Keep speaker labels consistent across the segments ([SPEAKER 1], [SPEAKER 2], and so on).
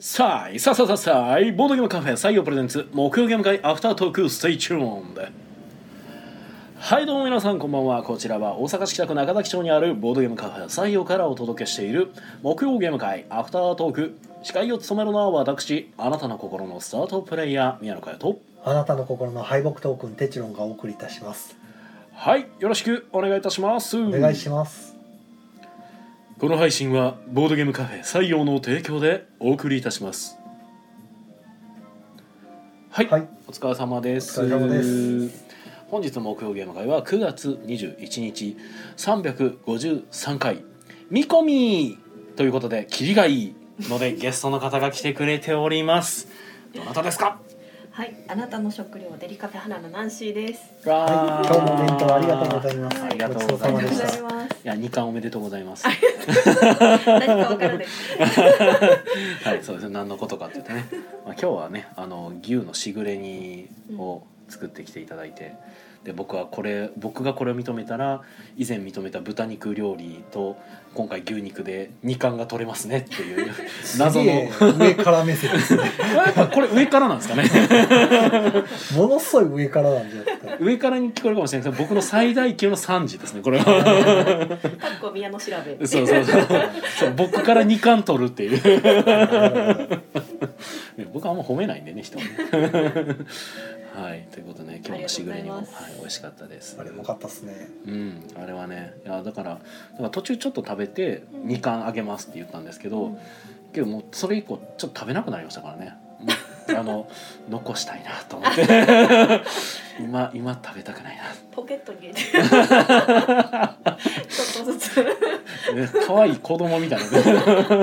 [SPEAKER 1] さあ、さあさあさあさあ、ボードゲームカフェ採用プレゼンツ、木曜ゲーム会アフタートーク、ステイチューンで。はい、どうも皆さん、こんばんは。こちらは大阪市北区中崎町にあるボードゲームカフェ採用からお届けしている、木曜ゲーム会アフタートーク。司会を務めるのは私、あなたの心のスタートプレイヤー、宮野佳代と。
[SPEAKER 2] あなたの心の敗北トークンテチロンがお送りいたします。
[SPEAKER 1] はい、よろしくお願いいたします。
[SPEAKER 2] お願いします。
[SPEAKER 1] この配信はボードゲームカフェ採用の提供でお送りいたしますはい、
[SPEAKER 2] はい
[SPEAKER 1] お疲れ様です
[SPEAKER 2] お疲れ様です
[SPEAKER 1] 本日の木曜ゲーム会は9月21日353回見込みということでキリがいいのでゲストの方が来てくれており ますどなたですか
[SPEAKER 3] はい、あなたの食料デリカフェ花のナンシーです。
[SPEAKER 2] は、
[SPEAKER 1] はい
[SPEAKER 2] 今日もお弁当ありがとうございます。
[SPEAKER 1] ありがとうござい
[SPEAKER 3] あ
[SPEAKER 1] ま
[SPEAKER 3] りがとう
[SPEAKER 1] し
[SPEAKER 3] ご
[SPEAKER 1] た
[SPEAKER 3] ざ
[SPEAKER 1] い
[SPEAKER 3] います。
[SPEAKER 1] や二冠おめでとうございます
[SPEAKER 3] 何かわからない。
[SPEAKER 1] はい、そうですね。何のことかって言ってね。まあ今日はね、あの牛のしぐれ煮を作ってきていただいて、で僕はこれ僕がこれを認めたら以前認めた豚肉料理と今回牛肉で二冠が取れますねっていう 謎の。や
[SPEAKER 2] すげえ上から目 線ですね。
[SPEAKER 1] っぱこれ上からなんですかね
[SPEAKER 2] ものすごい上からなんじゃないですか。
[SPEAKER 1] 上からに聞こえるかもしれないですけど僕の最大級の惨事ですねこれ は
[SPEAKER 3] かっこ宮の調べ。
[SPEAKER 1] そうそうそうそう僕から二冠取るっていうね僕はあんま褒めないんでね 人をねはいということでね今日のしぐれにも
[SPEAKER 3] あ
[SPEAKER 1] は
[SPEAKER 3] り
[SPEAKER 1] い美
[SPEAKER 3] がとうございます
[SPEAKER 1] 味しかったです
[SPEAKER 2] あれもかったですね。
[SPEAKER 1] うんあれはねいやだからだから途中ちょっと食べて
[SPEAKER 3] うん
[SPEAKER 1] 2貫あげますって言ったんですけど、
[SPEAKER 3] うん
[SPEAKER 1] けどもうそれ以降ちょっと食べなくなりましたから ねもうあの残したいなと思って 今今食べたくないな
[SPEAKER 3] ポケットに入れて。ちょっとずつ。
[SPEAKER 1] ね可愛い子供みたいな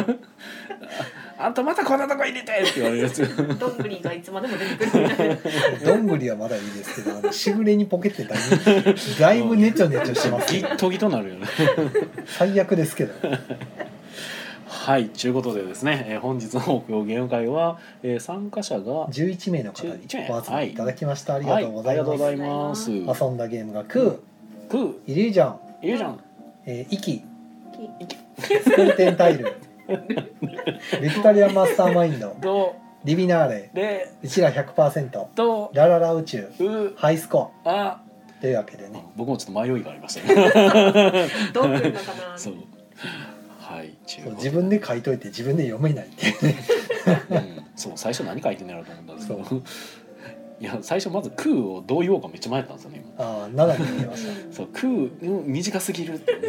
[SPEAKER 1] ああんたまたこんなとこ入れてって言われるや つ
[SPEAKER 3] どんぐりがいつまでも出てくるみたいな。
[SPEAKER 2] どんぐりはまだいいですけど、あのしぐれにポケってだいぶだいぶネチョネチョしてます
[SPEAKER 1] ギ
[SPEAKER 2] けど
[SPEAKER 1] ットギトなるよね
[SPEAKER 2] 最悪ですけど。
[SPEAKER 1] はい、ということでですね、えー本日の木曜ゲーム会は、えー参加者が
[SPEAKER 2] 11名の方に
[SPEAKER 1] 11名
[SPEAKER 2] お集めいただきました。ありが
[SPEAKER 1] はい
[SPEAKER 2] とうございま
[SPEAKER 1] ありが
[SPEAKER 2] す。
[SPEAKER 1] とうございます。
[SPEAKER 2] 遊んだゲームがクー、
[SPEAKER 1] クー、
[SPEAKER 2] イリュージョン、
[SPEAKER 1] いるじゃん。
[SPEAKER 2] えー、息、スクーテンタ イル、ビクトリアンマスターマインド、
[SPEAKER 1] ど
[SPEAKER 2] リビナーレ、
[SPEAKER 1] れ
[SPEAKER 2] うちら100%、
[SPEAKER 1] ど
[SPEAKER 2] ラララ宇宙、
[SPEAKER 1] う
[SPEAKER 2] ハイスコ
[SPEAKER 1] あ、
[SPEAKER 2] アというわけでね。
[SPEAKER 1] 僕もちょっと迷いがありましたね。
[SPEAKER 3] どんぐりのかな。
[SPEAKER 1] そう。はい、中
[SPEAKER 2] そう自分で書いといて自分で読めないっていう ね。
[SPEAKER 1] うん、そう、最初何書いてんのやろうと思ったんですけど。いや、最初まずクーをどう言おうかめっちゃ迷ったんですよね。今
[SPEAKER 2] ああ、七に入れま した。
[SPEAKER 1] そう、クー、うん短すぎるって、
[SPEAKER 3] も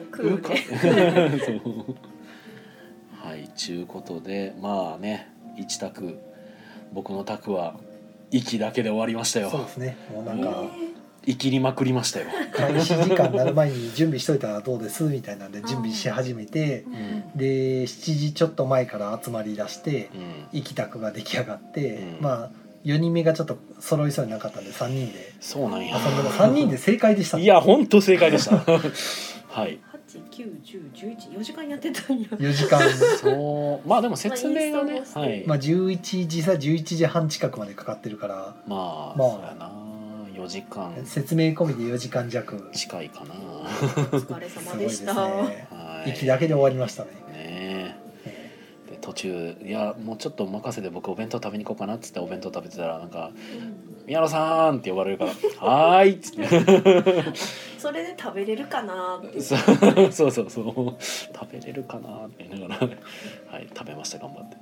[SPEAKER 3] うクールで。
[SPEAKER 1] そう はいちゅうことでまあね一択僕の択は息だけで終わりました
[SPEAKER 2] そう
[SPEAKER 1] よ
[SPEAKER 2] ですね。もうなん
[SPEAKER 1] え
[SPEAKER 2] か
[SPEAKER 1] 生きりまくりましたよ、
[SPEAKER 2] 開始時間になる前に準備しといたらどうですみたいなんで準備し始めて
[SPEAKER 1] う、ん
[SPEAKER 2] で7時ちょっと前から集まり出して
[SPEAKER 1] う、ん、
[SPEAKER 2] 行きたくが出来上がって、
[SPEAKER 1] うん
[SPEAKER 2] まあ4人目がちょっと揃いそうになかったんで3人で
[SPEAKER 1] そうなん
[SPEAKER 2] 遊
[SPEAKER 1] や
[SPEAKER 2] んでも3人で正解でした。
[SPEAKER 1] いやほんと正解でした はい
[SPEAKER 3] 八九十十一四時間やってたんや。
[SPEAKER 2] 4時間。
[SPEAKER 1] そうまあでも説明が
[SPEAKER 3] まあイ
[SPEAKER 1] ね
[SPEAKER 3] ンスタも
[SPEAKER 1] は
[SPEAKER 3] して
[SPEAKER 1] いま
[SPEAKER 2] まあ11時さ11時半近くまでかかってるから
[SPEAKER 1] あ、
[SPEAKER 2] まあ
[SPEAKER 1] そうやな4時間
[SPEAKER 2] 説明込みで4時間弱
[SPEAKER 1] 近いかな
[SPEAKER 3] お
[SPEAKER 1] は
[SPEAKER 3] 疲れ様でした。
[SPEAKER 2] ね
[SPEAKER 1] い
[SPEAKER 2] 息だけで終わりましたね
[SPEAKER 1] ねえで途中いやもうちょっと任せて僕お弁当食べに行こうかなっつってお弁当食べてたらなんか
[SPEAKER 3] うん
[SPEAKER 1] 「宮野さん!」って呼ばれるから「はーい!」っつって
[SPEAKER 3] それで食べれるかなって。
[SPEAKER 1] そうそうそうそう食べれるかなって言いながら、はい、食べました頑張って。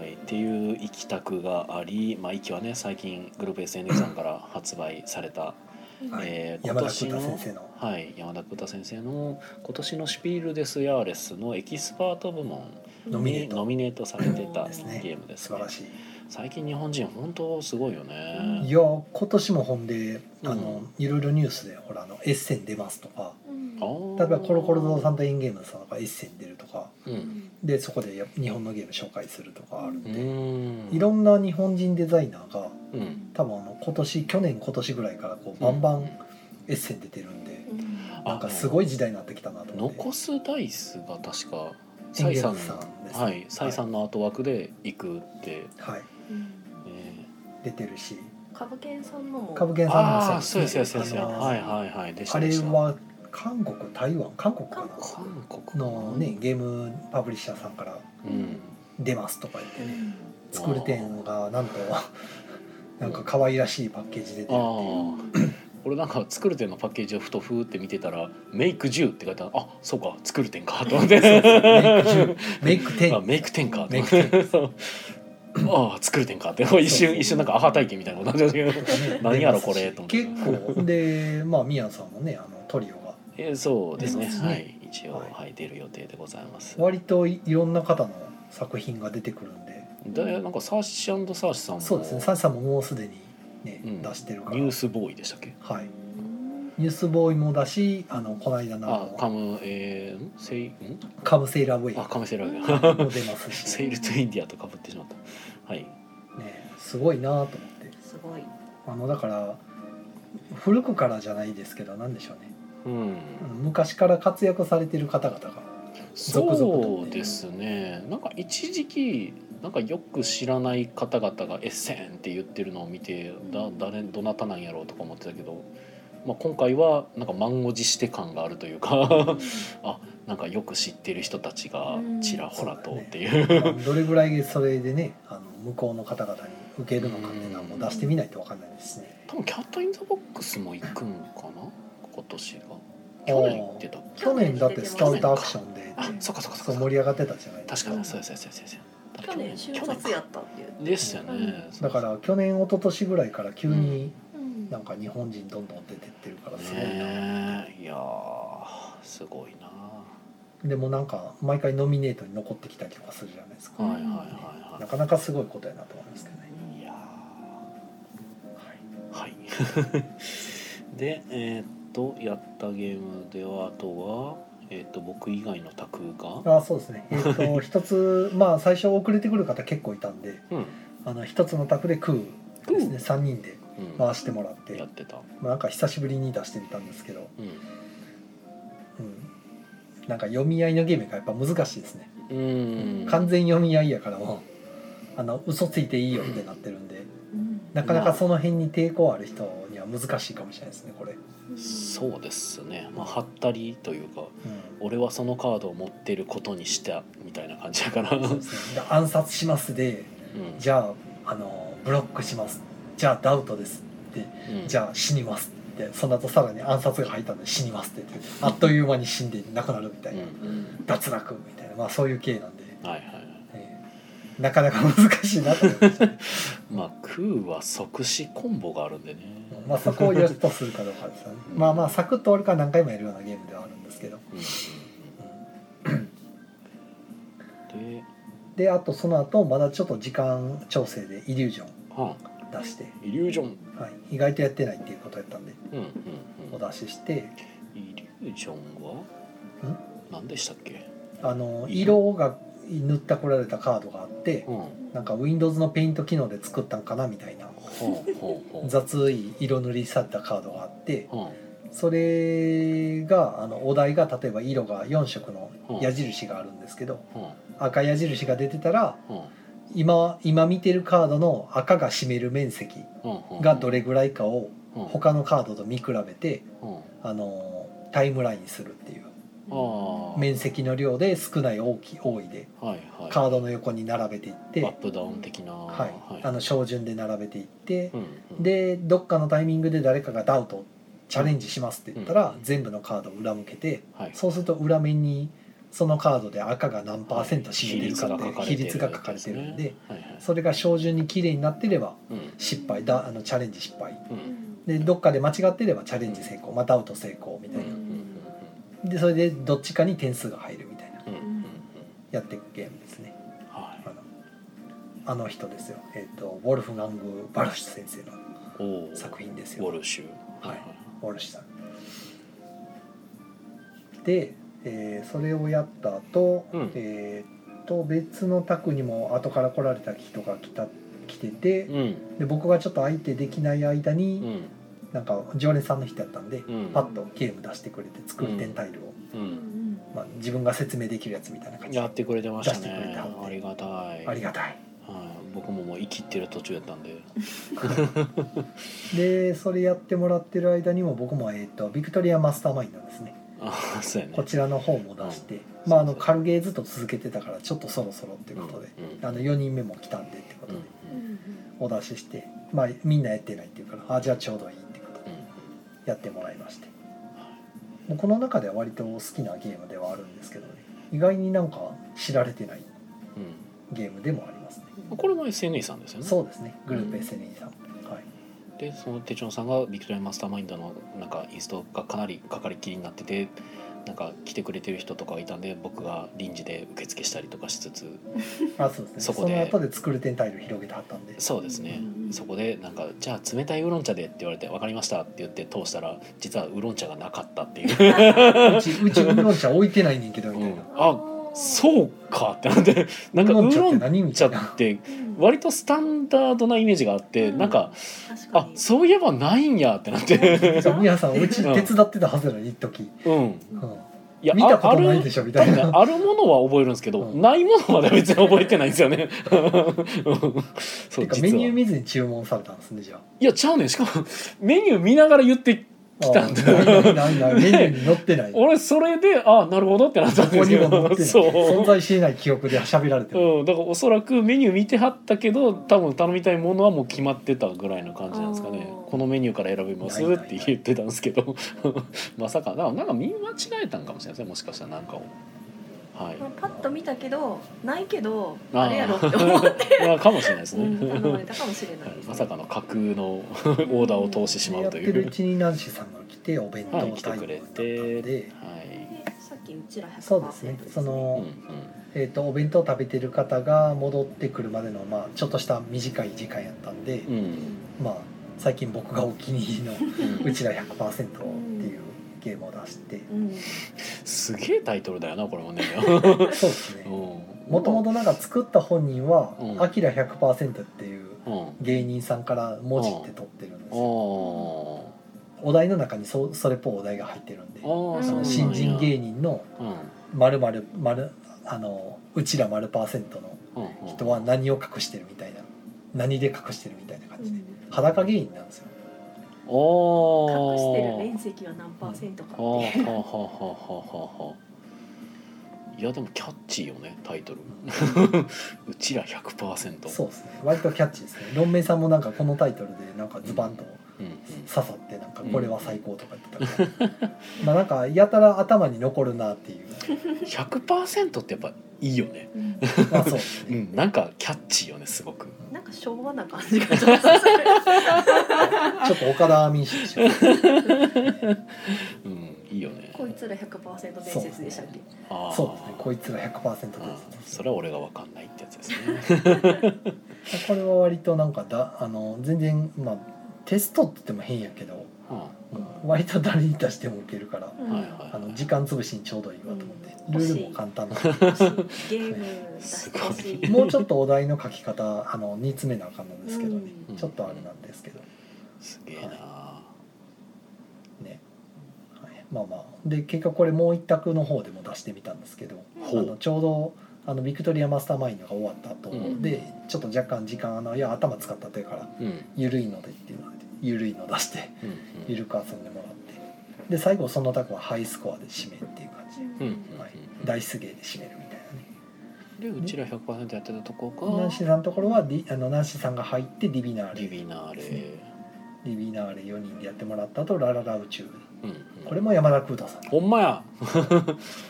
[SPEAKER 1] はい、っていう行きたくがあり、まあ、行きはね最近グループ SNS さんから発売された、
[SPEAKER 2] はい
[SPEAKER 1] えー
[SPEAKER 2] 山田久太先生の
[SPEAKER 1] はい、山田久太先生の今年の「シュピール・デス・ヤーレス」のエキスパート部門
[SPEAKER 2] ノミネー
[SPEAKER 1] に
[SPEAKER 2] ト
[SPEAKER 1] ノミネートされてた
[SPEAKER 2] ですね
[SPEAKER 1] ゲームです、
[SPEAKER 2] 素晴らしい、
[SPEAKER 1] 最近日本人本当すごいよ
[SPEAKER 3] うん
[SPEAKER 2] い
[SPEAKER 1] ね、
[SPEAKER 2] や今年も本であ
[SPEAKER 1] う
[SPEAKER 2] の
[SPEAKER 1] ん
[SPEAKER 2] いろいろニュースでほらあのエッセン出ますとか
[SPEAKER 3] うん
[SPEAKER 1] あー
[SPEAKER 2] 例えばコロコロ堂さんとエンゲームズさんとかエッセン出るとか
[SPEAKER 1] う
[SPEAKER 3] うんん
[SPEAKER 2] でそこでや日本のゲーム紹介するとかあるん
[SPEAKER 1] う
[SPEAKER 2] で、
[SPEAKER 1] ん
[SPEAKER 2] いろんな日本人デザイナーが
[SPEAKER 1] うん
[SPEAKER 2] 多分あの今年去年今年ぐらいからこうバンバンエッセン出てるんで、
[SPEAKER 3] うん
[SPEAKER 2] なんかすごい時代になってきたなと思って
[SPEAKER 1] 残すダイスが確か
[SPEAKER 2] エン
[SPEAKER 1] サ
[SPEAKER 2] ゲ
[SPEAKER 1] イさ
[SPEAKER 2] ー
[SPEAKER 1] ん
[SPEAKER 2] ムズさんですね
[SPEAKER 1] はいサイさんの後枠で行くって、
[SPEAKER 2] はい
[SPEAKER 3] うん
[SPEAKER 1] ね
[SPEAKER 2] 出てるし
[SPEAKER 3] 株券さんのも。
[SPEAKER 2] 株券さん
[SPEAKER 1] あ
[SPEAKER 2] も
[SPEAKER 1] あそうですそうですそうです
[SPEAKER 2] あの
[SPEAKER 1] はいはいはいでした
[SPEAKER 2] あれ
[SPEAKER 1] でした
[SPEAKER 2] は韓国台湾韓国か
[SPEAKER 3] 韓
[SPEAKER 1] 韓国
[SPEAKER 2] なのねゲームパブリッシャーさんから
[SPEAKER 1] うん
[SPEAKER 2] 出ますとか言ってね作る店 がなんとなんか
[SPEAKER 1] うん
[SPEAKER 2] 可愛らしいパッケージで出て
[SPEAKER 1] あ
[SPEAKER 2] る
[SPEAKER 1] あ俺なんか作る店のパッケージをふとふーって見てたら「メイク10」って書いてあるあそうか作る店かと思って
[SPEAKER 2] メイク10メイ ク
[SPEAKER 1] あ
[SPEAKER 2] 10
[SPEAKER 1] メイク店かと
[SPEAKER 2] メイ
[SPEAKER 1] 思っ
[SPEAKER 2] ク
[SPEAKER 1] て そうああ作る店かって一瞬一瞬なんかアハ体験みたいなことになっちゃうけど
[SPEAKER 2] ね
[SPEAKER 1] 何やろこれと思って
[SPEAKER 2] 結構でまあミヤさんもねあのトリオが
[SPEAKER 1] えそうですね
[SPEAKER 2] 出ますね
[SPEAKER 1] はい一応、は
[SPEAKER 2] はいい
[SPEAKER 1] 出る予定でございます
[SPEAKER 2] 割といいろんな方の作品が出てくるんで
[SPEAKER 1] でなんかサーシーサーシさんも
[SPEAKER 2] そうですねサシさんももうすでにね、
[SPEAKER 1] うん
[SPEAKER 2] 出してるから
[SPEAKER 1] ニュースボーイでしたっけ
[SPEAKER 2] はいニュースボーイもだしあのこの間のあ
[SPEAKER 1] あ
[SPEAKER 2] の
[SPEAKER 1] カムえー、んセイん
[SPEAKER 2] カムセイラーウェイ
[SPEAKER 1] あカムセラーが
[SPEAKER 2] も出ますし、
[SPEAKER 1] セイルトゥインディアとかぶってしまったはい
[SPEAKER 2] ね、すごいなと思って
[SPEAKER 3] すごい。
[SPEAKER 2] あのだから古くからじゃないですけどなんでしょうね
[SPEAKER 1] うん
[SPEAKER 2] うん昔から活躍されてる方々が続々とね
[SPEAKER 1] そうですねなんか一時期なんかよく知らない方々が「エッセン」って言ってるのを見てだ誰どなたなんやろうとか思ってたけど、まあ、今回はなんか満を持して感があるというかあなんかよく知ってる人たちがちらほらとっていう。
[SPEAKER 2] どれぐらいそれでねあの向こうの方々に受けるのかっていうのはもう出してみないと分かんないですね。
[SPEAKER 1] 多分キャット・イン・ザ・ボックスも行くんかな今年が去年行ってた
[SPEAKER 2] 去年だってスカウトアクションで
[SPEAKER 1] あそっかそっかそ
[SPEAKER 2] そう
[SPEAKER 1] っ
[SPEAKER 2] 盛
[SPEAKER 1] か
[SPEAKER 2] り上がってたじゃないで
[SPEAKER 1] 確
[SPEAKER 2] すか
[SPEAKER 1] かにそうですそうですそうですだから
[SPEAKER 3] 去年就活やったっていう。
[SPEAKER 1] ですよね、
[SPEAKER 2] だから去年一昨年ぐらいから急に
[SPEAKER 3] うん
[SPEAKER 2] なんか日本人どんどん出てってるからすごいな、
[SPEAKER 1] ねえいやーすごいな
[SPEAKER 2] でもなんか毎回ノミネートに残ってきたりとかするじゃないですか、
[SPEAKER 1] はい
[SPEAKER 3] ん
[SPEAKER 1] はいはい
[SPEAKER 2] な
[SPEAKER 1] は
[SPEAKER 2] かなかすごいことやなと思いますけどね、
[SPEAKER 1] いいや
[SPEAKER 2] はい
[SPEAKER 1] ーはいでえーっとやったゲームではあとはえーっと僕以外のタクが
[SPEAKER 2] あそうですねえっ、と一つまあ最初遅れてくる方結構いたんで
[SPEAKER 1] うん
[SPEAKER 2] あの一つの卓でクーですね3人で
[SPEAKER 1] うん、
[SPEAKER 2] 回してもらって、
[SPEAKER 1] やってた
[SPEAKER 2] まあ、なんか久しぶりに出してみたんですけど、
[SPEAKER 1] う
[SPEAKER 2] うん、なんか読み合いのゲームがやっぱ難しいですね、
[SPEAKER 1] んうん
[SPEAKER 2] 完全読み合いやからもうあの嘘ついていいよってなってるんで
[SPEAKER 3] うん
[SPEAKER 2] なかなかその辺に抵抗ある人には難しいかもしれないですねこれ、う
[SPEAKER 1] そうですねまあはったりというか
[SPEAKER 2] ん
[SPEAKER 1] 俺はそのカードを持ってることにしたみたいな感じだから、うん、
[SPEAKER 2] そうですね、で暗殺しますでじゃああのブロックしますじゃあダウトです
[SPEAKER 1] うん
[SPEAKER 2] じゃあ死にますってその後さらに暗殺が入ったんで死にますって言ってあっという間に死んでなくなるみた
[SPEAKER 1] う
[SPEAKER 2] い
[SPEAKER 1] ん
[SPEAKER 2] な、
[SPEAKER 3] うん
[SPEAKER 2] 脱落みたいなまあそういう系なんで、
[SPEAKER 1] はいはいはい
[SPEAKER 2] えーなかなか難しいなと思いました、
[SPEAKER 1] まあ空は即死コンボがあるんでね、
[SPEAKER 2] まあ、そこを良しとするかどうかですよねまあまあサクッと終わるから何回もやるようなゲームではあるんですけど、
[SPEAKER 1] うんうんうんで
[SPEAKER 2] であとその後まだちょっと時間調整でイリュージョン
[SPEAKER 1] は
[SPEAKER 2] 出して、
[SPEAKER 1] あイリュージョン
[SPEAKER 2] はい、意外とやってないっていうことやったんで
[SPEAKER 1] うんうんう
[SPEAKER 2] お
[SPEAKER 1] ん
[SPEAKER 2] 出しして
[SPEAKER 1] イリュージョンは何でしたっけ
[SPEAKER 2] あの色が塗ったこられたカードがあって
[SPEAKER 1] うんは
[SPEAKER 2] なんか Windows のペイント機能で作ったんかなみたいな
[SPEAKER 1] あはあはあ
[SPEAKER 2] 雑い色塗りされたカードがあって
[SPEAKER 1] は
[SPEAKER 2] それがあのお題が例えば色が4色の矢印があるんですけど
[SPEAKER 1] あは
[SPEAKER 2] 赤矢印が出てたら
[SPEAKER 1] あは
[SPEAKER 2] 今今見てるカードの赤が占める面積
[SPEAKER 1] あはあはあ
[SPEAKER 2] がどれぐらいかを
[SPEAKER 1] うん
[SPEAKER 2] 他のカードと見比べて
[SPEAKER 1] うん
[SPEAKER 2] あのタイムラインにするっていう
[SPEAKER 1] ああ
[SPEAKER 2] 面積の量で少ない大きい多いで
[SPEAKER 1] はいはい
[SPEAKER 2] カードの横に並べていって、
[SPEAKER 1] アッ
[SPEAKER 2] は、
[SPEAKER 1] プダウン的な、はい
[SPEAKER 2] あの照準で並べていって
[SPEAKER 1] う、んうん、
[SPEAKER 2] でどっかのタイミングで誰かがダウトチャレンジしますって言ったら、
[SPEAKER 1] うん
[SPEAKER 2] 全部のカードを裏向けて
[SPEAKER 1] はい、
[SPEAKER 2] そうすると裏面にそのカードで赤が何パーセント占めてるかって比率が書かれてるんで、
[SPEAKER 1] はいはい
[SPEAKER 2] それが照準に綺麗になってれば
[SPEAKER 1] うん
[SPEAKER 2] 失敗だあのチャレンジ失敗
[SPEAKER 1] う
[SPEAKER 3] うん
[SPEAKER 2] で
[SPEAKER 3] ん
[SPEAKER 2] どっかで間違ってればチャレンジ成功またアウト成功みたい
[SPEAKER 1] うん
[SPEAKER 2] な
[SPEAKER 1] うん
[SPEAKER 2] でそれでどっちかに点数が入るみたいな
[SPEAKER 1] うんうんうん
[SPEAKER 2] やっていくゲームですね
[SPEAKER 1] はい
[SPEAKER 2] あのあの人ですよえっ、とウォルフガング・バルシュ先生の
[SPEAKER 1] おー
[SPEAKER 2] 作品です
[SPEAKER 1] ウ
[SPEAKER 2] よ
[SPEAKER 1] ォルシュ
[SPEAKER 2] はいウォルシュさんで、えーそれをやった後、
[SPEAKER 1] うん
[SPEAKER 2] えーっと別の卓にも後から来られた人が来た来てて、
[SPEAKER 1] うん
[SPEAKER 2] で僕がちょっと相手できない間に、
[SPEAKER 1] うん
[SPEAKER 2] なんか常連さんの人やったんで、
[SPEAKER 1] うん
[SPEAKER 2] パッとゲーム出してくれて作り点タイルを、
[SPEAKER 1] う
[SPEAKER 3] うんん
[SPEAKER 2] まあ、自分が説明できるやつみたいな感じ
[SPEAKER 1] やってくれてました
[SPEAKER 2] 出してくれ
[SPEAKER 1] ね
[SPEAKER 2] たんで
[SPEAKER 1] ありがたい
[SPEAKER 2] ありがたい
[SPEAKER 1] はい僕ももう生きてる途中やったんで
[SPEAKER 2] でそれやってもらってる間にも僕も、えーっとビクトリアマスターマインドですね
[SPEAKER 1] そうやね
[SPEAKER 2] こちらの方も出して、まああの軽ゲーずっと続けてたからちょっとそろそろっていうことで、
[SPEAKER 1] うん
[SPEAKER 2] あの4人目も来たんでってこと
[SPEAKER 1] うん
[SPEAKER 2] で
[SPEAKER 1] うん
[SPEAKER 2] お出しして、まあみんなやってないっていうからあじゃあちょうどいいってことでやってもらいましてもうこの中では割と好きなゲームではあるんですけどね意外になんか知られてない
[SPEAKER 1] うん
[SPEAKER 2] ゲームでもありますね
[SPEAKER 1] うんこれも SNE さんですよね
[SPEAKER 2] そうですねグループ SNE さん、はい
[SPEAKER 1] でその手帳さんがビクトリアマスターマインドのなんかインストがかなりかかりっきりになっててなんか来てくれてる人とかがいたんで僕が臨時で受付したりとかしつつ
[SPEAKER 2] あそうですね
[SPEAKER 1] そ
[SPEAKER 2] そ
[SPEAKER 1] こで
[SPEAKER 2] の後で作るテンタイル広げてはったんで
[SPEAKER 1] そうですね、
[SPEAKER 3] うんうん
[SPEAKER 1] そこでなんか「じゃあ冷たいウーロン茶で」って言われて「分かりました」って言って通したら実はウーロン茶がなかったって いう
[SPEAKER 2] うちうちウーロン茶置いてないねんけどみたいな、
[SPEAKER 1] うんあそうかってなってなんかウーロン
[SPEAKER 2] 何み
[SPEAKER 1] 茶
[SPEAKER 2] たい
[SPEAKER 1] っ
[SPEAKER 2] な
[SPEAKER 1] て
[SPEAKER 3] うん
[SPEAKER 1] 割とスタンダードなイメージがあって、
[SPEAKER 3] うん
[SPEAKER 1] なんか
[SPEAKER 3] 確か
[SPEAKER 1] あ
[SPEAKER 3] に
[SPEAKER 1] そういえばないんやってなって
[SPEAKER 2] そう皆さんうち手伝ってたはずなのに一時、
[SPEAKER 1] うん
[SPEAKER 2] うん、
[SPEAKER 1] いや
[SPEAKER 2] 見たことな
[SPEAKER 1] あ
[SPEAKER 2] い
[SPEAKER 1] ある
[SPEAKER 2] でしょみた
[SPEAKER 1] 多
[SPEAKER 2] い
[SPEAKER 1] 分ね
[SPEAKER 2] な
[SPEAKER 1] あるものは覚えるんですけど、
[SPEAKER 2] うん
[SPEAKER 1] ないものはね別に覚えてないんですよね。 そう
[SPEAKER 2] てか
[SPEAKER 1] 実は
[SPEAKER 2] メニュー見ずに注文されたんですねじゃあ
[SPEAKER 1] いやちゃうねんしかもメニュー見ながら言って来たんだ
[SPEAKER 2] あないないないないメニューに載ってないこ
[SPEAKER 1] 俺それであなるほどってなったん
[SPEAKER 2] こ
[SPEAKER 1] です
[SPEAKER 2] に
[SPEAKER 1] よ
[SPEAKER 2] も載ってない存
[SPEAKER 1] そう。
[SPEAKER 2] 在していない記憶で喋られてる、
[SPEAKER 1] うん、だからおそらくメニュー見てはったけど多分頼みたいものはもう決まってたぐらいの感じなんですかね
[SPEAKER 3] あー
[SPEAKER 1] このメニューから選びます
[SPEAKER 2] ない
[SPEAKER 1] っ
[SPEAKER 2] ない
[SPEAKER 1] て言ってたんですけど まさかだからなんか見間違えたんかもしれないですねもしかしたらなんかを。はい、
[SPEAKER 3] まあパッと見たけどないけど
[SPEAKER 1] あー
[SPEAKER 3] あれやろって思って
[SPEAKER 1] まあかもしれないですね。
[SPEAKER 3] うん頼まれたかもしれな
[SPEAKER 1] はい
[SPEAKER 3] いですね
[SPEAKER 1] まさかの架空の オーダーを通してしまう
[SPEAKER 2] やっ
[SPEAKER 1] と
[SPEAKER 2] て
[SPEAKER 1] い
[SPEAKER 2] るう
[SPEAKER 1] う。
[SPEAKER 2] ちにナンシーさんが来てお弁当
[SPEAKER 1] はい、
[SPEAKER 2] を
[SPEAKER 1] 来てくれ
[SPEAKER 2] だったん
[SPEAKER 1] て
[SPEAKER 2] で、、
[SPEAKER 1] はい、
[SPEAKER 3] でさっきうちら100%
[SPEAKER 2] そうですねそ
[SPEAKER 1] うん
[SPEAKER 2] の
[SPEAKER 1] う、ん、
[SPEAKER 2] えー、とお弁当を食べてる方が戻ってくるまでの、まあ、ちょっとした短い時間やったんで、
[SPEAKER 1] うん、
[SPEAKER 2] まあ最近僕がお気に入りの
[SPEAKER 1] う
[SPEAKER 2] 「
[SPEAKER 1] ん
[SPEAKER 2] うちら100%」っていうゲームを出して
[SPEAKER 3] うん
[SPEAKER 1] すげえタイトルだよな、これも ね。
[SPEAKER 2] そうですね
[SPEAKER 1] う
[SPEAKER 2] もともとなんか作った本人は
[SPEAKER 1] う
[SPEAKER 2] 「
[SPEAKER 1] ん、
[SPEAKER 2] あきら100%」っていうん
[SPEAKER 1] うん、
[SPEAKER 2] 芸人さんから文字って取ってるんですよ
[SPEAKER 1] おー
[SPEAKER 2] お題の中にそそれっぽいお題が入ってるんで
[SPEAKER 1] あー、
[SPEAKER 3] うん
[SPEAKER 2] そ
[SPEAKER 1] そうなん
[SPEAKER 2] の
[SPEAKER 1] や
[SPEAKER 2] 新人芸人の
[SPEAKER 1] うん、
[SPEAKER 2] 〇〇〇あのうちら〇パーセントの
[SPEAKER 1] うん、うん
[SPEAKER 2] 人は何を隠してるみたいな何で隠してるみたいな感
[SPEAKER 3] う
[SPEAKER 2] じで
[SPEAKER 3] ん
[SPEAKER 2] 裸芸人なんですよ
[SPEAKER 1] お
[SPEAKER 3] 隠
[SPEAKER 1] ー
[SPEAKER 3] してる面積は何パーセントかっ
[SPEAKER 1] はあはあは
[SPEAKER 3] ていう
[SPEAKER 1] あはあはあいやでもキャッチーよねタイトルうちら100%
[SPEAKER 2] そうですね割とキャッチーですね論明さんもなんかこのタイトルでなんかズバンと
[SPEAKER 1] うんうん
[SPEAKER 2] 刺さってなんかこれは最高とか言ってたから、まあなんかやたら頭に残るなっていう
[SPEAKER 1] 100%ってやっぱいいよね
[SPEAKER 3] うん
[SPEAKER 2] まあそうです
[SPEAKER 1] う
[SPEAKER 2] ね、
[SPEAKER 1] ん、なんかキャッチーよねすごく
[SPEAKER 3] なんか昭和な感じがちょっとする
[SPEAKER 2] ちょっと岡田民主でしょ
[SPEAKER 1] うんいいよね
[SPEAKER 3] こいつら100%伝説でしたっけ
[SPEAKER 1] あー
[SPEAKER 2] そうですねこいつら
[SPEAKER 1] あ
[SPEAKER 2] 100%
[SPEAKER 1] ー
[SPEAKER 2] です
[SPEAKER 1] それは俺がわかんないってやつですね
[SPEAKER 2] これは割となんかだあの全然まあテストって言っても変やけど
[SPEAKER 1] うんは
[SPEAKER 2] うん割と誰に出しても受けるか
[SPEAKER 1] い
[SPEAKER 2] ら
[SPEAKER 1] はいはい
[SPEAKER 2] あの時間潰しにちょうどいいわと思って
[SPEAKER 3] うん
[SPEAKER 2] ルールも簡単な
[SPEAKER 3] 欲しいゲーム出してほしい
[SPEAKER 2] もうちょっとお題の書き方あの煮詰めなあかんなんですけどね
[SPEAKER 1] うん
[SPEAKER 2] ちょっとあれなんですけど
[SPEAKER 1] すげえな
[SPEAKER 2] ね、はい、まあまあで結果これもう一択の方でも出してみたんですけどあ
[SPEAKER 1] ほう
[SPEAKER 2] のちょうどあのビクトリアマスターマインドが終わった後
[SPEAKER 1] うん
[SPEAKER 2] で、ちょっと若干時間あのいや頭使ったというから
[SPEAKER 1] うんうん
[SPEAKER 2] 緩いのでっていうので緩いの出して
[SPEAKER 1] うん
[SPEAKER 2] 緩く遊んでもらってで最後そのタクはハイスコアで締めっていう感じ、
[SPEAKER 1] うんうん
[SPEAKER 2] はい、ダイスゲーで締めるみたいなね
[SPEAKER 1] でうちら100%やってたとこ
[SPEAKER 2] ナンシーさんのところはディあのナンシーさんが入ってディビナ
[SPEAKER 1] が
[SPEAKER 2] ー
[SPEAKER 1] リ
[SPEAKER 2] レ
[SPEAKER 1] ビナーレ
[SPEAKER 2] ディビナーレ4人でやってもらった後ラララ宇宙
[SPEAKER 1] うんうん
[SPEAKER 2] これも山田空太さん
[SPEAKER 1] ほんまや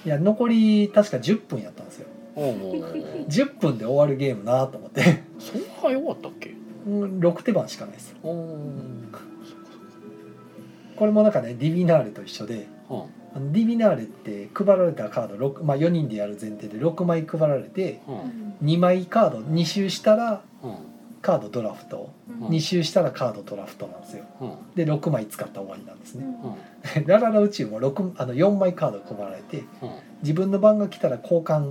[SPEAKER 2] いや残り確か10分やったんですよ
[SPEAKER 1] おうおうおう
[SPEAKER 2] 10分で終わるゲームなと思って
[SPEAKER 1] そんな早かったっけ
[SPEAKER 2] うん6手番しかないです
[SPEAKER 1] おー
[SPEAKER 2] これもなんかねディビナーレと一緒で
[SPEAKER 1] は
[SPEAKER 2] あのディビナーレって配られたカード6、まあ、4人でやる前提で6枚配られて
[SPEAKER 1] あは
[SPEAKER 2] 2枚カード2周したら
[SPEAKER 1] あは
[SPEAKER 2] カードドラフト
[SPEAKER 1] うん
[SPEAKER 2] 2周したらカードドラフトなんですよ
[SPEAKER 1] あは
[SPEAKER 2] で6枚使った終わりなんですね
[SPEAKER 1] あは
[SPEAKER 2] ラララ宇宙も6あの4枚カード配られて
[SPEAKER 1] あは
[SPEAKER 2] 自分の番が来たら交換
[SPEAKER 1] あは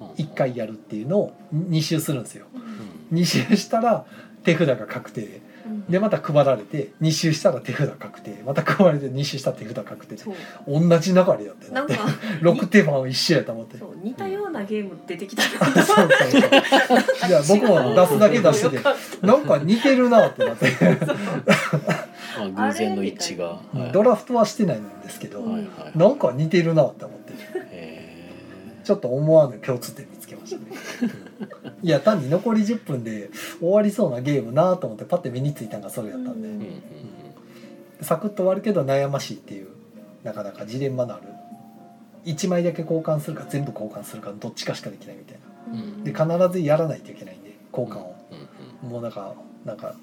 [SPEAKER 1] あ
[SPEAKER 2] 1回やるっていうのを2周するんですよ
[SPEAKER 1] うん
[SPEAKER 2] 2周したら手札が確定でまた配られて2周したら手札確定また配られて2周したら手札確定
[SPEAKER 3] そう
[SPEAKER 2] 同じ流れやって
[SPEAKER 3] な
[SPEAKER 2] なんって
[SPEAKER 3] か
[SPEAKER 2] 6手番を一緒やと思って
[SPEAKER 3] そ
[SPEAKER 2] そう
[SPEAKER 3] う似たようなゲーム出てきた
[SPEAKER 2] そうそう じゃあ僕も出すだけ出しててなんか似てるなってなって
[SPEAKER 1] あまあ、偶然の一致が。はい
[SPEAKER 2] ドラフトはしてないんですけど、
[SPEAKER 1] はいはい
[SPEAKER 2] なんか似てるなって思って
[SPEAKER 1] えー
[SPEAKER 2] ちょっと思わぬ共通点見つけま したねいや単に残り10分で終わりそうなゲームなと思ってパッて目についたのがそれやったんで、
[SPEAKER 1] うんうん
[SPEAKER 2] サクッと終わるけど悩ましいっていうなかなかジレンマのある1枚だけ交換するか全部交換するかどっちかしかできないみたいな
[SPEAKER 1] うん
[SPEAKER 2] で必ずやらないといけないんで交換を、
[SPEAKER 1] うんうん
[SPEAKER 2] もうなんかなんか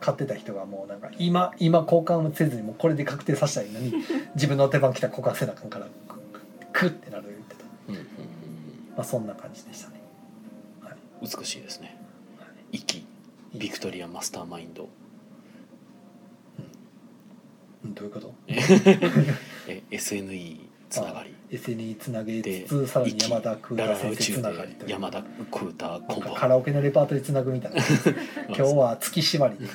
[SPEAKER 2] 買ってた人がもうなんか今今交換をせずにもうこれで確定させた いのに自分の手番来たら交換せなあかんからクックッってなる言ってた、
[SPEAKER 1] うんうんうん
[SPEAKER 2] まあ、そんな感じでしたね、はい
[SPEAKER 1] うん美しいですね。
[SPEAKER 2] は
[SPEAKER 1] 息
[SPEAKER 2] い、
[SPEAKER 1] ビクトリアマスターマインド
[SPEAKER 2] うんどういうこと
[SPEAKER 1] え SNE つながり
[SPEAKER 2] SNE つなげ
[SPEAKER 1] で
[SPEAKER 2] つつさらに
[SPEAKER 1] 息
[SPEAKER 2] 山田空
[SPEAKER 1] ララ
[SPEAKER 2] 太
[SPEAKER 1] ラ宇
[SPEAKER 2] 先生
[SPEAKER 1] 宙
[SPEAKER 2] つながり
[SPEAKER 1] で
[SPEAKER 2] という
[SPEAKER 1] 山田空太コン
[SPEAKER 2] なん
[SPEAKER 1] ボ
[SPEAKER 2] かカラオケのレパートリーつなぐ みたいな今日は月縛りで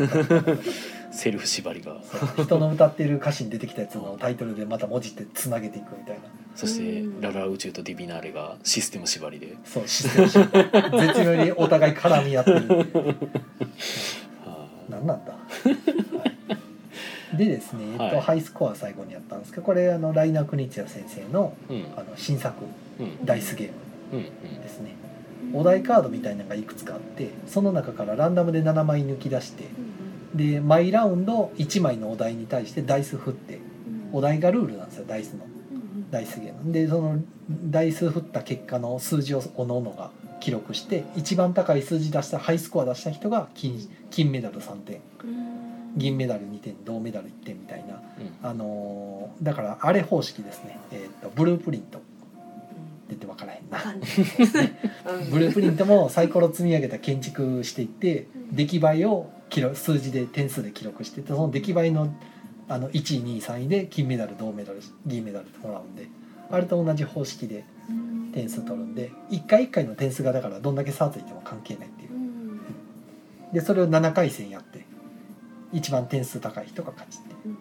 [SPEAKER 1] セルフ縛りが
[SPEAKER 2] そう人の歌ってる歌詞に出てきたやつのタイトルでまた文字ってつなげていくみたいな
[SPEAKER 1] そして
[SPEAKER 3] うん
[SPEAKER 1] ララ宇宙とディビナーレがシステム縛りで
[SPEAKER 2] そうシステ ムショック絶妙にお互い絡み合ってるっていう
[SPEAKER 1] は
[SPEAKER 2] 何なんだ、 はいでですね、えっと
[SPEAKER 1] はい
[SPEAKER 2] ハイスコア最後にやったんですけどこれあのライナー・クニチア先生の
[SPEAKER 1] いうん
[SPEAKER 2] あの新作
[SPEAKER 1] うん
[SPEAKER 2] ダイスゲ
[SPEAKER 1] う
[SPEAKER 2] ーム
[SPEAKER 1] んうん
[SPEAKER 2] ですねお題カードみたいなのがいくつかあってその中からランダムで7枚抜き出してで毎ラウンド1枚のお題に対してダイス振ってお題がルールなんですよダイスのダイスゲームでそのダイス振った結果の数字をおのおのが記録して一番高い数字出したハイスコア出した人が金金メダル3点銀メダル2点銅メダル1点みたいな、
[SPEAKER 1] うん
[SPEAKER 2] あのーだからあれ方式ですね、えー、とブループリントって言って分からへんなブループリントもサイコロ積み上げた建築していって
[SPEAKER 3] うん
[SPEAKER 2] 出来栄えを記録数字で点数で記録していってその出来栄えのあの1位2位3位で金メダル銅メダル銀メダルってもらうんであれと同じ方式で点数取るんで1回1回の点数がだからどんだけ差ついても関係ないっていうでそれを7回戦やって一番点数高い人が勝ちって
[SPEAKER 1] うん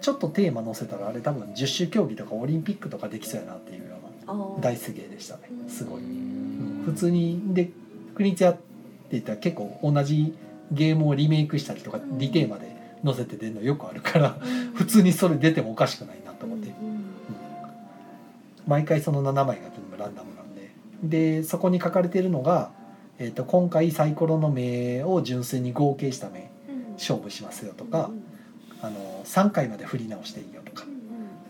[SPEAKER 2] ちょっとテーマ載せたらあれ多分十種競技とかオリンピックとかできそうやなっていうような大すげーでしたねすごい。
[SPEAKER 1] うん
[SPEAKER 2] 普通にで国立やって言ったら結構同じゲームをリメイクしたりとか
[SPEAKER 3] うん
[SPEAKER 2] リテーマで載せて出るのよくあるから 普通にそれ出てもおかしくないなと思って毎回その7枚が全部ランダムなんででそこに書かれてるのが、えー、と今回サイコロの目を純粋に合計した目勝負しますよとかあの3回まで振り直していいよとか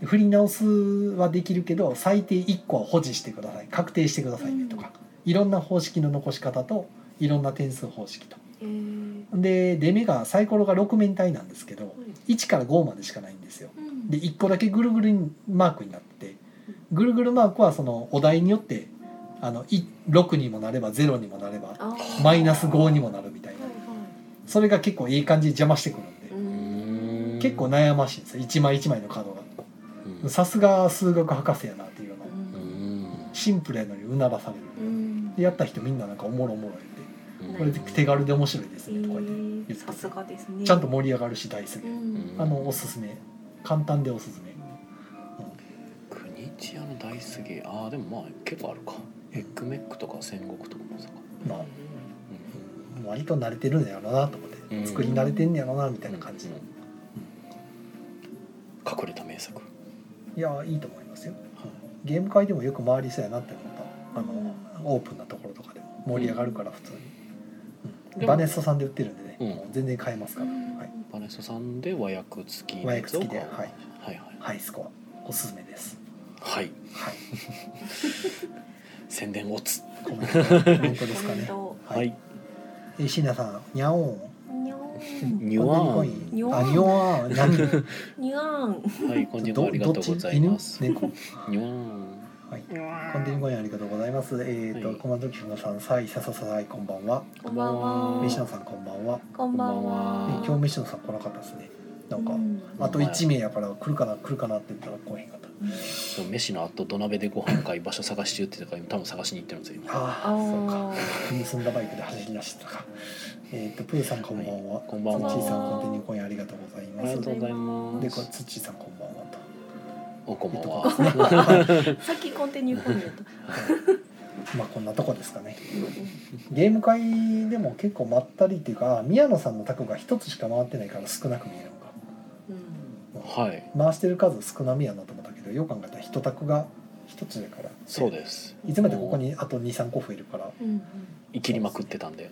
[SPEAKER 2] 振り直すはできるけど最低1個は保持してください確定してくださいねとか、いろんな方式の残し方といろんな点数方式とで出目がサイコロが6面体なんですけど1から5までしかないんですよで1個だけぐるぐるマークになっててぐるぐるマークはそのお題によってあのい6にもなれば0にもなればマイナス5にもなるみたいなそれが結構いい感じに邪魔してくるんで
[SPEAKER 1] うん
[SPEAKER 2] 結構悩ましいんですよ1枚1枚のカードが。
[SPEAKER 1] うん
[SPEAKER 2] さすが数学博士やなっていうの
[SPEAKER 1] うん
[SPEAKER 2] シンプルやのにうならされる、でやった人みんななんかおもろおもろ
[SPEAKER 1] うん
[SPEAKER 2] 言ってこれで手軽で面白いですねとか言って、
[SPEAKER 3] さすがですね。
[SPEAKER 2] ちゃんと盛り上がるし大好き、あのおすすめ簡単でおすすめ、
[SPEAKER 1] 国一屋の大すげえああでもまあ結構あるかエッグメックとか戦国とかもさか
[SPEAKER 2] まあ、うん割と慣れてるんやろうなと思って、
[SPEAKER 1] うん
[SPEAKER 2] 作り慣れてんねやろうなみたいな感じの、
[SPEAKER 1] 隠れた名作
[SPEAKER 2] いやいいと思いますよ、ゲーム会でもよく回りそうやなって思ったあのオープンなところとかでも盛り上がるから普通に、うん
[SPEAKER 1] でも
[SPEAKER 2] バネストさんで売ってるんでね、
[SPEAKER 1] うん
[SPEAKER 2] もう全然買えますから、はい
[SPEAKER 1] バネストさんで和訳付き
[SPEAKER 2] 和訳付きで
[SPEAKER 1] のやつを買うはいはい
[SPEAKER 2] ハイスコアおすすめです。
[SPEAKER 1] はい
[SPEAKER 2] はい。
[SPEAKER 1] 宣伝オツ
[SPEAKER 2] コメントコメントですかね。
[SPEAKER 1] はい、
[SPEAKER 2] はい。えシナさん、にゃおん。
[SPEAKER 1] ニュアン
[SPEAKER 2] ニあ、にょあん。なんて
[SPEAKER 1] はいこんにちはありがとうございますニ
[SPEAKER 2] 犬？猫。
[SPEAKER 1] ュアン
[SPEAKER 2] はい。コンティニコインありがとうございます。えっ、と、
[SPEAKER 1] はい
[SPEAKER 2] コマンドキフムさん、さいささささいこんばんは。
[SPEAKER 3] こんばんは。
[SPEAKER 2] メシナさんこんばんは。
[SPEAKER 3] こんばん
[SPEAKER 2] え
[SPEAKER 1] こんばん
[SPEAKER 3] は
[SPEAKER 1] は。
[SPEAKER 2] 今日メシナさん来なかったですね。なんか、
[SPEAKER 3] うん
[SPEAKER 2] あと一名やから来るかな来るかなって言ったら来へんかった。
[SPEAKER 1] でも飯の後土鍋でご飯買い場所探し中って言ってたから多分探しに行ってるんですよ今
[SPEAKER 2] ああ、
[SPEAKER 3] あー
[SPEAKER 2] そうか。盗んだバイクで走り出してたか。えっ、とプーさんこんばんは。
[SPEAKER 1] こんばん
[SPEAKER 2] 土井さ
[SPEAKER 1] は
[SPEAKER 2] んコンティニコインありがとうござい
[SPEAKER 1] あ
[SPEAKER 2] ま
[SPEAKER 1] り
[SPEAKER 2] す
[SPEAKER 1] が。とうございま
[SPEAKER 2] ですこ土井さんこんばんはと。
[SPEAKER 1] おこんばん
[SPEAKER 2] と
[SPEAKER 1] は
[SPEAKER 2] かですね。
[SPEAKER 3] さっきコンティニューコインやった。
[SPEAKER 2] はいまあこんなとこですかねゲーム会でも結構まったりっていうかあ宮野さんの卓が一つしか回ってないから少なく見えるのか
[SPEAKER 3] うん
[SPEAKER 1] はい
[SPEAKER 2] 回してる数少なめやなと思ったけどよく考えたら一卓が一つだから
[SPEAKER 1] そうです
[SPEAKER 2] いつまでここにあと23個増えるから
[SPEAKER 3] うんうん
[SPEAKER 1] 生きりまくってたんで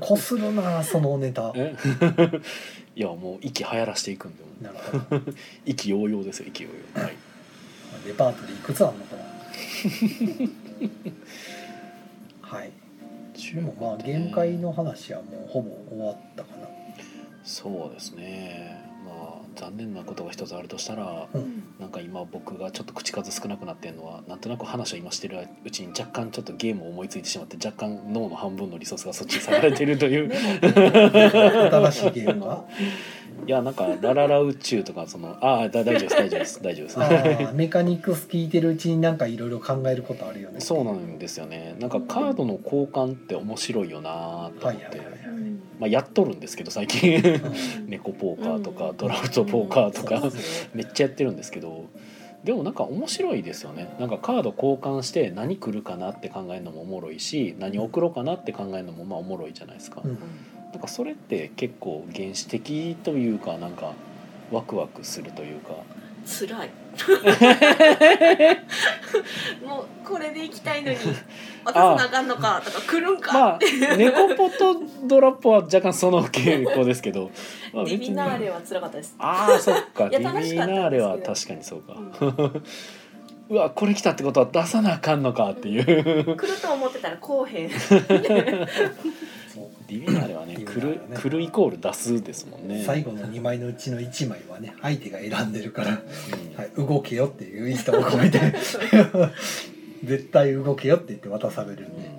[SPEAKER 2] こするなあそのネタ
[SPEAKER 1] え いやもう息流行らしていくんでもう
[SPEAKER 2] なるほど
[SPEAKER 1] 息揚々ですよ息揚々はい
[SPEAKER 2] デパートでいくつあんのかな はいでもまあゲーム会の話はもうほぼ終わったかな
[SPEAKER 1] そうですねまあ残念なことが一つあるとしたら
[SPEAKER 2] う
[SPEAKER 1] なんか今僕がちょっと口数少なくなってるのはなんとなく話を今してるうちに若干ちょっとゲームを思いついてしまって若干脳の半分のリソースがそっちに下がれてると いう
[SPEAKER 2] 新しいゲームが
[SPEAKER 1] いやなんか「ラララ宇宙」とかそのああだ大丈夫です大丈夫です大丈夫です
[SPEAKER 2] あーメカニクス聞いてるうちになんかいろいろ考えることあるよね
[SPEAKER 1] そうなんですよねなんかカードの交換って面白いよなと思
[SPEAKER 2] は
[SPEAKER 1] っ
[SPEAKER 2] いはい
[SPEAKER 1] て、
[SPEAKER 2] はいはい、
[SPEAKER 3] うん
[SPEAKER 1] まあ、やっとるんですけど最近
[SPEAKER 3] うん
[SPEAKER 1] 猫ポーカーとか、
[SPEAKER 3] うん
[SPEAKER 1] ドラフトポーカーとか、
[SPEAKER 3] そうですね
[SPEAKER 1] めっちゃやってるんですけどでもなんか面白いですよねなんかカード交換して何来るかなって考えるのもおもろいし何送ろうかなって考えるのもまあおもろいじゃないですか、
[SPEAKER 2] うん
[SPEAKER 1] なんかそれって結構原始的というかなんかワクワクするというか
[SPEAKER 3] 辛 いもうこれで行きたい のに渡さなあかんのかとか来るんか、
[SPEAKER 1] まあ猫ポとドラポは若干その傾向ですけ ど、まあ、
[SPEAKER 3] デミナーレ
[SPEAKER 1] は
[SPEAKER 3] は辛かったです
[SPEAKER 1] ああそっか
[SPEAKER 3] いや
[SPEAKER 1] デミナ
[SPEAKER 3] 楽しかったんですけど
[SPEAKER 1] ーレは確かにそうか、
[SPEAKER 3] うん
[SPEAKER 1] うわこれ来たってことは出さなあかんのかって いう
[SPEAKER 3] 来ると思ってたらこうへん
[SPEAKER 2] そう
[SPEAKER 1] ディビナーレはね
[SPEAKER 2] ディ
[SPEAKER 1] 来
[SPEAKER 2] ビナー
[SPEAKER 1] る
[SPEAKER 2] レね
[SPEAKER 1] 来るイコール出すですもんね
[SPEAKER 2] 最後の2枚のうちの1枚はね相手が選んでるから、
[SPEAKER 1] うん
[SPEAKER 2] はい、動けよっていう意図を込めて 絶対動けよって言って渡されるんで、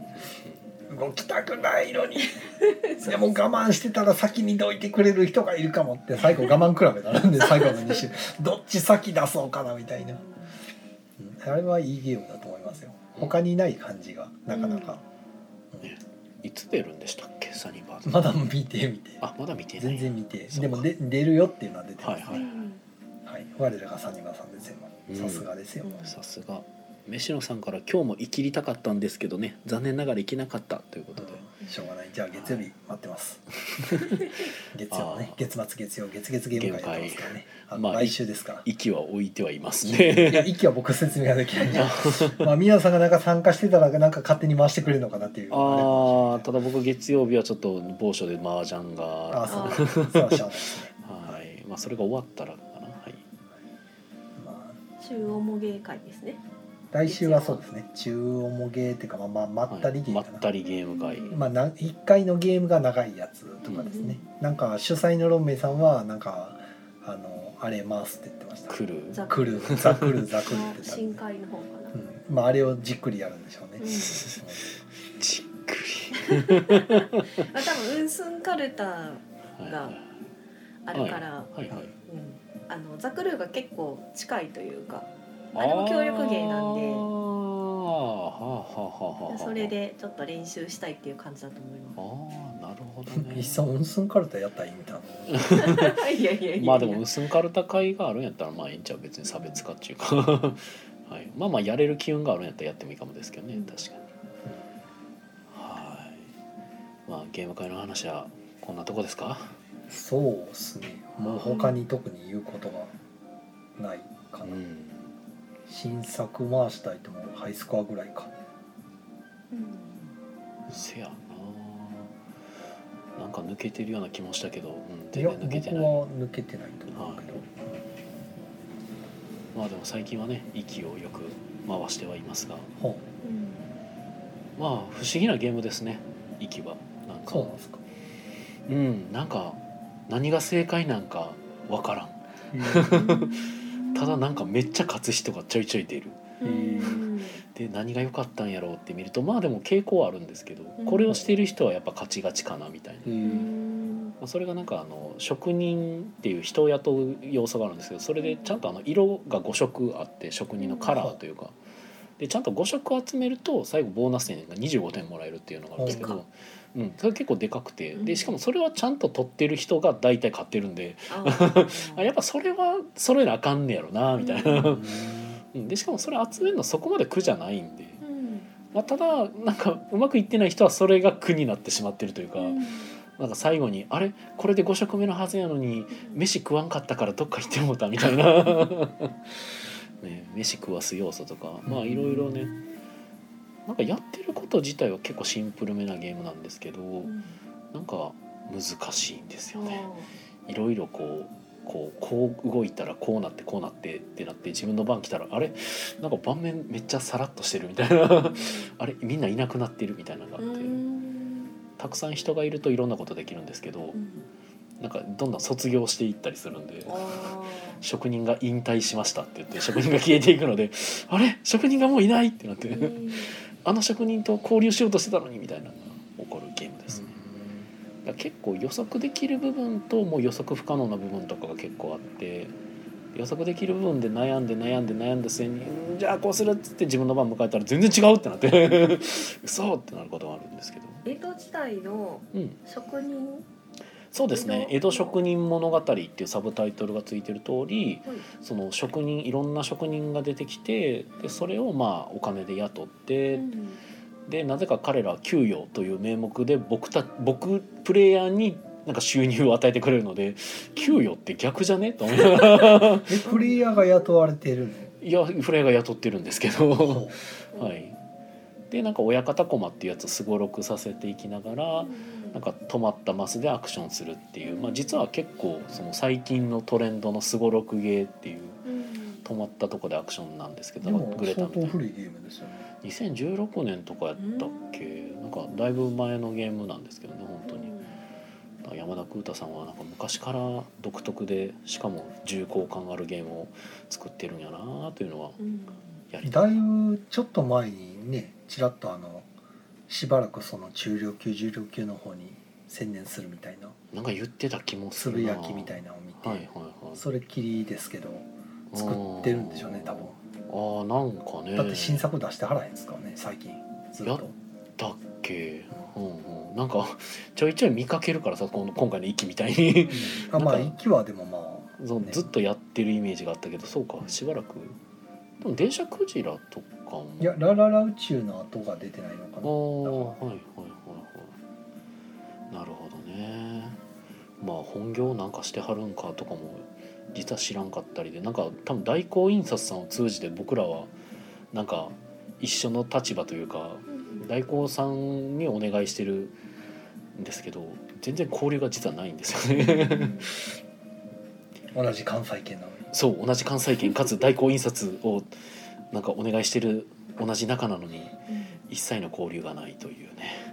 [SPEAKER 2] 動きたくないのに でも我慢してたら先にどいてくれる人がいるかもって最後我慢比べになる んで最後の2週どっち先出そうかなみたいな、うんあれはいいゲームだと思いますよ他にない感じがなかなか、
[SPEAKER 1] いつ出るんでしたっけサニーバーズ
[SPEAKER 2] まだ見て見て
[SPEAKER 1] あまだ見てな
[SPEAKER 2] 全
[SPEAKER 1] い
[SPEAKER 2] 然見て
[SPEAKER 1] そう
[SPEAKER 2] で
[SPEAKER 1] か
[SPEAKER 2] もで出るよっていうのは出てます、
[SPEAKER 1] はいはい
[SPEAKER 2] はい、我らがサニバさんですよ。さすがですよ。
[SPEAKER 3] うん
[SPEAKER 1] さすが飯野さんから今日も生きりたかったんですけどね残念ながら生きなかったということで、
[SPEAKER 2] しょうがない。じゃあ月曜日待ってます。月曜
[SPEAKER 1] あ
[SPEAKER 2] ね
[SPEAKER 1] ー、
[SPEAKER 2] 月末月曜月月ゲーム会やってますからね。あの
[SPEAKER 1] まあ
[SPEAKER 2] 来週ですから。
[SPEAKER 1] 息は置いてはいます
[SPEAKER 2] いや
[SPEAKER 1] ね
[SPEAKER 2] 息は僕説明ができないんでまあ宮野さんがなんか参加してたらなんか勝手に回してくれるのかなってい う
[SPEAKER 1] ああ
[SPEAKER 2] れかもしれない
[SPEAKER 1] ただ僕月曜日はちょっと某所で麻雀が
[SPEAKER 2] あー
[SPEAKER 1] は
[SPEAKER 2] そうそれはしゃあないですね
[SPEAKER 1] いまあそれが終わったらかなはい
[SPEAKER 2] まあ
[SPEAKER 3] 中央も芸会ですね
[SPEAKER 2] 来週はそうですね中央もゲーっていうかまあまあまったりゲー
[SPEAKER 1] ま
[SPEAKER 2] かな、
[SPEAKER 1] ったりゲーム会
[SPEAKER 2] まあ、な1回のゲームが長いやつとかですね、なんか主催のロンメイさんはなんかあのあれ回すって言ってました
[SPEAKER 1] 来る
[SPEAKER 3] ざ
[SPEAKER 2] 来るざくるざくるって言ってたん
[SPEAKER 3] 深
[SPEAKER 2] で、
[SPEAKER 3] 海の方かな、
[SPEAKER 2] うん、まああれをじっくりやるんでしょうね、
[SPEAKER 3] うん
[SPEAKER 1] じっく
[SPEAKER 3] あ多分ウンスンカルタ
[SPEAKER 1] り
[SPEAKER 3] が
[SPEAKER 1] はい
[SPEAKER 3] あるから、
[SPEAKER 1] はいはい
[SPEAKER 3] うん、あのザクルーが結構近いというかあれも協力芸なんで
[SPEAKER 1] あーはあはあはあはあ
[SPEAKER 3] それでちょっと練習したいっていう感じだと思
[SPEAKER 1] あ
[SPEAKER 3] いま
[SPEAKER 1] あなるほど
[SPEAKER 2] うん
[SPEAKER 1] ね
[SPEAKER 2] いっそウンスンカルタやったらいいみたいな
[SPEAKER 3] す いやいやいやいや
[SPEAKER 1] まあでも薄んかるた会があるんやったらまあいいんちゃう別に差別化っていうか、 はい、まあまあやれる機運があるんやったらやってもいいかもですけどね
[SPEAKER 3] うん
[SPEAKER 1] 確かにはいまあゲーム会の話はこんなとこですか
[SPEAKER 2] そうですねもう他に特に言うことがないか
[SPEAKER 1] う
[SPEAKER 2] な、
[SPEAKER 1] ん
[SPEAKER 2] 新作回したいともハイスコアぐらいか
[SPEAKER 3] うん
[SPEAKER 1] せやななんか抜けてるような気もしたけど、うん、
[SPEAKER 2] い
[SPEAKER 1] 全
[SPEAKER 2] や
[SPEAKER 1] 然抜
[SPEAKER 2] 僕
[SPEAKER 1] けてない
[SPEAKER 2] は抜けてないと思うけど、
[SPEAKER 1] まあでも最近はね息をよく回してはいますが
[SPEAKER 2] ほ
[SPEAKER 3] うん
[SPEAKER 1] まあ不思議なゲームですね息はなん
[SPEAKER 2] う
[SPEAKER 1] か
[SPEAKER 2] そうなんですか
[SPEAKER 1] うんなんか何が正解なんかわからん ただなんかめっちゃ勝つ人がちょいちょい出る
[SPEAKER 3] うん
[SPEAKER 1] で何が良かったんやろうって見るとまあでも傾向はあるんですけど
[SPEAKER 3] うん
[SPEAKER 1] これをしてる人はやっぱ勝ちがちかなみたいな、ま
[SPEAKER 3] うん
[SPEAKER 1] あ、それがなんかあの職人っていう人を雇う要素があるんですけどそれでちゃんとあの色が5色あって職人のカラーというかでちゃんと5色集めると最後ボーナス点が25点もらえるっていうのがあるんですけ
[SPEAKER 3] で
[SPEAKER 1] ど
[SPEAKER 3] か、
[SPEAKER 1] うん、それ結構でかくて
[SPEAKER 3] うん
[SPEAKER 1] でしかもそれはちゃんと取ってる人が大体勝ってるんで
[SPEAKER 3] あー
[SPEAKER 1] あやっぱそれは揃えなあかんねやろなみたいな。
[SPEAKER 2] うん
[SPEAKER 1] うん、でしかもそれ集めるのそこまで苦じゃないんで
[SPEAKER 3] うん
[SPEAKER 1] まあ、ただなんかうまくいってない人はそれが苦になってしまってるというか、
[SPEAKER 3] うん
[SPEAKER 1] なんか最後に「あれこれで5食目のはずやのに飯食わんかったからどっか行ってもうた」みたいなね飯食わす要素とかまあいろいろねなんかやってること自体は結構シンプルめなゲームなんですけど
[SPEAKER 3] うん
[SPEAKER 1] なんか難しいんですよね。
[SPEAKER 3] そう
[SPEAKER 1] いろいろこうこうこう動いたらこうなってこうなってってなって自分の番来たらあれなんか盤面めっちゃさらっとしてるみたいな あれみんないなくなってるみたいなのがあ
[SPEAKER 3] う
[SPEAKER 1] って
[SPEAKER 3] ん
[SPEAKER 1] たくさん人がいるといろんなことできるんですけど。
[SPEAKER 3] うん
[SPEAKER 1] なんかどんどん卒業していったりするんで
[SPEAKER 3] あー
[SPEAKER 1] 職人が引退しましたって言って職人が消えていくので あれ職人がもういないってなっ
[SPEAKER 3] う
[SPEAKER 1] て
[SPEAKER 3] ん
[SPEAKER 1] あの職人と交流しようとしてたのにみたいなのが起こるゲームですね、だから結構予測できる部分ともう予測不可能な部分とかが結構あって予測できる部分で悩んで悩んで悩んだ末にんじゃあこうするっつって自分の番迎えたら全然違うってなって 嘘ってなることがあるんですけど、
[SPEAKER 3] 江戸時代の
[SPEAKER 1] うん、
[SPEAKER 3] 職人
[SPEAKER 1] そうですね「江
[SPEAKER 3] 江
[SPEAKER 1] 戸
[SPEAKER 3] 戸
[SPEAKER 1] 職人物語」っていうサブタイトルがついてる通り
[SPEAKER 3] はい
[SPEAKER 1] その職人いろんな職人が出てきてでそれをまあお金で雇って
[SPEAKER 3] うん
[SPEAKER 1] でなぜか彼らは給与という名目で僕た僕プレイヤーになんか収入を与えてくれるので給与って逆じゃねと思いなが ら
[SPEAKER 2] えプレイヤーが雇われてるの
[SPEAKER 1] いやフレイヤーが雇ってるんですけど。
[SPEAKER 2] ほ
[SPEAKER 1] はい、でなんか親方駒っていうやつをすごろくさせていきながら
[SPEAKER 3] うん
[SPEAKER 1] なんか止まったマスでアクションするっていう、まあ、実は結構その最近のトレンドのすごろくゲーっていう
[SPEAKER 3] うん
[SPEAKER 1] 止まったとこでアクションなんですけ
[SPEAKER 2] う
[SPEAKER 1] ど
[SPEAKER 2] でも
[SPEAKER 1] グレタ
[SPEAKER 2] 相
[SPEAKER 1] みたい
[SPEAKER 2] 当
[SPEAKER 1] な
[SPEAKER 2] 古いゲームですよね
[SPEAKER 1] 2016年とかやったっけなんかだいぶ前のゲームなんですけどね本当にだから山田空太さんはなんか昔から独特でしかも重厚感あるゲームを作ってるんやなというのは
[SPEAKER 3] うん
[SPEAKER 1] やりたい
[SPEAKER 2] だいぶちょっと前にねちらっとあのしばらくその中量級重量級の方に専念するみたいな
[SPEAKER 1] なんか言ってた気もす
[SPEAKER 2] つ
[SPEAKER 1] る
[SPEAKER 2] ぶ
[SPEAKER 1] な
[SPEAKER 2] やきみたいなのを見て、
[SPEAKER 1] はいはいはい
[SPEAKER 2] それっきりですけど作ってるんでしょうね多分
[SPEAKER 1] ああなんかね
[SPEAKER 2] だって新作出してはらへんですからね最近ずっ
[SPEAKER 1] やっ
[SPEAKER 2] と
[SPEAKER 1] だっけ、うんうん、なんかちょいちょい見かけるからさこの今回の息みたいに
[SPEAKER 2] あまあ
[SPEAKER 1] なんか
[SPEAKER 2] 1はでもまあ
[SPEAKER 1] そう
[SPEAKER 2] ね
[SPEAKER 1] ずっとやってるイメージがあったけどそうかしばらくでも電車クジラとかも
[SPEAKER 2] いやラララ宇宙の後が出てないのか
[SPEAKER 1] あ
[SPEAKER 2] な
[SPEAKER 1] あはい
[SPEAKER 2] だ
[SPEAKER 1] はいはいはいなるほどねまあ本業なんかしてはるんかとかも実は知らんかったりでなんか多分大光印刷さんを通じて僕らはなんか一緒の立場というか大光さんにお願いしてるんですけど全然交流が実はないんですよ
[SPEAKER 3] う
[SPEAKER 1] ね
[SPEAKER 3] ん
[SPEAKER 2] から同じ関西圏なのに
[SPEAKER 1] そう同じ関西圏かつ大光印刷をなんかお願いしてる同じ仲なのに一切の交流がないというね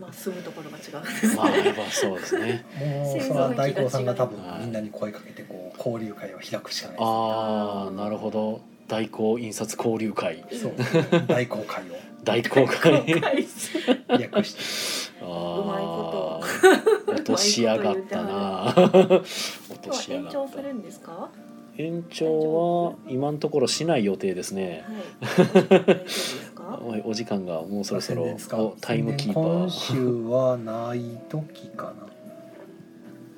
[SPEAKER 3] まあ住むところが違う。
[SPEAKER 1] まあやっぱそうですね
[SPEAKER 2] もう
[SPEAKER 3] 製
[SPEAKER 2] そ
[SPEAKER 3] 造
[SPEAKER 2] れは
[SPEAKER 3] の気が
[SPEAKER 2] 大
[SPEAKER 3] 違う
[SPEAKER 2] 光さんが多分みんなに声かけてこう交流会を開くしかないで
[SPEAKER 1] ああなるほど大光印刷交流会
[SPEAKER 2] すそう
[SPEAKER 3] う
[SPEAKER 2] 大公会を
[SPEAKER 1] 大光会
[SPEAKER 2] 略して
[SPEAKER 1] あ
[SPEAKER 3] う
[SPEAKER 1] あ落としやがったな 落
[SPEAKER 3] 今
[SPEAKER 1] と
[SPEAKER 3] 日
[SPEAKER 1] し
[SPEAKER 3] は
[SPEAKER 1] や
[SPEAKER 3] 延
[SPEAKER 1] がった
[SPEAKER 3] 長するんですか。は
[SPEAKER 1] 延長は今のところしない予定ですね
[SPEAKER 3] い。ですか。
[SPEAKER 1] おいお時間がもうそろそろ
[SPEAKER 2] 宣伝ですか
[SPEAKER 1] おタイムキーパ
[SPEAKER 2] 今
[SPEAKER 1] ー
[SPEAKER 2] 週はない時かな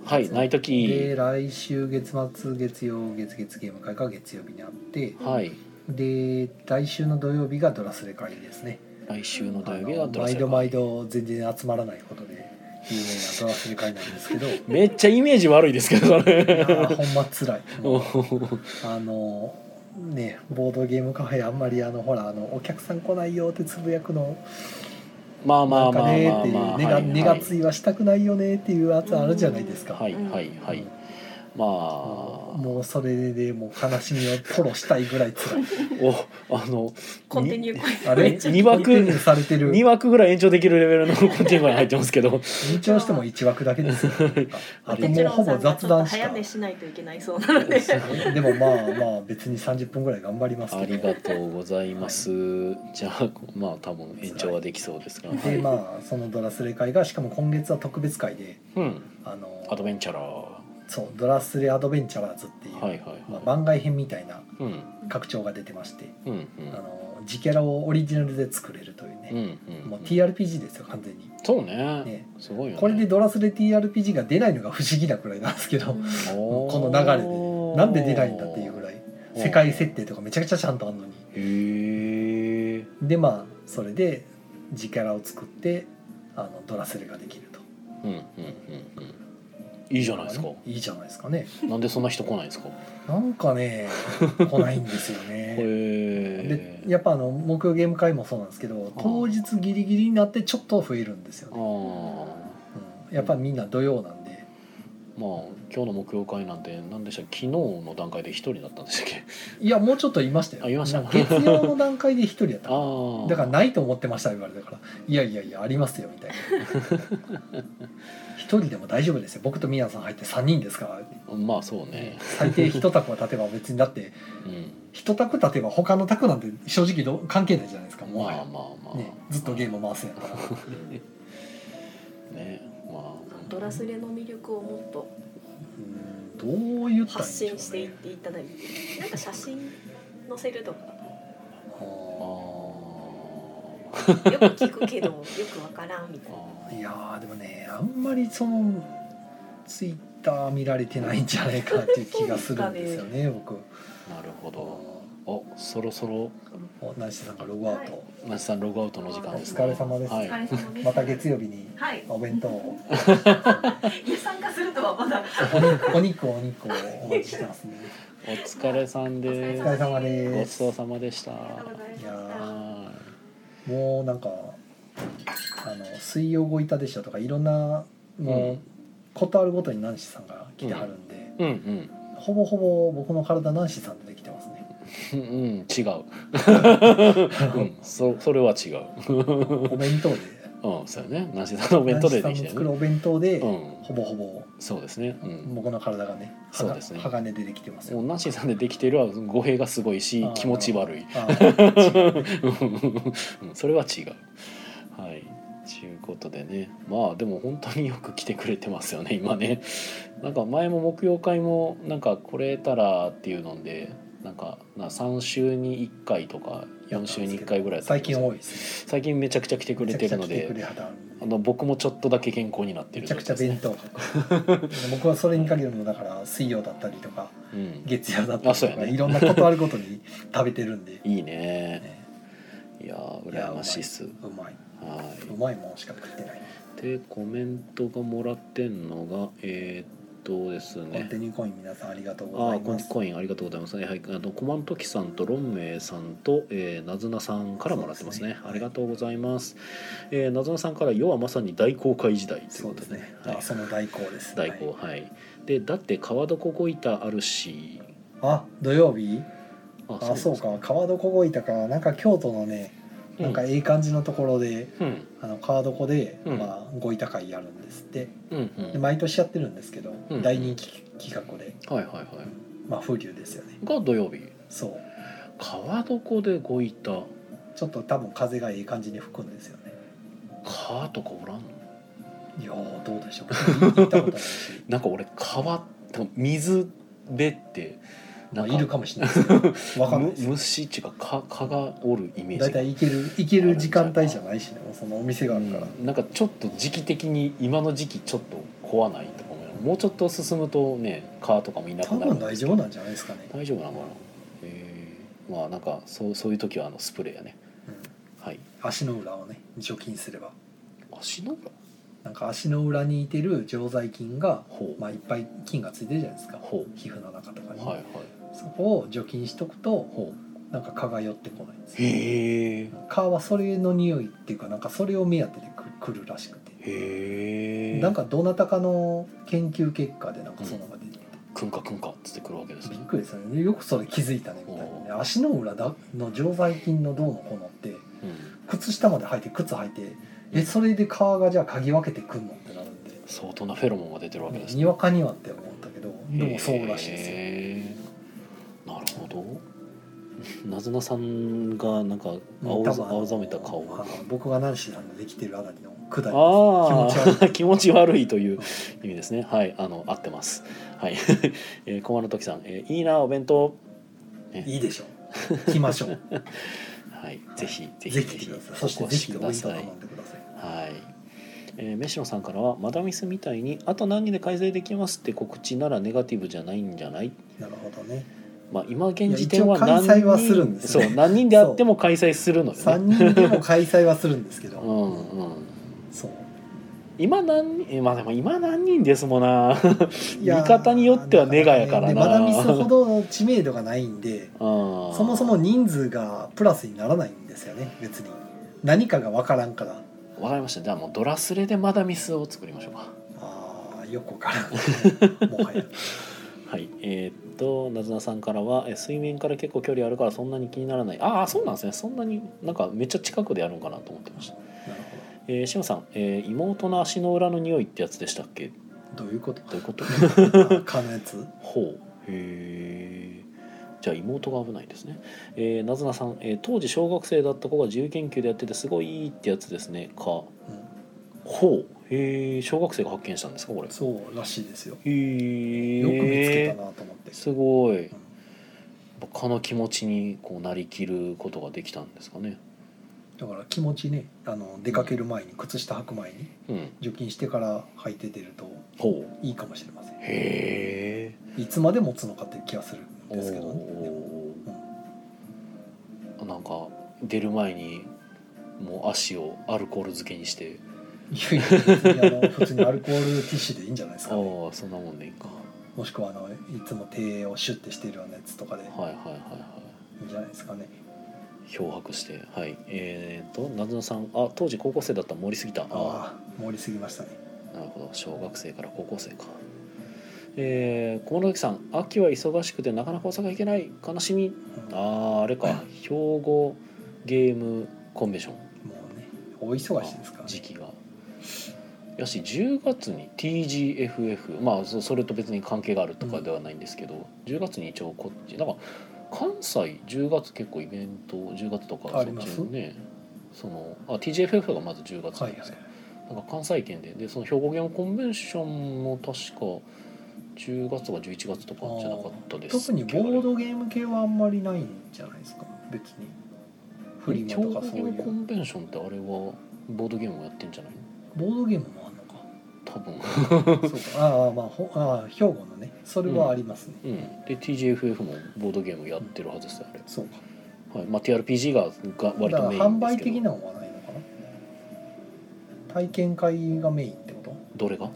[SPEAKER 1] はいナイト
[SPEAKER 2] で
[SPEAKER 1] キ
[SPEAKER 2] 来週月末月曜月月ゲーム会が月曜日にあって
[SPEAKER 1] ーはい
[SPEAKER 2] で来週の土曜日がドラスレ会ですね
[SPEAKER 1] 来週の土
[SPEAKER 2] あ
[SPEAKER 1] 曜日は
[SPEAKER 2] の
[SPEAKER 1] ドラセ
[SPEAKER 2] 毎
[SPEAKER 1] ル
[SPEAKER 2] 度毎度全然集まらないことで有名なドラスレ会なんですけ どい
[SPEAKER 1] めっちゃイメージ悪いですけど
[SPEAKER 2] や
[SPEAKER 1] ね
[SPEAKER 2] ーほんまつ らいも
[SPEAKER 1] お
[SPEAKER 2] うあのねボードゲームカフェあんまりあのほらあのお客さん来ないよってつぶやくの
[SPEAKER 1] まあま
[SPEAKER 2] な
[SPEAKER 1] あ
[SPEAKER 2] ん
[SPEAKER 1] まあま
[SPEAKER 2] か
[SPEAKER 1] あ
[SPEAKER 2] ねってい
[SPEAKER 1] まあ
[SPEAKER 2] う
[SPEAKER 1] はい
[SPEAKER 2] ねが
[SPEAKER 1] はい
[SPEAKER 2] ねがついはしたくないよねっていうやつあるじゃないですか
[SPEAKER 1] はいはいはいまあ
[SPEAKER 2] もうそれでもう悲しみを吐露したいぐらい辛い
[SPEAKER 1] おあの
[SPEAKER 3] コンティニューコイン。
[SPEAKER 2] あれ
[SPEAKER 1] 二枠
[SPEAKER 2] コンティニューされてる
[SPEAKER 1] 2枠ぐらい延長できるレベルのコンティニューに入ってますけど
[SPEAKER 2] 延長しても1枠だけですよ あともうほぼ雑談し
[SPEAKER 3] 早
[SPEAKER 2] か
[SPEAKER 3] 寝しないといけないそうなので。
[SPEAKER 2] でもまあまあ別に30分ぐらい頑張ります
[SPEAKER 1] あ
[SPEAKER 2] け
[SPEAKER 1] り
[SPEAKER 2] ど
[SPEAKER 1] がとうございます、じゃあまあ多分延長はできそうですが、は
[SPEAKER 2] で
[SPEAKER 1] い
[SPEAKER 2] まあそのドラスレ会がしかも今月は特別会で
[SPEAKER 1] うん、
[SPEAKER 2] あの
[SPEAKER 1] アドベンチャラーは
[SPEAKER 2] そうドラスレアドベンチャラーズっていう、
[SPEAKER 1] いはい
[SPEAKER 2] まあ、
[SPEAKER 1] は、
[SPEAKER 2] 番外編みたいない
[SPEAKER 1] うん、
[SPEAKER 2] 拡張が出てまして、
[SPEAKER 1] うんうん
[SPEAKER 2] あの自キャラをオリジナルで作れるというね、
[SPEAKER 1] うん
[SPEAKER 2] もう
[SPEAKER 1] うん
[SPEAKER 2] TRPG ですよ完全に、
[SPEAKER 1] そうね
[SPEAKER 2] ね
[SPEAKER 1] すごいよね
[SPEAKER 2] これでドラスレ TRPG が出ないのが不思議なくらいなんですけど、
[SPEAKER 1] おー
[SPEAKER 2] この流れでなんで出ないんだっていうぐらい世界設定とかめちゃくちゃちゃんとあんのに
[SPEAKER 1] へえ
[SPEAKER 2] でまあそれで自キャラを作ってあのドラセルができると
[SPEAKER 1] うんうんうんうんいいじゃないですか
[SPEAKER 2] いいじゃないですかね
[SPEAKER 1] なんでそんな人来ないんですか
[SPEAKER 2] なん かね来ないんですよね
[SPEAKER 1] へ
[SPEAKER 2] で
[SPEAKER 1] え
[SPEAKER 2] やっぱあの木曜ゲーム会もそうなんですけど
[SPEAKER 1] あ
[SPEAKER 2] 当日ギリギリになってちょっと増えるんですよ
[SPEAKER 1] ああ
[SPEAKER 2] ね、うん、やっぱみんな土曜なんで
[SPEAKER 1] まあ今日の木曜会なんて何でした昨日の段階で一人だったんでしたっ け
[SPEAKER 2] いやもうちょっといましたよ
[SPEAKER 1] あいました
[SPEAKER 2] なんか月曜の段階で一人 やったかな
[SPEAKER 1] ああ
[SPEAKER 2] だからないと思ってました言われたから「いやいやいやありますよ」みたいな 「一人でも大丈夫ですよ僕とミヤさん入って3人ですから」
[SPEAKER 1] まあそうね
[SPEAKER 2] 最低一択は立てば別にだって
[SPEAKER 1] うん
[SPEAKER 2] 一択立てば他の択なんて正直どう関係ないじゃないですかも
[SPEAKER 1] ま
[SPEAKER 2] は
[SPEAKER 1] あ
[SPEAKER 2] や、
[SPEAKER 1] まあまあ
[SPEAKER 2] ね、ずっとゲーム回すんや から
[SPEAKER 1] ねま
[SPEAKER 3] ドラスレの魅力をもっと
[SPEAKER 2] うんどう言ったらい
[SPEAKER 3] 発
[SPEAKER 2] いん
[SPEAKER 3] 信
[SPEAKER 2] で
[SPEAKER 3] し
[SPEAKER 2] しょ
[SPEAKER 3] て
[SPEAKER 2] う
[SPEAKER 3] いっ
[SPEAKER 2] ね
[SPEAKER 3] ていただいてなんか写真載せるとか
[SPEAKER 1] あ
[SPEAKER 2] あ
[SPEAKER 1] あ
[SPEAKER 3] よく聞くけどよくわからんみたいな
[SPEAKER 1] あ
[SPEAKER 2] ーいやーでもねあんまりそのツイッター見られてないんじゃないかっていう気がするんですよね僕
[SPEAKER 1] あなるほど
[SPEAKER 2] お
[SPEAKER 1] おそろそろ
[SPEAKER 2] 成瀬さんがログアウト、
[SPEAKER 3] は
[SPEAKER 1] なしさんログアウトの時間ですね
[SPEAKER 2] お疲れ様です
[SPEAKER 1] は
[SPEAKER 3] お疲
[SPEAKER 1] い、
[SPEAKER 3] れ様です
[SPEAKER 2] また月曜日に
[SPEAKER 3] はい
[SPEAKER 2] お弁当を
[SPEAKER 3] 参加するとはまだ
[SPEAKER 2] お肉お肉お肉をお待ちしてますね
[SPEAKER 1] お疲れさんで
[SPEAKER 2] お
[SPEAKER 1] す
[SPEAKER 2] 疲れ様
[SPEAKER 1] ご
[SPEAKER 2] で
[SPEAKER 1] ち
[SPEAKER 2] す
[SPEAKER 1] そうさまでした
[SPEAKER 3] ありがとうございました
[SPEAKER 2] や
[SPEAKER 1] は
[SPEAKER 2] もうなんかあの水曜ごいたでしたとかいろんなもう、
[SPEAKER 1] うん
[SPEAKER 2] ことあるごとにナンシーさんが来てはるんで、
[SPEAKER 1] いうんうん
[SPEAKER 2] ほぼほぼ僕の体ナンシーさん出てきてますね
[SPEAKER 1] うんうん違ううんそそれは違う
[SPEAKER 2] お弁当で
[SPEAKER 1] うんそうよねなしさんのお弁当で
[SPEAKER 2] ナ
[SPEAKER 1] で
[SPEAKER 2] ンシ
[SPEAKER 1] き
[SPEAKER 2] ーさん
[SPEAKER 1] たよ
[SPEAKER 2] の作る
[SPEAKER 1] ね
[SPEAKER 2] お弁当で、
[SPEAKER 1] うん
[SPEAKER 2] ほぼほぼ
[SPEAKER 1] そうですねうん
[SPEAKER 2] 僕の体がねは
[SPEAKER 1] そう
[SPEAKER 2] が
[SPEAKER 1] ですね
[SPEAKER 2] 鋼でできてます
[SPEAKER 1] もう
[SPEAKER 2] よ
[SPEAKER 1] ナンシーさんでできてるは語弊がすごいし
[SPEAKER 2] あー
[SPEAKER 1] 気持ち悪い
[SPEAKER 2] あー違う
[SPEAKER 1] うんそれは違う。はい。ということでね、まあでも本当によく来てくれてますよね今ね。なんか前も木曜会もなんか来れたらっていうので、なんかな3週に1回とか4週に1回ぐらいだったん
[SPEAKER 2] 最
[SPEAKER 1] ですけ
[SPEAKER 2] 近
[SPEAKER 1] ど
[SPEAKER 2] 多いですね
[SPEAKER 1] 最近めちゃくちゃ来てくれてるの
[SPEAKER 2] めちゃくちゃ来てく
[SPEAKER 1] で、
[SPEAKER 2] れはたんで
[SPEAKER 1] あの僕もちょっとだけ健康になって
[SPEAKER 2] め
[SPEAKER 1] る
[SPEAKER 2] ちゃ
[SPEAKER 1] 状
[SPEAKER 2] くちゃ
[SPEAKER 1] 態です
[SPEAKER 2] 弁
[SPEAKER 1] ね。
[SPEAKER 2] 当僕はそれに限るのだから水曜だったりとか
[SPEAKER 1] うん。
[SPEAKER 2] 月曜だった
[SPEAKER 1] あ
[SPEAKER 2] り
[SPEAKER 1] そ
[SPEAKER 2] と
[SPEAKER 1] う
[SPEAKER 2] か、
[SPEAKER 1] やね
[SPEAKER 2] いろんなことあるごとに食べてるんで、
[SPEAKER 1] いいね。
[SPEAKER 2] ね
[SPEAKER 1] いやー 羨ましいっす。
[SPEAKER 2] うまい。
[SPEAKER 1] はいう
[SPEAKER 2] まいもんしか食ってない
[SPEAKER 1] でコメントがもらってんのがえーっとです
[SPEAKER 2] コン
[SPEAKER 1] ね
[SPEAKER 2] テニューコイン皆さんありがとうご
[SPEAKER 1] あ
[SPEAKER 2] ざ
[SPEAKER 1] あ
[SPEAKER 2] い
[SPEAKER 1] コン
[SPEAKER 2] ま
[SPEAKER 1] テ
[SPEAKER 2] す
[SPEAKER 1] コインありがとうございますねはいあのコマントキさんとロンメイさんと、えー、なずなさんからもらってますね
[SPEAKER 2] そうですね
[SPEAKER 1] ありがとうございます、えー、なずなさんから「世はまさに大航海時代」という
[SPEAKER 2] そ
[SPEAKER 1] こ
[SPEAKER 2] う
[SPEAKER 1] と
[SPEAKER 2] です
[SPEAKER 1] でね
[SPEAKER 2] ね、
[SPEAKER 1] はい
[SPEAKER 2] あその代行です
[SPEAKER 1] 大航
[SPEAKER 2] はい
[SPEAKER 1] はい、でだって川床ごいたあるし
[SPEAKER 2] あ土曜日
[SPEAKER 1] あ
[SPEAKER 2] あそうか川床ごいたかなんか京都のねなんかええ感じのところで、
[SPEAKER 1] うんうん
[SPEAKER 2] あの川床で、
[SPEAKER 1] うん
[SPEAKER 2] まあ、ごいた会やるんですって
[SPEAKER 1] うん
[SPEAKER 2] で
[SPEAKER 1] うん
[SPEAKER 2] 毎年やってるんですけど、
[SPEAKER 1] うん
[SPEAKER 2] 大人気企画で
[SPEAKER 1] はいはいはい
[SPEAKER 2] まあ風流ですよね
[SPEAKER 1] が土曜日
[SPEAKER 2] そう
[SPEAKER 1] 川床でごいた
[SPEAKER 2] ちょっと多分風がいい感じに吹くんですよね
[SPEAKER 1] 川とかおらんの
[SPEAKER 2] いやーどうでし ょう行ったことないし
[SPEAKER 1] なんか俺川とか水辺って
[SPEAKER 2] ま
[SPEAKER 1] なん
[SPEAKER 2] あ、い
[SPEAKER 1] か
[SPEAKER 2] るかもしれないですけどわかんない
[SPEAKER 1] む
[SPEAKER 2] です
[SPEAKER 1] 虫っていうか蚊蚊がおるイメージ
[SPEAKER 2] だいたい行ける行ける時間帯じゃないしねそのお店があるから、
[SPEAKER 1] うんなんかちょっと時期的に今の時期ちょっと怖ないとか思うよもうちょっと進むとね蚊とかもいなく
[SPEAKER 2] 多
[SPEAKER 1] なる
[SPEAKER 2] 分大丈夫なんじゃないですかね、
[SPEAKER 1] 大丈夫なのかなえーまあなんかそうそういう時はあのスプレーやね
[SPEAKER 2] うん
[SPEAKER 1] はい
[SPEAKER 2] 足の裏をね除菌すれば
[SPEAKER 1] 足の裏
[SPEAKER 2] なんか足の裏にいてる常在菌が、
[SPEAKER 1] ほう、
[SPEAKER 2] まあ、いっぱい菌がついてるじゃないですか
[SPEAKER 1] ほう
[SPEAKER 2] 皮膚の中とかに、
[SPEAKER 1] はいはい
[SPEAKER 2] そこを除菌しとくと
[SPEAKER 1] ほ
[SPEAKER 2] なんか蚊が寄ってこないんです
[SPEAKER 1] う
[SPEAKER 2] よ
[SPEAKER 1] へえ
[SPEAKER 2] 蚊はそれの匂いっていうかなんかそれを目当てでく来るらしくて
[SPEAKER 1] へえ
[SPEAKER 2] なんかどなたかの研究結果でなんかそんなのが出てて、
[SPEAKER 1] くんかくんかっつってくるわけです
[SPEAKER 2] び
[SPEAKER 1] ね
[SPEAKER 2] っくりですよねよくそれ気づいたねみたいなね足の裏だの常在菌のどうのこうのって
[SPEAKER 1] うん
[SPEAKER 2] 靴下まで履いて靴履いてえそれで皮がじゃあ嗅ぎ分けてくんのってなるんで、
[SPEAKER 1] 相当なフェロモンが出てるわけですね
[SPEAKER 2] にわかにはって思ったけどでもそうらしいですよ
[SPEAKER 1] へーなるほど。 なずなさんがなんか青ざ
[SPEAKER 2] 多分あの
[SPEAKER 1] 青ざめた顔
[SPEAKER 2] あの僕がナンシーさんのできてるあたりのくだり
[SPEAKER 1] あ
[SPEAKER 2] 気持ち悪
[SPEAKER 1] あ
[SPEAKER 2] い
[SPEAKER 1] 気持ち悪いという意味ですねはいあの合ってますはい えー駒の時さん、えーいいなお弁当
[SPEAKER 2] いいでしょう来 ましょう
[SPEAKER 1] はいぜひぜひ
[SPEAKER 2] ぜひ来てくださいそして
[SPEAKER 1] お越
[SPEAKER 2] ぜひ
[SPEAKER 1] しく
[SPEAKER 2] お弁
[SPEAKER 1] だ
[SPEAKER 2] 当
[SPEAKER 1] さ
[SPEAKER 2] 頼
[SPEAKER 1] い
[SPEAKER 2] んでください
[SPEAKER 1] はい。えー、飯野さんからは「マダミスみたいにあと何人で改善できます」って告知ならネガティブじゃないんじゃない
[SPEAKER 2] なるほどね
[SPEAKER 1] まあ、今現時点はい
[SPEAKER 2] や
[SPEAKER 1] 何
[SPEAKER 2] 一応
[SPEAKER 1] 人
[SPEAKER 2] 開催はするんですよね
[SPEAKER 1] そう何人であっても開催するのよね
[SPEAKER 2] 3人でも開催はするんですけど、
[SPEAKER 1] うんうん
[SPEAKER 2] そう
[SPEAKER 1] 今何人まあでも今何人ですもんな
[SPEAKER 2] いやー
[SPEAKER 1] 見方によってはネガやからな
[SPEAKER 2] だねでマダミスほど知名度がないんでそ
[SPEAKER 1] そ
[SPEAKER 2] もそも人数がプラスにならないんですよね別に何かが分からんから
[SPEAKER 1] わかりましたじゃあもうドラスレでまだミスを作りましょうか
[SPEAKER 2] あーよく分からんもは や
[SPEAKER 1] はいえーっとなずなさんからはえ「水面から結構距離あるからそんなに気にならない」ああそうなんですねそんなになんかめっちゃ近くでやるんかなと思ってました
[SPEAKER 2] なる
[SPEAKER 1] えー、しおさん、えー妹の足の裏の匂いってやつでしたっけ?」
[SPEAKER 2] ほどどういうこと
[SPEAKER 1] どういうこと
[SPEAKER 2] 蚊のやつ
[SPEAKER 1] ほうへえじゃあ妹が危ないですね、えー、なずなさん、えー当時小学生だった子が自由研究でやっててすごいってやつですねかほ
[SPEAKER 2] うん
[SPEAKER 1] うへえ小学生が発見したんですかこれへ
[SPEAKER 2] そうらしいですよ
[SPEAKER 1] え
[SPEAKER 2] よく見つけたなと思って、
[SPEAKER 1] すごい
[SPEAKER 2] うん
[SPEAKER 1] 他の気持ちにこうなりきることができたんですかね
[SPEAKER 2] だから気持ちねあの出かける前に靴下履く前に
[SPEAKER 1] うん
[SPEAKER 2] 除菌してから履いて出ると
[SPEAKER 1] ほう
[SPEAKER 2] いいかもしれません
[SPEAKER 1] へえ
[SPEAKER 2] いつまで持つのかっていう気がするんですけどねでも
[SPEAKER 1] おーなんか出る前にもう足をアルコール漬けにして
[SPEAKER 2] いやいや別にあの普通にアルコールティッシュでいいんじゃないです
[SPEAKER 1] あ
[SPEAKER 2] か
[SPEAKER 1] あ
[SPEAKER 2] ね、
[SPEAKER 1] ーそんなもんでいいか
[SPEAKER 2] もしくはあのいつも手をシュッてしてるようなやつとかでい
[SPEAKER 1] はいはいはいはい
[SPEAKER 2] いんじゃないですかね
[SPEAKER 1] 漂白してはいえー、となずなさんあ当時高校生だった森杉田ああ
[SPEAKER 2] ああ盛りすぎましたね
[SPEAKER 1] なるほど小学生から高校生かえー、小室崎さん秋は忙しくてなかなか大阪行けない悲しみ
[SPEAKER 2] うんも
[SPEAKER 1] あああれか兵庫ゲームコンベンション
[SPEAKER 2] うね大忙しいですからね
[SPEAKER 1] 時期がやし10月に TGFF まあそそれと別に関係があるとかではないんですけど、10月に一応こっちなんか関西10月結構イベント10月とか
[SPEAKER 2] あ
[SPEAKER 1] そ
[SPEAKER 2] り
[SPEAKER 1] っ
[SPEAKER 2] ま
[SPEAKER 1] ち
[SPEAKER 2] す
[SPEAKER 1] のねそのあ TGFF がまず10月
[SPEAKER 2] は
[SPEAKER 1] ないんで
[SPEAKER 2] は
[SPEAKER 1] す
[SPEAKER 2] い
[SPEAKER 1] よ、なんか関西圏ででその兵庫県コンベンションも確か10月とか11月とかじゃなかったです
[SPEAKER 2] 特にボードゲーム系はあんまりないんじゃないですか別にフリマとかそう
[SPEAKER 1] 兵
[SPEAKER 2] い
[SPEAKER 1] 庫県コ
[SPEAKER 2] う
[SPEAKER 1] ンベンションってあれはボードゲームをやってんじゃないの
[SPEAKER 2] ボードゲームもあるのか
[SPEAKER 1] 多分
[SPEAKER 2] そうかああまあほああ兵庫のねそれはありますね、
[SPEAKER 1] うん、で TGFF もボードゲームやってるはずですよあれ、
[SPEAKER 2] そうか
[SPEAKER 1] はいまあ、TRPG がが割
[SPEAKER 2] だ
[SPEAKER 1] と
[SPEAKER 2] から
[SPEAKER 1] メイ
[SPEAKER 2] 販
[SPEAKER 1] ンです
[SPEAKER 2] 売
[SPEAKER 1] け
[SPEAKER 2] 的
[SPEAKER 1] ど
[SPEAKER 2] なのはないのかな体験会がメインってこと
[SPEAKER 1] どれが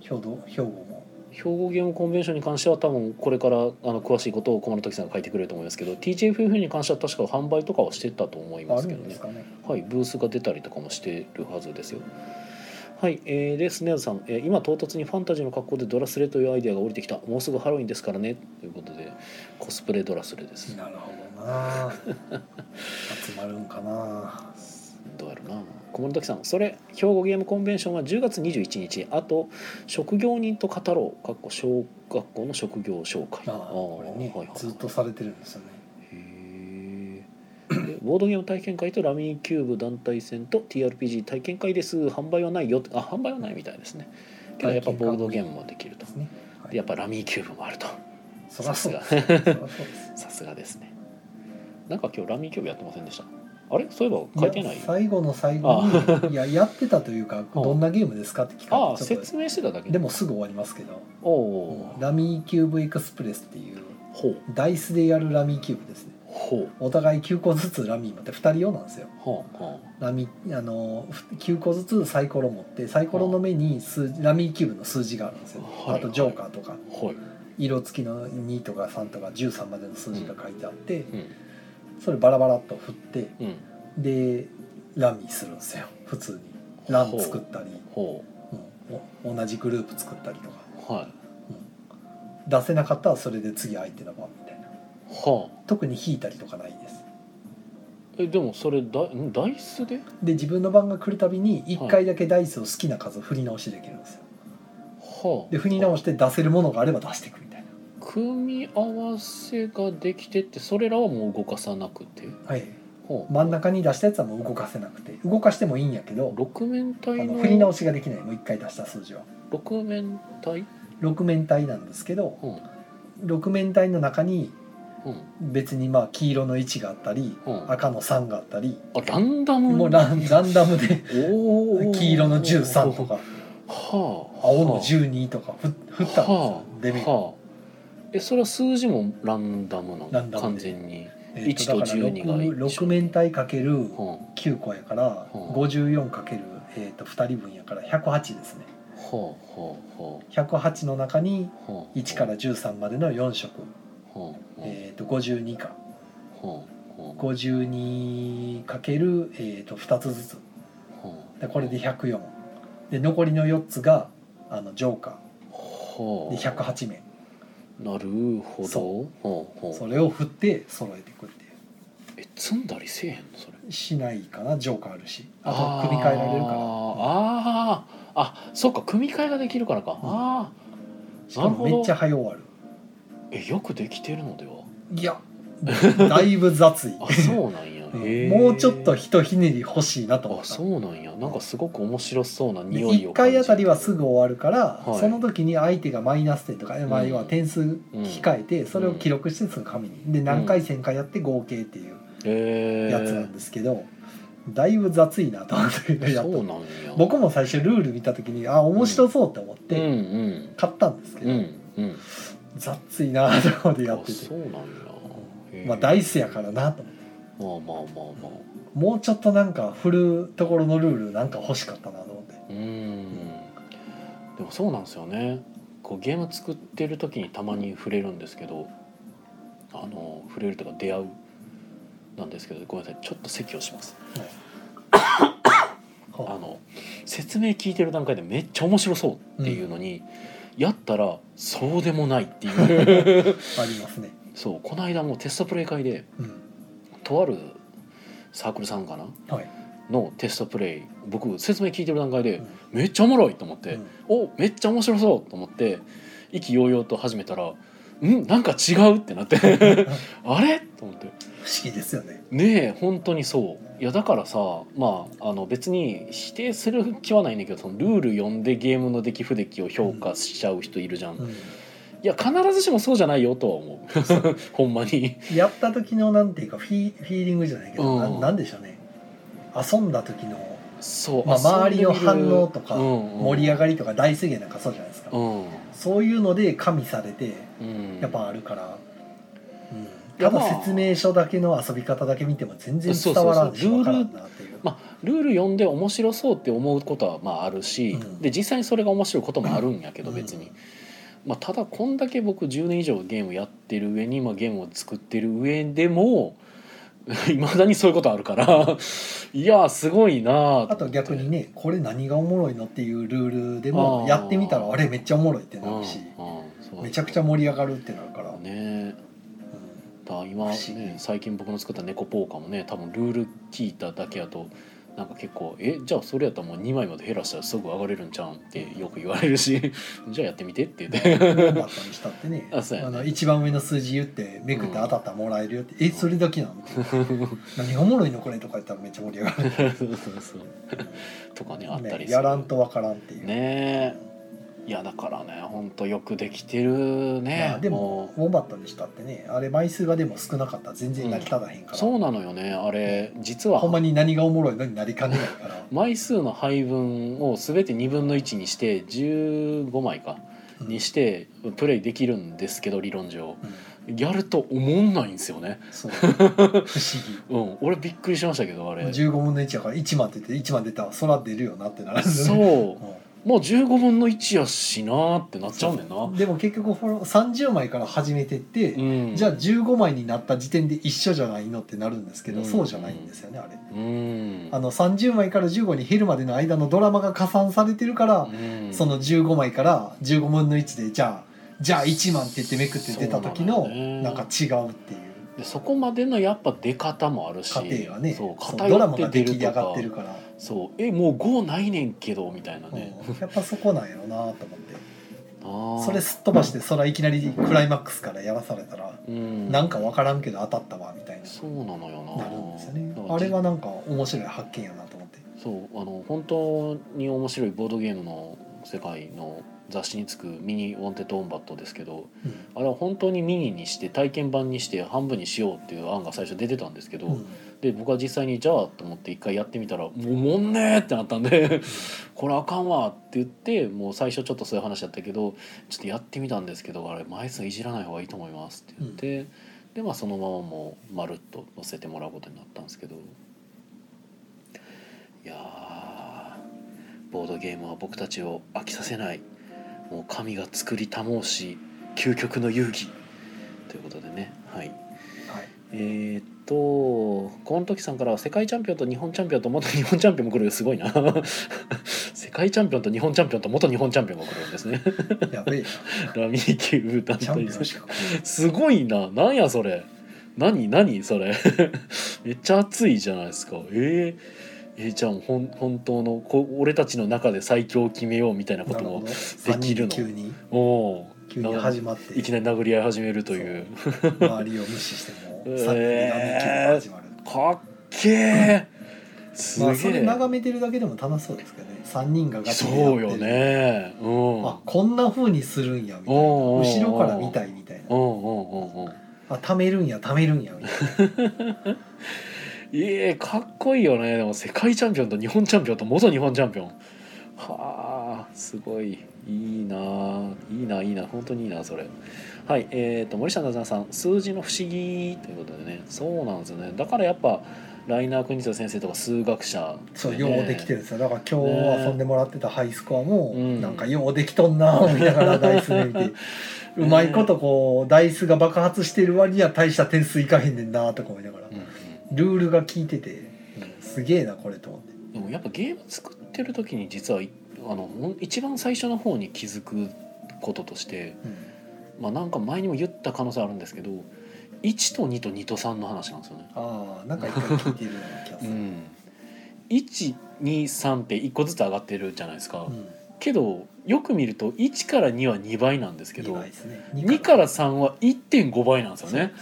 [SPEAKER 2] 兵庫兵庫も
[SPEAKER 1] 兵庫ゲームコンベンションに関しては多分これからあの詳しいことを駒野時さんが書いてくれると思いますけど TGFF に関しては確か販売とかはしてたと思いま
[SPEAKER 2] あ
[SPEAKER 1] すけ
[SPEAKER 2] るん
[SPEAKER 1] ど
[SPEAKER 2] で
[SPEAKER 1] ね
[SPEAKER 2] す かね
[SPEAKER 1] はい、ブースが出たりとかもしてるはずですよ。はい、えーでスネアズさん、えー今唐突にファンタジーの格好でドラスレというアイデアが降りてきたもうすぐハロウィンですからねということでコスプレドラスレです
[SPEAKER 2] なるほどな集まるんかな
[SPEAKER 1] どうやろな小室時さんそれ兵庫ゲームコンベンションは10月21日あと職業人と語ろうかっこ小学校の職業紹介
[SPEAKER 2] あ
[SPEAKER 1] ー
[SPEAKER 2] あこれね
[SPEAKER 1] はいはい
[SPEAKER 2] ずっとされてるんですよね
[SPEAKER 1] へーでボードゲーム体験会とラミーキューブ団体戦と TRPG 体験会です販売はないよってあ販売はないみたいですねけどやっぱボードゲームもできると
[SPEAKER 2] ですね、は
[SPEAKER 1] でやっぱラミーキューブもあると
[SPEAKER 2] そらそう
[SPEAKER 1] さ
[SPEAKER 2] ですそらそうです
[SPEAKER 1] さすがですねなんか今日ラミーキューブやってませんでしたあれそういえば 書いてない
[SPEAKER 2] や最後の最後にいややってたとい うかどんなゲームですかって聞
[SPEAKER 1] あ
[SPEAKER 2] か
[SPEAKER 1] あ
[SPEAKER 2] れてちょっ
[SPEAKER 1] 説明してただけ
[SPEAKER 2] とでもすぐ終わりますけど
[SPEAKER 1] おおー、
[SPEAKER 2] ラミーキューブエクスプレスっていう
[SPEAKER 1] ほう
[SPEAKER 2] ダイスでやるラミーキューブですね
[SPEAKER 1] ほう
[SPEAKER 2] お互い9個ずつラミー持って2人用なんですよ
[SPEAKER 1] はあは
[SPEAKER 2] ラミあのふ9個ずつサイコロ持ってサイコロの目に数ラミーキューブの数字があるんですよ、
[SPEAKER 1] はい
[SPEAKER 2] あとジョーカーとか
[SPEAKER 1] あはい、
[SPEAKER 2] 色付きの2とか3とか13までの数字が書いてあって、
[SPEAKER 1] うん
[SPEAKER 2] それバラバラっと振って
[SPEAKER 1] うん、
[SPEAKER 2] でラミーするんですよ普通にラン作ったり、
[SPEAKER 1] ほ
[SPEAKER 2] うんお同じグループ作ったりとか、
[SPEAKER 1] うはい
[SPEAKER 2] うん出せなかったらそれで次相手の番みたいな
[SPEAKER 1] はあ
[SPEAKER 2] 特に引いたりとかないです
[SPEAKER 1] えでもそれだんダイスで
[SPEAKER 2] で自分の番が来るたびに1回だけダイスを好きな数を振り直しできるんですよ
[SPEAKER 1] はあ
[SPEAKER 2] で振り直して出せるものがあれば出していくみたいな
[SPEAKER 1] 組み合わせができてってそれらはもう動かさなくて、
[SPEAKER 2] はい
[SPEAKER 1] はあ
[SPEAKER 2] 真ん中に出したやつはもう動かせなくて動かしてもいいんやけど
[SPEAKER 1] 六面
[SPEAKER 2] あ
[SPEAKER 1] 体
[SPEAKER 2] の振り直
[SPEAKER 1] の
[SPEAKER 2] しができないもう1回出した数字は
[SPEAKER 1] 六面体
[SPEAKER 2] 6面体なんですけど
[SPEAKER 1] うん
[SPEAKER 2] 6面体の中に
[SPEAKER 1] うん
[SPEAKER 2] 別にまあ黄色の1があったり
[SPEAKER 1] うんあ
[SPEAKER 2] 赤の3があったり
[SPEAKER 1] ランダム
[SPEAKER 2] もうランランダムで
[SPEAKER 1] おー
[SPEAKER 2] 黄色の13とか
[SPEAKER 1] はあ
[SPEAKER 2] 青の12とかふ振ったんです
[SPEAKER 1] は
[SPEAKER 2] よ
[SPEAKER 1] あ
[SPEAKER 2] デメ
[SPEAKER 1] はあえそれは数字もランダムな
[SPEAKER 2] ラ
[SPEAKER 1] の
[SPEAKER 2] ンダムで
[SPEAKER 1] 完全に、
[SPEAKER 2] えー
[SPEAKER 1] 1と12が一緒
[SPEAKER 2] だから 6, 6面体かける
[SPEAKER 1] うんは
[SPEAKER 2] 9個やから
[SPEAKER 1] うん
[SPEAKER 2] 54かけるえーと2人分やから108ですね
[SPEAKER 1] あはあは
[SPEAKER 2] 108の中に
[SPEAKER 1] あはあ
[SPEAKER 2] 1から13までの4色、
[SPEAKER 1] はあは
[SPEAKER 2] えー、と52か
[SPEAKER 1] あはあはあ
[SPEAKER 2] 52× かけるえーと2つずつ
[SPEAKER 1] はあ
[SPEAKER 2] でこれで104で残りの4つがあのジョーカー
[SPEAKER 1] は
[SPEAKER 2] で
[SPEAKER 1] あ
[SPEAKER 2] 108面
[SPEAKER 1] なるほど
[SPEAKER 2] そ
[SPEAKER 1] はあはあ
[SPEAKER 2] それを振って揃えていくっていう
[SPEAKER 1] え積んだりせえへんのそれ
[SPEAKER 2] しないかなジョーカーあるしあと組み替えられるから
[SPEAKER 1] あーあーあそっか組み替えができるからか、あ
[SPEAKER 2] し
[SPEAKER 1] あ
[SPEAKER 2] か
[SPEAKER 1] なる
[SPEAKER 2] も
[SPEAKER 1] ほ
[SPEAKER 2] めっ
[SPEAKER 1] ど
[SPEAKER 2] ちゃ早終わる
[SPEAKER 1] えよくできてるのではい
[SPEAKER 2] やだいぶ 雑い
[SPEAKER 1] あそうなんやへえ
[SPEAKER 2] もうちょっとひとひねり欲しいなと思
[SPEAKER 1] あ
[SPEAKER 2] った
[SPEAKER 1] そうなんやなんかすごく面白そうな
[SPEAKER 2] で
[SPEAKER 1] 匂いを
[SPEAKER 2] 1回あたりはす
[SPEAKER 1] ぐ
[SPEAKER 2] ぐ終わるから、
[SPEAKER 1] はい
[SPEAKER 2] その時に相手がマイナス点とか、まあ、
[SPEAKER 1] うん
[SPEAKER 2] 要は点数控えて、それを記録してすぐ紙にで何回戦かやって合計っていう
[SPEAKER 1] え
[SPEAKER 2] やつなんですけど、だいぶ雑いなと思ってやっ
[SPEAKER 1] そう
[SPEAKER 2] と
[SPEAKER 1] なんや
[SPEAKER 2] 僕も最初ルール見た時にあ面白そうって思っ
[SPEAKER 1] うんう
[SPEAKER 2] て
[SPEAKER 1] ん
[SPEAKER 2] 買ったんですけ
[SPEAKER 1] う
[SPEAKER 2] ど、
[SPEAKER 1] んうん
[SPEAKER 2] 雑いなと思ってや
[SPEAKER 1] あ
[SPEAKER 2] ってて
[SPEAKER 1] そうなんやへえ
[SPEAKER 2] まあダイスやからなと思って
[SPEAKER 1] まあまあまあまあ
[SPEAKER 2] もうちょっとなんか振るところのルールなんか欲しかったなと思って。
[SPEAKER 1] うーんでもそうなんですよねこうゲーム作ってる時にたまに触れるんですけどあの触れるとか出会うなんですけどごめんなさいちょっと咳をします あ
[SPEAKER 2] は
[SPEAKER 1] の説明聞いてる段階でめっちゃ面白そうっていうのに、やったらそうでもないって いう
[SPEAKER 2] あ、ありますね。
[SPEAKER 1] そうこの間もテストプレイ会で
[SPEAKER 2] うん、
[SPEAKER 1] とあるサークルさんかな
[SPEAKER 2] はい。
[SPEAKER 1] のテストプレイ僕説明聞いてる段階で
[SPEAKER 2] うん
[SPEAKER 1] めっちゃおもろいと思って、
[SPEAKER 2] うん
[SPEAKER 1] おめっちゃ面白そうと思って意気揚々と始めたらんなんか違うってな ってあれと思って
[SPEAKER 2] 不思議ですよね。
[SPEAKER 1] ねえ本当にそういやだからさまああの別に否定する気はないんだけどそのルール読んでゲームの出来不出来を評価しちゃう人いるじゃん、
[SPEAKER 2] う
[SPEAKER 1] い
[SPEAKER 2] ん
[SPEAKER 1] や必ずしもそうじゃないよとは思う ほんまに
[SPEAKER 2] やった時のなんていうかフィフィーリングじゃないけど、
[SPEAKER 1] うん
[SPEAKER 2] なん、なんでしょうね。遊んだ時の、
[SPEAKER 1] そう、
[SPEAKER 2] まあ、
[SPEAKER 1] 遊ん
[SPEAKER 2] 周り
[SPEAKER 1] でみ
[SPEAKER 2] の
[SPEAKER 1] る
[SPEAKER 2] 反応とか
[SPEAKER 1] うんうん
[SPEAKER 2] 盛り上がりとか大制限なんかそうじゃないですか。
[SPEAKER 1] うん、
[SPEAKER 2] そういうので加味されて
[SPEAKER 1] うん、
[SPEAKER 2] やっぱあるから。うん
[SPEAKER 1] いや
[SPEAKER 2] ただ
[SPEAKER 1] まあ
[SPEAKER 2] 説明書だけの遊び方だけ見ても全然
[SPEAKER 1] そう
[SPEAKER 2] 伝
[SPEAKER 1] そうそう
[SPEAKER 2] わらんし
[SPEAKER 1] ルール
[SPEAKER 2] わからんなっていう。
[SPEAKER 1] まあ、ルール読んで面白そうって思うことはまああるし、
[SPEAKER 2] うん
[SPEAKER 1] で実際にそれが面白いこともあるんやけど
[SPEAKER 2] うん
[SPEAKER 1] 別に、まあ、ただこんだけ僕10年以上ゲームやってる上に、まあ、ゲームを作ってる上でも いまだにそういうことあるから いやーすごいなー
[SPEAKER 2] あと逆にねこれ何がおもろいのっていうルールでも
[SPEAKER 1] あー
[SPEAKER 2] やってみたらあれめっちゃおもろいって
[SPEAKER 1] うん
[SPEAKER 2] な
[SPEAKER 1] うん
[SPEAKER 2] るし
[SPEAKER 1] そう
[SPEAKER 2] めちゃくちゃ盛り上がるってなるから、
[SPEAKER 1] ね
[SPEAKER 2] う
[SPEAKER 1] だから今、
[SPEAKER 2] 不思議
[SPEAKER 1] ね、最近僕の作った猫ポーカーもね多分ルール聞いただけやとなんか結構「えじゃあそれやったらもう2枚まで減らしたらすぐ上がれるんちゃうん?」ってよく言われるし 「じゃあやってみて」って 言って
[SPEAKER 2] ん、だったりしたってね
[SPEAKER 1] あそうやね
[SPEAKER 2] の一番上の数字言ってめくって当たったらもらえるよって、えそれだ けなの何がおもろいのこれとか言ったらめっちゃ盛り上がる、
[SPEAKER 1] そうそうそうとかねあったり
[SPEAKER 2] ねやらんとわからんっていう、
[SPEAKER 1] ねえいやだからねほんとよくできてるね、
[SPEAKER 2] まあ、でも
[SPEAKER 1] も
[SPEAKER 2] ウォンバットにしたってねあれ枚数がでも少なかったら全然成り立たへんか
[SPEAKER 1] う
[SPEAKER 2] ら、
[SPEAKER 1] そうなのよねあれ実
[SPEAKER 2] ほんま
[SPEAKER 1] は
[SPEAKER 2] に何がおもろいのになりかねないから、
[SPEAKER 1] 枚数の配分を全て2分の1にして15枚か
[SPEAKER 2] う ん
[SPEAKER 1] にしてプレイできるんですけど理論上
[SPEAKER 2] うん
[SPEAKER 1] やると思んないんですよね
[SPEAKER 2] そう不思議
[SPEAKER 1] うん俺びっくりしましたけどあれ
[SPEAKER 2] 15分の1やから1万って言って1万出たら空出るよなってなるんです
[SPEAKER 1] そ
[SPEAKER 2] よね
[SPEAKER 1] うもう15分の1やしなーってなっちゃうねん
[SPEAKER 2] うん
[SPEAKER 1] な
[SPEAKER 2] でも結局フォロー30枚から始めてって、
[SPEAKER 1] うん
[SPEAKER 2] じゃあ15枚になった時点で一緒じゃないのってなるんですけど、
[SPEAKER 1] うん
[SPEAKER 2] そうじゃないんですよねあれ
[SPEAKER 1] うん
[SPEAKER 2] あの30枚から15に減るまでの間のドラマが加算されてるから、
[SPEAKER 1] うん
[SPEAKER 2] その15枚から15分の1でじゃあじゃあ1万って言ってめくって出た時
[SPEAKER 1] そう
[SPEAKER 2] の
[SPEAKER 1] なのよね
[SPEAKER 2] なんか違うっていう
[SPEAKER 1] でそこまでのやっぱ出方もあるし
[SPEAKER 2] 過程がね
[SPEAKER 1] そう
[SPEAKER 2] そう
[SPEAKER 1] 偏
[SPEAKER 2] ドラマ
[SPEAKER 1] って
[SPEAKER 2] が
[SPEAKER 1] 出
[SPEAKER 2] 出
[SPEAKER 1] る
[SPEAKER 2] 来上
[SPEAKER 1] と
[SPEAKER 2] が
[SPEAKER 1] か
[SPEAKER 2] ってるから、
[SPEAKER 1] そうえもう5ないねんけどみたいなね、
[SPEAKER 2] うんやっぱそこなんやろなと思って。
[SPEAKER 1] あー
[SPEAKER 2] それすっ飛ばしてそれいきなりクライマックスからやらされたら
[SPEAKER 1] うん
[SPEAKER 2] なんか分からんけど当たったわみたいな
[SPEAKER 1] そうなのよな
[SPEAKER 2] なるんですよね
[SPEAKER 1] だから
[SPEAKER 2] あれはなんか面白い発見やなと思って
[SPEAKER 1] そうあの本当に面白いボードゲームの世界の雑誌につくミニウォンテッドオンバットですけど
[SPEAKER 2] うん
[SPEAKER 1] あれは本当にミニにして体験版にして半分にしようっていう案が最初出てたんですけど、
[SPEAKER 2] うん
[SPEAKER 1] で僕は実際にじゃあと思って一回やってみたら「もうもんねー!」ってなったんで 「これあかんわ」って言ってもう最初ちょっとそういう話だったけど「ちょっとやってみたんですけどあれ枚数いじらない方がいいと思います」って言って、でまあそのままもうまるっと載せてもらうことになったんですけどいやーボードゲームは僕たちを飽きさせないもう神が作りたもうし究極の遊戯ということでねはい。
[SPEAKER 2] はい
[SPEAKER 1] えーっとこの時さんからは世界チャンピオンと日本チャンピオンと元日本チャンピオンも来るすごいな 世界チャンピオンと日本チャンピオンと元日本チャンピオンが来るんです ね
[SPEAKER 2] やべえな
[SPEAKER 1] ラミーキュー団
[SPEAKER 2] チャ
[SPEAKER 1] 体
[SPEAKER 2] ンピオンしか来ない
[SPEAKER 1] すごいななんやそれ何何それ めっちゃ熱いじゃないですかえー、えーじゃあほん本当のこ俺たちの中で最強を決めようみた いなこ
[SPEAKER 2] な
[SPEAKER 1] と
[SPEAKER 2] る
[SPEAKER 1] も
[SPEAKER 2] ほど
[SPEAKER 1] できるの
[SPEAKER 2] 三人急に
[SPEAKER 1] おおー
[SPEAKER 2] 急に始まって
[SPEAKER 1] いきなり殴り合い始めるという
[SPEAKER 2] 周りを無視して も
[SPEAKER 1] えー
[SPEAKER 2] うさっきが始まる、
[SPEAKER 1] かっけえ、す
[SPEAKER 2] まあ
[SPEAKER 1] げ
[SPEAKER 2] そ
[SPEAKER 1] え、
[SPEAKER 2] れ眺めてるだけでも楽しそうですけどね3人がガチでやってる
[SPEAKER 1] そうよねうん
[SPEAKER 2] あこんな風にするんやみたいな
[SPEAKER 1] おうおうおう
[SPEAKER 2] 後ろから見たいみたい
[SPEAKER 1] うん
[SPEAKER 2] な
[SPEAKER 1] うんうんうん
[SPEAKER 2] あ貯めるんや貯めるんやみたい
[SPEAKER 1] いえかっこいいよねでも世界チャンピオンと日本チャンピオンと元日本チャンピオンはあすごいいいなあいいないいな本当にいいなそれはいえー、と森下なずなさん数字の不思議ということでねそうなんですよねだからやっぱライナー国人先生とか数学者、ね、
[SPEAKER 2] なそうようできてるんですよだから今
[SPEAKER 1] ね
[SPEAKER 2] 日遊んでもらってたハイスコアも、
[SPEAKER 1] うん
[SPEAKER 2] なんかようできとんなぁ見ながらダイス見てうまいことこうダイスが爆発してる割には大した点数いかへんねんなぁとか思いながら
[SPEAKER 1] うんうん
[SPEAKER 2] ルールが効いてて、うんすげえなこれと思って
[SPEAKER 1] でもやっぱゲーム作ってる時に実はいあのほん一番最初の方に気づくこととして、
[SPEAKER 2] うん
[SPEAKER 1] まあ、なんか前にも言った可能性あるんですけど1と2と2と3の話なんですよね。
[SPEAKER 2] ああなんか一回聞いてるような気がす
[SPEAKER 1] う
[SPEAKER 2] る、
[SPEAKER 1] ん、123って1個ずつ上がってるじゃないですか、
[SPEAKER 2] うん
[SPEAKER 1] けどよく見ると1から2は2倍なんですけ
[SPEAKER 2] 二
[SPEAKER 1] ど
[SPEAKER 2] 倍ですね
[SPEAKER 1] 2から3は1.5倍なんですよね。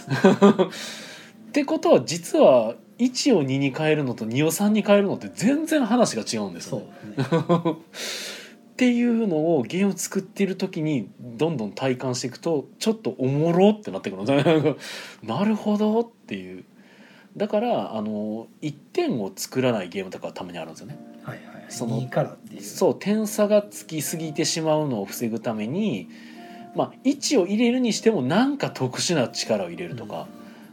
[SPEAKER 1] ってことは実は1を2に変えるのと2を3に変えるのって全然話が違うんです
[SPEAKER 2] そ
[SPEAKER 1] よ
[SPEAKER 2] う
[SPEAKER 1] ね。
[SPEAKER 2] ね
[SPEAKER 1] っていうのをゲーム作ってる時にどんどん体感していくとちょっとおもろってなってくるの なんかなるほどっていうだからあの1点を作らないゲームとかはたまにあるんですよね。
[SPEAKER 2] はいはいはい
[SPEAKER 1] その
[SPEAKER 2] 2からっていう
[SPEAKER 1] そう点差がつきすぎてしまうのを防ぐために、まあ、1を入れるにしてもなんか特殊な力を入れるとか、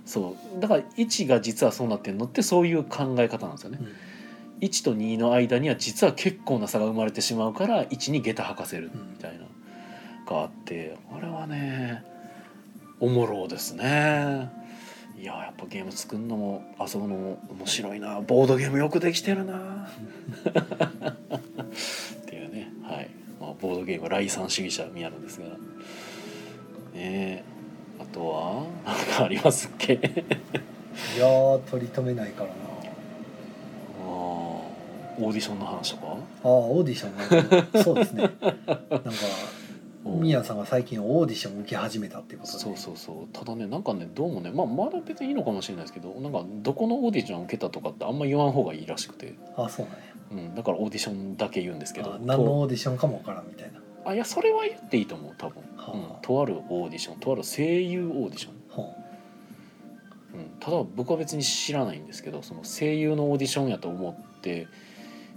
[SPEAKER 1] そうだから1が実はそうなってるのってそういう考え方なんですよね。
[SPEAKER 2] うん、
[SPEAKER 1] 1と2の間には実は結構な差が生まれてしまうから1に下駄吐かせるみたいながあってあれはねおもろですねいややっぱゲーム作るのも遊ぶのも面白いなボードゲームよくできてるなっていうねはい、まあ、ボードゲーム来賛主義者宮野ですがねえあとは何かありますっけ
[SPEAKER 2] いやー取り留めないからな
[SPEAKER 1] あーオーディションの話とか
[SPEAKER 2] あーオーディションそうですねなんか
[SPEAKER 1] うん
[SPEAKER 2] 宮野さんが最近オーディション受け始めたってことで
[SPEAKER 1] そうそうそうただねなんかねどうもね、まあ、まだ別にいいのかもしれないですけどなんかどこのオーディション受けたとかってあんま言わん方がいいらしくて、
[SPEAKER 2] あそうなんや
[SPEAKER 1] うん、だからオーディションだけ言うんですけど
[SPEAKER 2] あ何の
[SPEAKER 1] と
[SPEAKER 2] オーディションかもわからんみたいな
[SPEAKER 1] あいやそれは言っていいと思う多分、
[SPEAKER 2] はあ
[SPEAKER 1] うん、とあるオーディションとある声優オーディション、
[SPEAKER 2] ほ
[SPEAKER 1] うん、ただ僕は別に知らないんですけどその声優のオーディションやと思って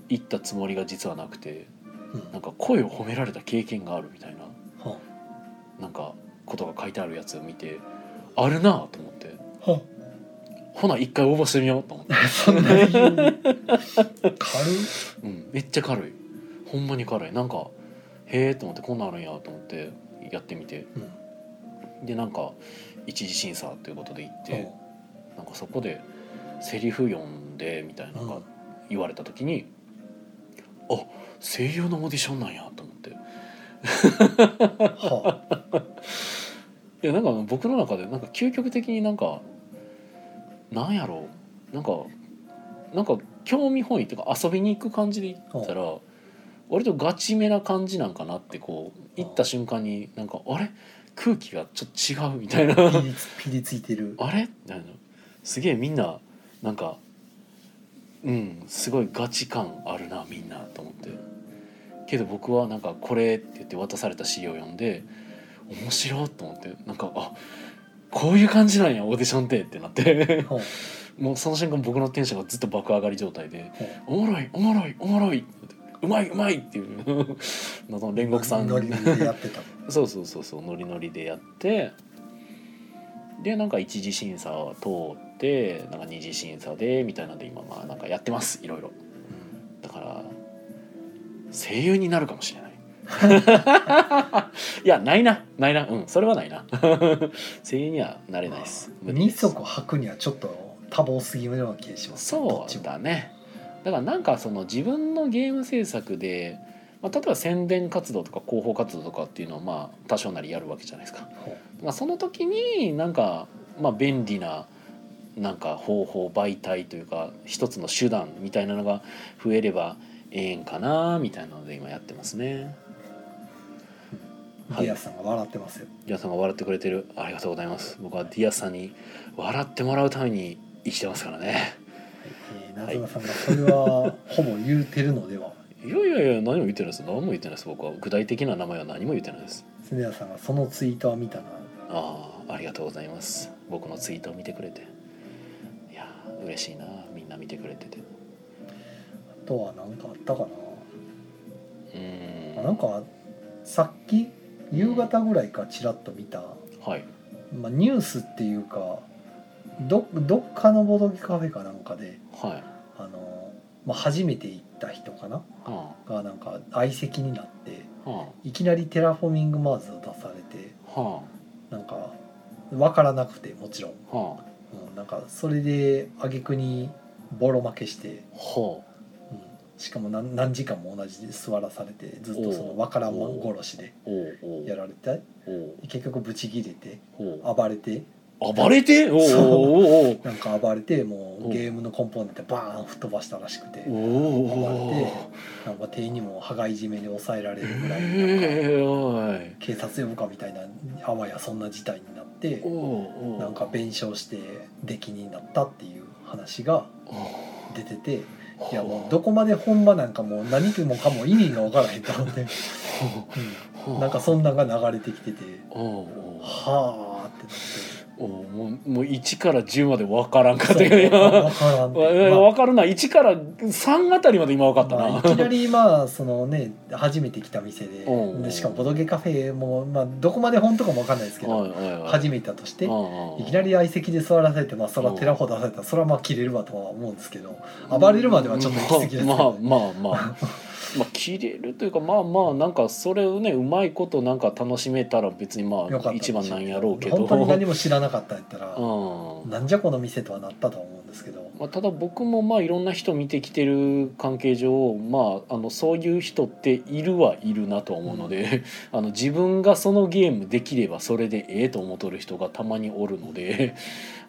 [SPEAKER 1] 行ったつもりが実はなくて
[SPEAKER 2] う、う
[SPEAKER 1] なん
[SPEAKER 2] ん、
[SPEAKER 1] か声を褒められた経験があるみたいな
[SPEAKER 2] ほ
[SPEAKER 1] なんかことが書いてあるやつを見てあるなぁと思って
[SPEAKER 2] うほ
[SPEAKER 1] ほな一回応募してみようと思って。
[SPEAKER 2] うそんな理由に軽っ
[SPEAKER 1] うん、めっちゃ軽いほんまに軽いなんかへえと思ってこんなんあるんやと思ってやってみて
[SPEAKER 2] うん
[SPEAKER 1] でなんか一次審査ということで行って
[SPEAKER 2] ほ
[SPEAKER 1] なんかそこでセリフ読んでみたいなのが
[SPEAKER 2] うん
[SPEAKER 1] 言われた時に、あ声優のオーディションなんやと思って
[SPEAKER 2] うはあ
[SPEAKER 1] いやなんか僕の中でなんか究極的になんかなんやろうなんかなんか興味本位っていうか遊びに行く感じで行ったら割とガチめな感じなんかなってこう行った瞬間になんかあれ空気がちょっと違うみたいな
[SPEAKER 2] ピリつピリついてる
[SPEAKER 1] あれみたいなすげえみんななんかうんすごいガチ感あるなみんなと思ってけど僕はなんか「これ」って言って渡された資料を読んで面白いと思ってなんかあこういう感じなんやオーディションってってなって
[SPEAKER 2] ほう
[SPEAKER 1] もうその瞬間僕のテンションがずっと爆上がり状態で
[SPEAKER 2] ほう
[SPEAKER 1] 「おもろいおもろいおもろい」うまいうまいっていう のと煉獄さん
[SPEAKER 2] ノリノリでやってたの
[SPEAKER 1] そうそうそうそうノリノリでやってでなんか一次審査を通ってなんか二次審査でみたいなんで今まあなんかやってますいろいろだから声優になるかもしれ ないいやないなないなうんそれはない な声優にはなれないです無理
[SPEAKER 2] 二
[SPEAKER 1] です
[SPEAKER 2] 足履くにはちょっと多忙すぎるような気がしますど
[SPEAKER 1] そ
[SPEAKER 2] っち
[SPEAKER 1] う
[SPEAKER 2] も
[SPEAKER 1] だねだからなんかその自分のゲーム制作で、まあ、例えば宣伝活動とか広報活動とかっていうのをまあ多少なりやるわけじゃないですか
[SPEAKER 2] ほう
[SPEAKER 1] まあ、その時になんか、まあ、便利ななんか方法媒体というか一つの手段みたいなのが増えればええんかなみたいなので今やってますね。はい
[SPEAKER 2] ディアさんが笑ってますよ
[SPEAKER 1] ディアさんが笑ってくれてるありがとうございます。僕はディアさんに笑ってもらうために生きてますからね。
[SPEAKER 2] えー、謎さんがそれはほぼ言うてるのでは
[SPEAKER 1] いやいやいや何も言ってないです何も言ってないです僕は具体的な名前は何も言ってないです。
[SPEAKER 2] スネアさんがそのツイートは見たな
[SPEAKER 1] ああありがとうございます僕のツイートを見てくれていやー嬉しいなみんな見てくれてて。
[SPEAKER 2] あとは何かあったかな、
[SPEAKER 1] うー
[SPEAKER 2] あなんかさっき夕方ぐらいかちらっと見た、
[SPEAKER 1] はい
[SPEAKER 2] まあ、ニュースっていうかどどっかのボドゲカフェかなんかで
[SPEAKER 1] はい。
[SPEAKER 2] あの、まあ、初めて行った人かな
[SPEAKER 1] は
[SPEAKER 2] がなんか相席になって
[SPEAKER 1] あ、はい
[SPEAKER 2] きなりテラフォーミングマーズを出されて
[SPEAKER 1] あ、は
[SPEAKER 2] なんか分からなくてもちろん、
[SPEAKER 1] あ、はあ、
[SPEAKER 2] うん、なんかそれで挙句にボロ負けして、
[SPEAKER 1] ほ
[SPEAKER 2] うん、しかも何何時間も同じで座らされてずっとそ
[SPEAKER 1] お
[SPEAKER 2] の
[SPEAKER 1] う
[SPEAKER 2] 分からんまん殺しで
[SPEAKER 1] う、おう、おう、
[SPEAKER 2] やられて
[SPEAKER 1] おう、
[SPEAKER 2] 結局ブチギレて
[SPEAKER 1] お
[SPEAKER 2] 暴れて
[SPEAKER 1] う。暴れて、おう、
[SPEAKER 2] そう
[SPEAKER 1] おう、
[SPEAKER 2] なんか暴れても
[SPEAKER 1] お
[SPEAKER 2] うゲームのコンポーネントバーン吹っ飛ばしたらしくて
[SPEAKER 1] おう、おう、
[SPEAKER 2] 暴
[SPEAKER 1] お
[SPEAKER 2] れ
[SPEAKER 1] う
[SPEAKER 2] て。なんか店員にも羽交い締めで抑えられるぐらいなんか
[SPEAKER 1] ええ、おい。
[SPEAKER 2] 警察呼ぶかみたいなあわやそんな事態になって
[SPEAKER 1] おう、おう。
[SPEAKER 2] なんか弁償して出禁になったっていう話が
[SPEAKER 1] おう。
[SPEAKER 2] 出てて
[SPEAKER 1] ほう
[SPEAKER 2] いやもうどこまで本場なんかもう何てもかも意味が分からへんと思って、
[SPEAKER 1] ほ
[SPEAKER 2] うん、なんかそんなんが流れてきてて
[SPEAKER 1] う、おう、おう、
[SPEAKER 2] はあってなって
[SPEAKER 1] おう、もう、もう一から十までわからんかった
[SPEAKER 2] そう
[SPEAKER 1] けど。わ
[SPEAKER 2] 分からんってまあ
[SPEAKER 1] わかるな、一から三あたりまで今わかった
[SPEAKER 2] まあ、い
[SPEAKER 1] な。
[SPEAKER 2] きなりまあそのね初めて来た店で
[SPEAKER 1] うん
[SPEAKER 2] でしかもボドゲカフェも、まあ、どこまで本とかも分かんないですけど
[SPEAKER 1] い、はい、
[SPEAKER 2] 初めてだとして
[SPEAKER 1] め
[SPEAKER 2] いきなり相席で座らされてまあそら
[SPEAKER 1] うん
[SPEAKER 2] 寺ほど出されたらそれはまあ切れるわとは思うんですけど暴れるまではちょっと行き過ぎですけど
[SPEAKER 1] まあまあまあ、まあ、まあ切れるというかまあまあなんかそれをねうまいことなんか楽しめたら別にま
[SPEAKER 2] よか
[SPEAKER 1] あ
[SPEAKER 2] った
[SPEAKER 1] 一番なんやろうけど
[SPEAKER 2] 本当に何も知らなかったんやったら、
[SPEAKER 1] うん
[SPEAKER 2] なんじゃこの店とはなったとは思うんですけど
[SPEAKER 1] まあ、ただ僕もまあいろんな人見てきてる関係上、まあ、あのそういう人っているはいるなとは思うので、あの自分がそのゲームできればそれでええと思っとる人がたまにおるので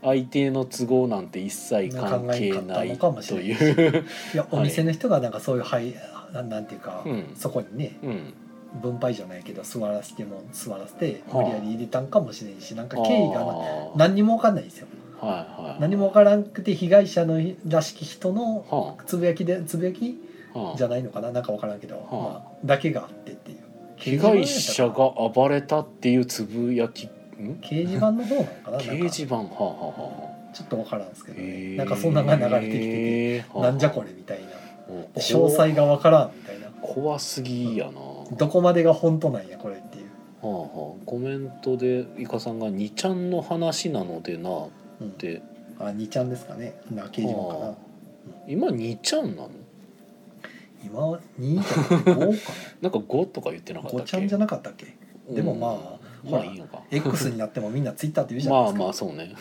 [SPEAKER 1] 相手の都合なんて一切関係ないという。
[SPEAKER 2] いや
[SPEAKER 1] はい
[SPEAKER 2] お店の人がなんかそういうはいななんていうか、
[SPEAKER 1] うん
[SPEAKER 2] そこにね
[SPEAKER 1] うん
[SPEAKER 2] 分配じゃないけど座らせても座らせて
[SPEAKER 1] はあ
[SPEAKER 2] 無理やり入れたんかもしれんしなんか経緯がな
[SPEAKER 1] あ
[SPEAKER 2] 何にも分かんないですよ
[SPEAKER 1] ーはいはい、
[SPEAKER 2] 何も分からなくて被害者のらしき人の
[SPEAKER 1] はあ
[SPEAKER 2] つぶやきでつぶやき
[SPEAKER 1] はあ
[SPEAKER 2] じゃないのかななんか分からんけど、
[SPEAKER 1] は
[SPEAKER 2] まあ、だけがあってっていう
[SPEAKER 1] 被害者が暴れたっていうつぶやきん
[SPEAKER 2] 掲示板の方なの か
[SPEAKER 1] 掲
[SPEAKER 2] ななんか
[SPEAKER 1] 示
[SPEAKER 2] ち
[SPEAKER 1] 板はあ、はあはあはあ
[SPEAKER 2] ょっと分からんですけど、
[SPEAKER 1] へ
[SPEAKER 2] ね、
[SPEAKER 1] え
[SPEAKER 2] なんかそんなのが流れてきて
[SPEAKER 1] へえ
[SPEAKER 2] てなんじゃこれみたいな
[SPEAKER 1] もう
[SPEAKER 2] で詳細が分からんみたいな
[SPEAKER 1] こ怖すぎやな、は
[SPEAKER 2] どこまでが本当なんやこれっていう、
[SPEAKER 1] あはあ、コメントでイカさんが「二ちゃんの話なのでな」っ
[SPEAKER 2] うん、
[SPEAKER 1] て
[SPEAKER 2] あ2ちゃんですかねな掲示板か
[SPEAKER 1] は
[SPEAKER 2] な
[SPEAKER 1] あ今二ちゃんなの
[SPEAKER 2] 今は2ちゃんって5か
[SPEAKER 1] なんか5とか言ってな
[SPEAKER 2] な
[SPEAKER 1] かったっ
[SPEAKER 2] 5
[SPEAKER 1] け
[SPEAKER 2] ちゃんじゃなかったっけでもまあ、
[SPEAKER 1] うん
[SPEAKER 2] ほ
[SPEAKER 1] ま
[SPEAKER 2] ら
[SPEAKER 1] あいいのか
[SPEAKER 2] X になってもみんなツイッターって言うじゃない
[SPEAKER 1] ま
[SPEAKER 2] で
[SPEAKER 1] あ
[SPEAKER 2] すか
[SPEAKER 1] まあそう ね、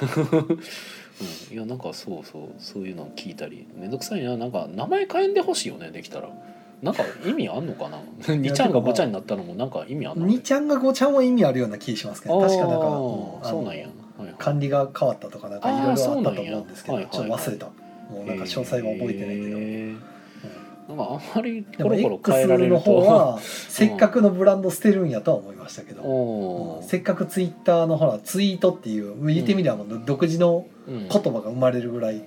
[SPEAKER 1] うん、いやなんかそうそうそういうの聞いたりめんどくさいななんか名前変えんでほしいよねできたらなんか意味あんのか な2ちゃんが5ちゃんになったのもなんか意味あんの
[SPEAKER 2] 2ちゃんが5ちゃんは意味あるような気がしますけど確かなんか、
[SPEAKER 1] あー
[SPEAKER 2] あの
[SPEAKER 1] そうなんや、はいはい
[SPEAKER 2] 管理が変わったとかなんかいろいろあったと思うんですけど、
[SPEAKER 1] あー
[SPEAKER 2] ち
[SPEAKER 1] そ
[SPEAKER 2] ょ
[SPEAKER 1] う
[SPEAKER 2] っ
[SPEAKER 1] なんや
[SPEAKER 2] と忘れた、もうなんか詳細は覚えてないけど、
[SPEAKER 1] へ
[SPEAKER 2] う
[SPEAKER 1] ーなんかあんまり
[SPEAKER 2] ん
[SPEAKER 1] コ
[SPEAKER 2] でも
[SPEAKER 1] ロコロ変え
[SPEAKER 2] X
[SPEAKER 1] られ
[SPEAKER 2] の
[SPEAKER 1] る
[SPEAKER 2] 方
[SPEAKER 1] と
[SPEAKER 2] はせっかくのブランド捨てるんやとは思いましたけど、
[SPEAKER 1] お
[SPEAKER 2] うん
[SPEAKER 1] ー
[SPEAKER 2] せっかくツイッターのほらツイートっていう言ってみればもう独自の
[SPEAKER 1] うん
[SPEAKER 2] 言葉が生まれるぐらい
[SPEAKER 1] うん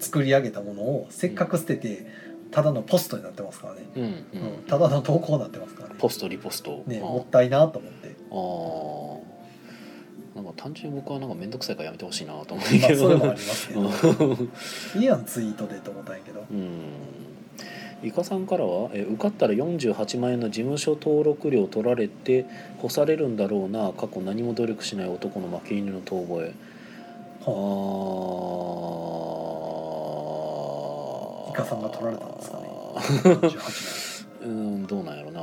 [SPEAKER 2] 作り上げたものをせっかく捨てて、ただのポストになってますからね、
[SPEAKER 1] うんうん
[SPEAKER 2] うんただの投稿になってますからね
[SPEAKER 1] ポストリポスト、
[SPEAKER 2] ね
[SPEAKER 1] あ
[SPEAKER 2] もったいなと思って、
[SPEAKER 1] あーなんか単純に僕はなんか面倒くさいからやめてほしいなと思う
[SPEAKER 2] まあ、
[SPEAKER 1] け
[SPEAKER 2] そ
[SPEAKER 1] ど、
[SPEAKER 2] れもありますけど
[SPEAKER 1] うん
[SPEAKER 2] いいやんツイートでと思ったんやけど
[SPEAKER 1] うんイカさんからはえ「受かったら48万円の事務所登録料取られて干されるんだろうな過去何も努力しない男の負け犬の遠吠え」ああ
[SPEAKER 2] イカさんが取られたんですかね48
[SPEAKER 1] うーんどうなんやろな、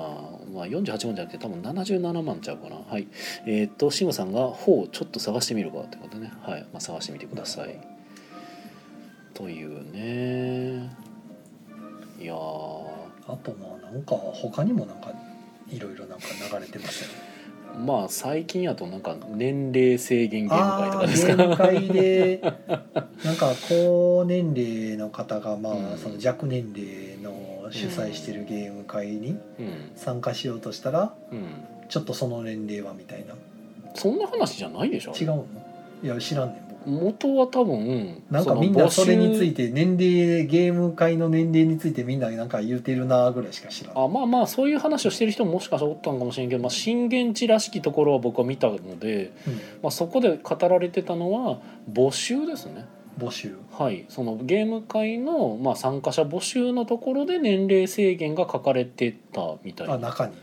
[SPEAKER 1] まあ、48万じゃなくて多分77万ちゃうかなはいえーっとシムさんが「ほうちょっと探してみるか」ってことでねはい、まあ、探してみてくださいというねいやー
[SPEAKER 2] あとまあなんか他にもなんかいろいろなんか流れてますよね
[SPEAKER 1] まあ最近やとなんか年齢制限ゲーム会と
[SPEAKER 2] あ
[SPEAKER 1] か
[SPEAKER 2] あ
[SPEAKER 1] ですか
[SPEAKER 2] ー限界でなんか高年齢の方がまあ、
[SPEAKER 1] うん
[SPEAKER 2] その弱年齢の主催してるゲーム会に
[SPEAKER 1] うん
[SPEAKER 2] 参加しようとしたら
[SPEAKER 1] うん
[SPEAKER 2] ちょっとその年齢はみたいな
[SPEAKER 1] そんな話じゃないでしょ
[SPEAKER 2] 違うのいや知らんねん僕
[SPEAKER 1] 元は多分
[SPEAKER 2] なんかみんなそれについ
[SPEAKER 1] て
[SPEAKER 2] て年齢ゲーム会の年齢についてみんななんか言うてるなぐらいしか知らん
[SPEAKER 1] あまあまあそういう話をしてる人ももしかしたらおったんかもしれんけど、まあ、震源地らしきところは僕は見たので、
[SPEAKER 2] うん
[SPEAKER 1] まあ、そこで語られてたのは募集ですね。
[SPEAKER 2] 募集
[SPEAKER 1] はい、そのゲーム会の、まあ、参加者募集のところで年齢制限が書かれてたみた
[SPEAKER 2] あ
[SPEAKER 1] いな
[SPEAKER 2] 中に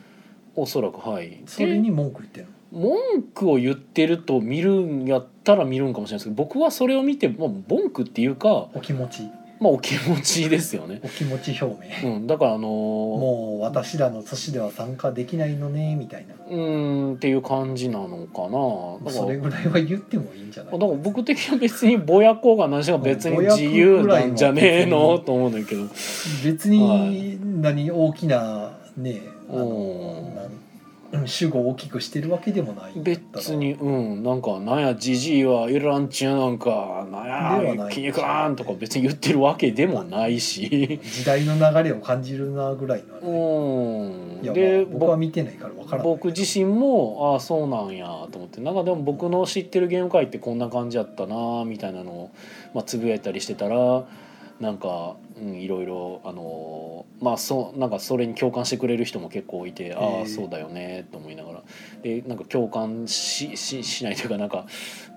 [SPEAKER 1] おそらくはい
[SPEAKER 2] それ
[SPEAKER 1] で
[SPEAKER 2] に文句言ってるの
[SPEAKER 1] 文句を言ってると見るんやったら見るんかもしれないですけど僕はそれを見て、まあ、文句っていうか、
[SPEAKER 2] お気持ち
[SPEAKER 1] まあ、お気持ちですよね、
[SPEAKER 2] お気持ち表 明
[SPEAKER 1] うん、だからあのー
[SPEAKER 2] もう私らの年では参加できないのねみたいな
[SPEAKER 1] うーんっていう感じなのかなだ
[SPEAKER 2] そ
[SPEAKER 1] か
[SPEAKER 2] れ
[SPEAKER 1] ら
[SPEAKER 2] ぐらいは言ってもいいんじゃない
[SPEAKER 1] だから僕的には別にぼやこうが何しろ別に自由なんじゃねえ
[SPEAKER 2] ぼや
[SPEAKER 1] の
[SPEAKER 2] く
[SPEAKER 1] と思うんだけど
[SPEAKER 2] 別に何大きなねあ
[SPEAKER 1] うん
[SPEAKER 2] のなんうん主語を大きくしてるわけでもないんだったら
[SPEAKER 1] 別にうんなんか「なんやじじいはいらんちゅうなんかなん
[SPEAKER 2] で
[SPEAKER 1] や
[SPEAKER 2] はない
[SPEAKER 1] 気に食わん」とか別に言ってるわけでもないし
[SPEAKER 2] 時代の流れを感じるなぐらいのあれ
[SPEAKER 1] う
[SPEAKER 2] で
[SPEAKER 1] ん
[SPEAKER 2] いや
[SPEAKER 1] で
[SPEAKER 2] まあ僕は見てないからわからない
[SPEAKER 1] 僕自身もああそうなんやと思ってなんかでも僕の知ってるゲーム界ってこんな感じやったなみたいなのを、まあ、つぶやいたりしてたらなんか、うん、いろいろあのーまあそうなんかそれに共感してくれる人も結構いてあ
[SPEAKER 2] へ
[SPEAKER 1] あ
[SPEAKER 2] え
[SPEAKER 1] そうだよねと思いながらでなんか共感しししないというかなんか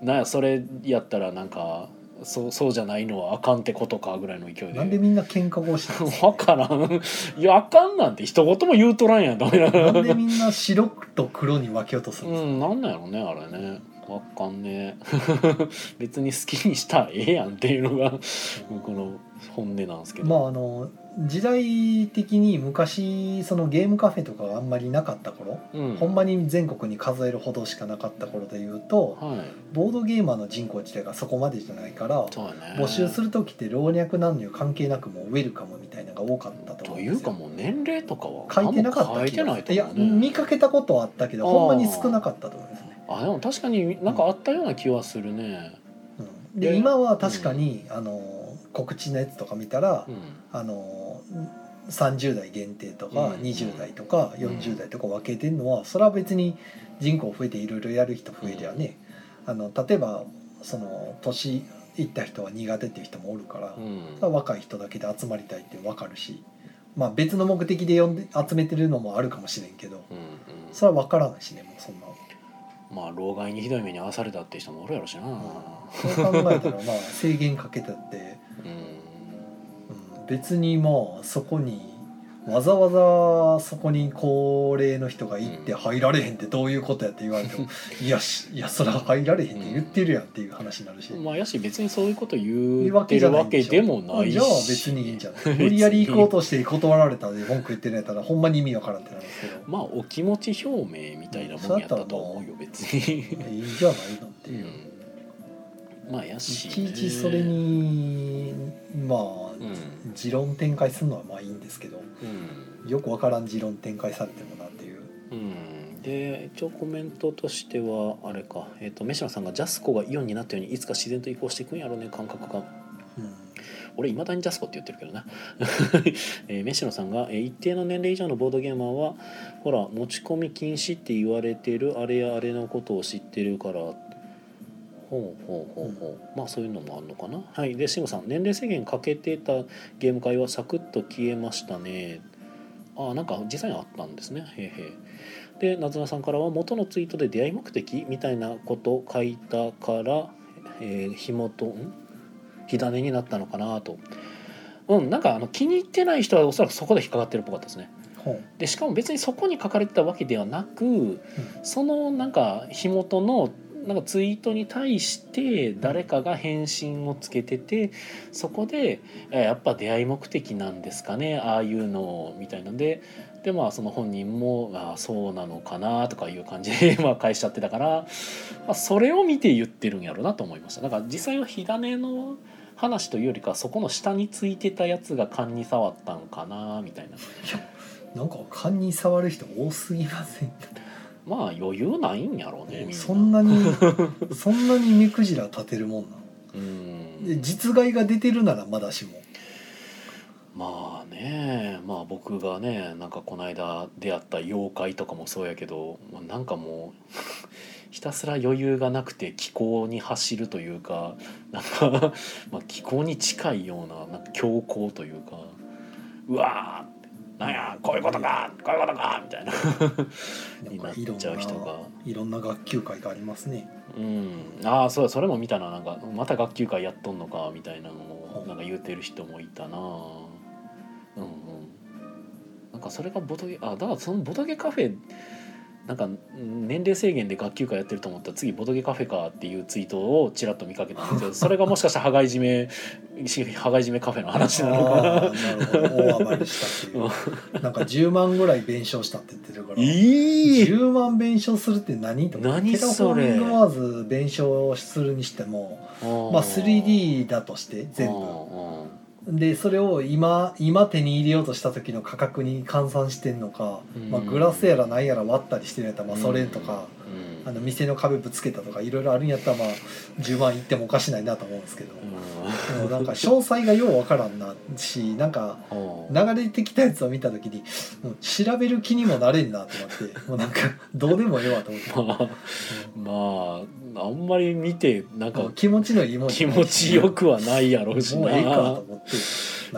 [SPEAKER 1] なんやそれやったらなんかそうそうじゃないのはあかんってことかぐらいの勢いで。
[SPEAKER 2] なんでみんな喧嘩をしてるんです か
[SPEAKER 1] わからんいやあかんなんて一言も言うとらんやんと思いながら
[SPEAKER 2] なんでみんな白と黒に分けようとするん
[SPEAKER 1] う
[SPEAKER 2] ですか
[SPEAKER 1] ん、なんなんやろねあれねわかんねえ 別に好きにしたらええやんっていうのが僕の本音なんですけど、
[SPEAKER 2] まああの時代的に昔そのゲームカフェとかがあんまりなかった頃、
[SPEAKER 1] うん、
[SPEAKER 2] ほんまに全国に数えるほどしかなかった頃でいうと
[SPEAKER 1] はい
[SPEAKER 2] ボードゲーマーの人口自体がそこまでじゃないから
[SPEAKER 1] そうやね
[SPEAKER 2] 募集する時って老若男女関係なくもうウェルカムみたいなのが多かったと
[SPEAKER 1] と
[SPEAKER 2] 思う
[SPEAKER 1] い
[SPEAKER 2] んで
[SPEAKER 1] う
[SPEAKER 2] す
[SPEAKER 1] か
[SPEAKER 2] よ。
[SPEAKER 1] もう年齢とかは
[SPEAKER 2] 書いてなかっ
[SPEAKER 1] あんま
[SPEAKER 2] た
[SPEAKER 1] 書い
[SPEAKER 2] 気
[SPEAKER 1] てな
[SPEAKER 2] が
[SPEAKER 1] い
[SPEAKER 2] す
[SPEAKER 1] と
[SPEAKER 2] るいや
[SPEAKER 1] 思うね
[SPEAKER 2] 見かけたことはあったけど
[SPEAKER 1] あー
[SPEAKER 2] ほんまに少なかったと思いますね。
[SPEAKER 1] あでも確かになんかあったような気はするね
[SPEAKER 2] うんで
[SPEAKER 1] で
[SPEAKER 2] 今は確かに、あの告知のやつとか見たら、
[SPEAKER 1] うん
[SPEAKER 2] あの30代限定とか
[SPEAKER 1] うん
[SPEAKER 2] 20代とか
[SPEAKER 1] うん
[SPEAKER 2] 40代とか分けてんのはそれは別に人口増えていろいろやる人増えりゃねあの例えばその年いった人は苦手っていう人もおるから
[SPEAKER 1] うん
[SPEAKER 2] 若い人だけで集まりたいって分かるしまあ別の目的で呼んで集めてるのもあるかもしれんけど
[SPEAKER 1] うんうん
[SPEAKER 2] それは分からないしねもう そんな
[SPEAKER 1] まあ老害にひどい目に遭わされたって人もおるやろしな、うん
[SPEAKER 2] そう考えたらまあ制限かけたってうん別にまあそこにわざわざそこに高齢の人が行って
[SPEAKER 1] うん
[SPEAKER 2] 入られへんってどういうことやって言われても いやしいやそら入られへんって言ってるやんっていう話になるし、
[SPEAKER 1] まあやし別にそういうこと言
[SPEAKER 2] 言う
[SPEAKER 1] っ
[SPEAKER 2] わ
[SPEAKER 1] て
[SPEAKER 2] けじゃ
[SPEAKER 1] る
[SPEAKER 2] ない
[SPEAKER 1] わ
[SPEAKER 2] ん
[SPEAKER 1] け
[SPEAKER 2] でしょ
[SPEAKER 1] でもないし
[SPEAKER 2] じゃあ別にいいんじゃない
[SPEAKER 1] に
[SPEAKER 2] 無理やり行こうとして断られたで文句言ってるんやったらほんまに意味わからんってなるんですけど
[SPEAKER 1] まあお気持ち表明みたいなもんやったとは思うよ別 に、
[SPEAKER 2] いいじゃないのっていう、
[SPEAKER 1] まあや
[SPEAKER 2] い
[SPEAKER 1] し、
[SPEAKER 2] ちいちそれにまあ、
[SPEAKER 1] うん、
[SPEAKER 2] 持論展開するのはまあいいんですけど
[SPEAKER 1] うん
[SPEAKER 2] よくわからん持論展開されてもなっていう
[SPEAKER 1] うん、で一応コメントとしてはあれか、えー、とメシナさんがジャスコがイオンになったようにいつか自然と移行していくんやろうね感覚が
[SPEAKER 2] うん
[SPEAKER 1] 俺いまだにジャスコって言ってるけどな、 えー、メシノさんが、えー一定の年齢以上のボードゲーマーはほら持ち込み禁止って言われてるあれやあれのことを知ってるからほうほうほうほう、まあそういうのもあるのかなはいで慎吾さん年齢制限かけてたゲーム会はサクッと消えましたねああなんか実際にあったんですねへーへーでなずなさんからは元のツイートで出会い目的みたいなこと書いたから、えー、紐とん火種になったのかなとうんなんかあの気に入ってない人はおそらくそこで引っかかってるっぽかったですね
[SPEAKER 2] ほう
[SPEAKER 1] でしかも別にそこに書かれてたわけではなく、そのなんか日元のなんかツイートに対して誰かが返信をつけててそこでえーやっぱ出会い目的なんですかねああいうのみたいなんででまあその本人もああそうなのかなとかいう感じで まあ返しちゃってたから、まあ、それを見て言ってるんやろうなと思いました。だから実際は火種の話というよりかそこの下についてたやつが勘に触ったんかなみたいな
[SPEAKER 2] なんか勘に触る人多すぎません
[SPEAKER 1] まあ余裕ないんやろうねみんな
[SPEAKER 2] そん なにそんなに目くじら立てるもんな
[SPEAKER 1] うん
[SPEAKER 2] ので実害が出てるならまだしも
[SPEAKER 1] まあねまあ僕がねなんかこの間出会った妖怪とかもそうやけど、まあ、なんかもう ひたすら余裕がなくて気候に走るというかなんか まあ気候に近いようななんか強行というかうわーなんやこういうことかこういうことかみたいな
[SPEAKER 2] なん
[SPEAKER 1] に
[SPEAKER 2] か
[SPEAKER 1] なっ
[SPEAKER 2] いろん
[SPEAKER 1] ちゃう人
[SPEAKER 2] な
[SPEAKER 1] が
[SPEAKER 2] いろんな学級会がありますね
[SPEAKER 1] うんああそうだそれも見たななんかまた学級会やっとんのかみたいなのをなんか言うてる人もいたなうんうんなんかそれがボトゲあだからそのボトゲカフェなんかうん年齢制限で学級会やってると思ったら次ボトゲカフェかっていうツイートをちらっと見かけたんですけ どそれがもしかしたら羽交い締め羽交い締めカフェの話なのかな
[SPEAKER 2] あーなるほど大暴れしたっ ていうなんか10万ぐらい弁償したって言ってるから
[SPEAKER 1] いい
[SPEAKER 2] 10万弁償するって何とか
[SPEAKER 1] 何
[SPEAKER 2] テラフォ
[SPEAKER 1] それ
[SPEAKER 2] ーミングワーズ弁償するにしてもまあ 3D だとして全部
[SPEAKER 1] 部
[SPEAKER 2] でそれを今今手に入れようとした時の価格に換算してんのか、
[SPEAKER 1] うん
[SPEAKER 2] まあ、グラスやら何やら割ったりしてるんやったら、まあ、それとか、あの店の壁ぶつけたとかいろいろあるんやったらまあ10万いってもおかしないなと思うんですけど、でもなんか詳細がようわからんなしなんか流れてきたやつを見た時にもう調べる気にもなれんなと思ってもうな んかどうでもええわと思っ
[SPEAKER 1] ま
[SPEAKER 2] て
[SPEAKER 1] あまああんまり見てなん
[SPEAKER 2] も
[SPEAKER 1] か
[SPEAKER 2] う気持ちのいいもんじ
[SPEAKER 1] 気
[SPEAKER 2] ゃない
[SPEAKER 1] 持ちよくはないやろうし
[SPEAKER 2] もう
[SPEAKER 1] な
[SPEAKER 2] ええ
[SPEAKER 1] い
[SPEAKER 2] か
[SPEAKER 1] や
[SPEAKER 2] と思って流して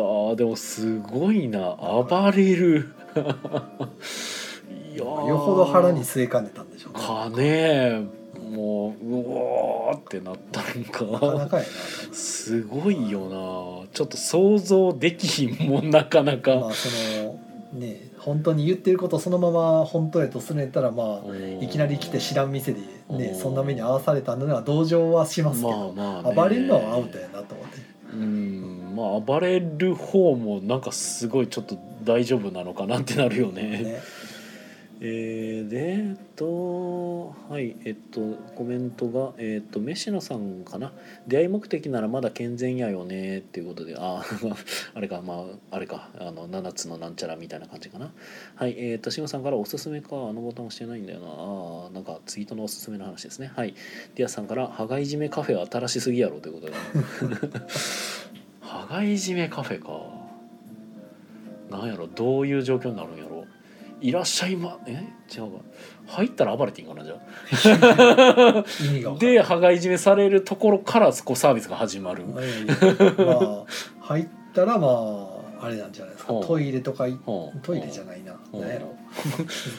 [SPEAKER 1] ーでもすごいな暴れる いやー
[SPEAKER 2] よほど腹に据えかねたんでしょうね
[SPEAKER 1] かねもううおーってなったん
[SPEAKER 2] なかな
[SPEAKER 1] か
[SPEAKER 2] かや
[SPEAKER 1] すごいよなちょっと想像できひんもんなかな
[SPEAKER 2] なま
[SPEAKER 1] か、
[SPEAKER 2] あそのね本当に言ってることそのまま本当やとするんやったらまあいきなり来て知らん店でね
[SPEAKER 1] うん
[SPEAKER 2] そんな目に遭わされたのは同情はしますけど、
[SPEAKER 1] まあまあね
[SPEAKER 2] 暴れるのはアウトやなと思って
[SPEAKER 1] うんまあ暴れる方もなんかすごいちょっと大丈夫なのかなってなるよね。
[SPEAKER 2] ね
[SPEAKER 1] えーでえっとはいえっとコメントがえっとメシナさんかな出会い目的ならまだ健全やよねっていうことであ あれかまああれかあの7つのなんちゃらみたいな感じかなはいえっと慎吾さんからおすすめかあのボタン押してないんだよなあーなんかツイートのおすすめの話ですねはいディアスさんから「羽交い締めカフェは新しすぎやろ」ということで 羽交い締めカフェかなんやろどういう状況になるんやろいらっしゃいまえ違うか入ったら暴れていいんかなじゃ
[SPEAKER 2] 意味が
[SPEAKER 1] あ
[SPEAKER 2] 分からん
[SPEAKER 1] で羽交い締めされるところからこうサービスが始まる
[SPEAKER 2] まあまあ入ったらまああれなんじゃないですか
[SPEAKER 1] ほう
[SPEAKER 2] トイレとかい
[SPEAKER 1] ほう
[SPEAKER 2] トイレじゃないな
[SPEAKER 1] うん
[SPEAKER 2] 何やろ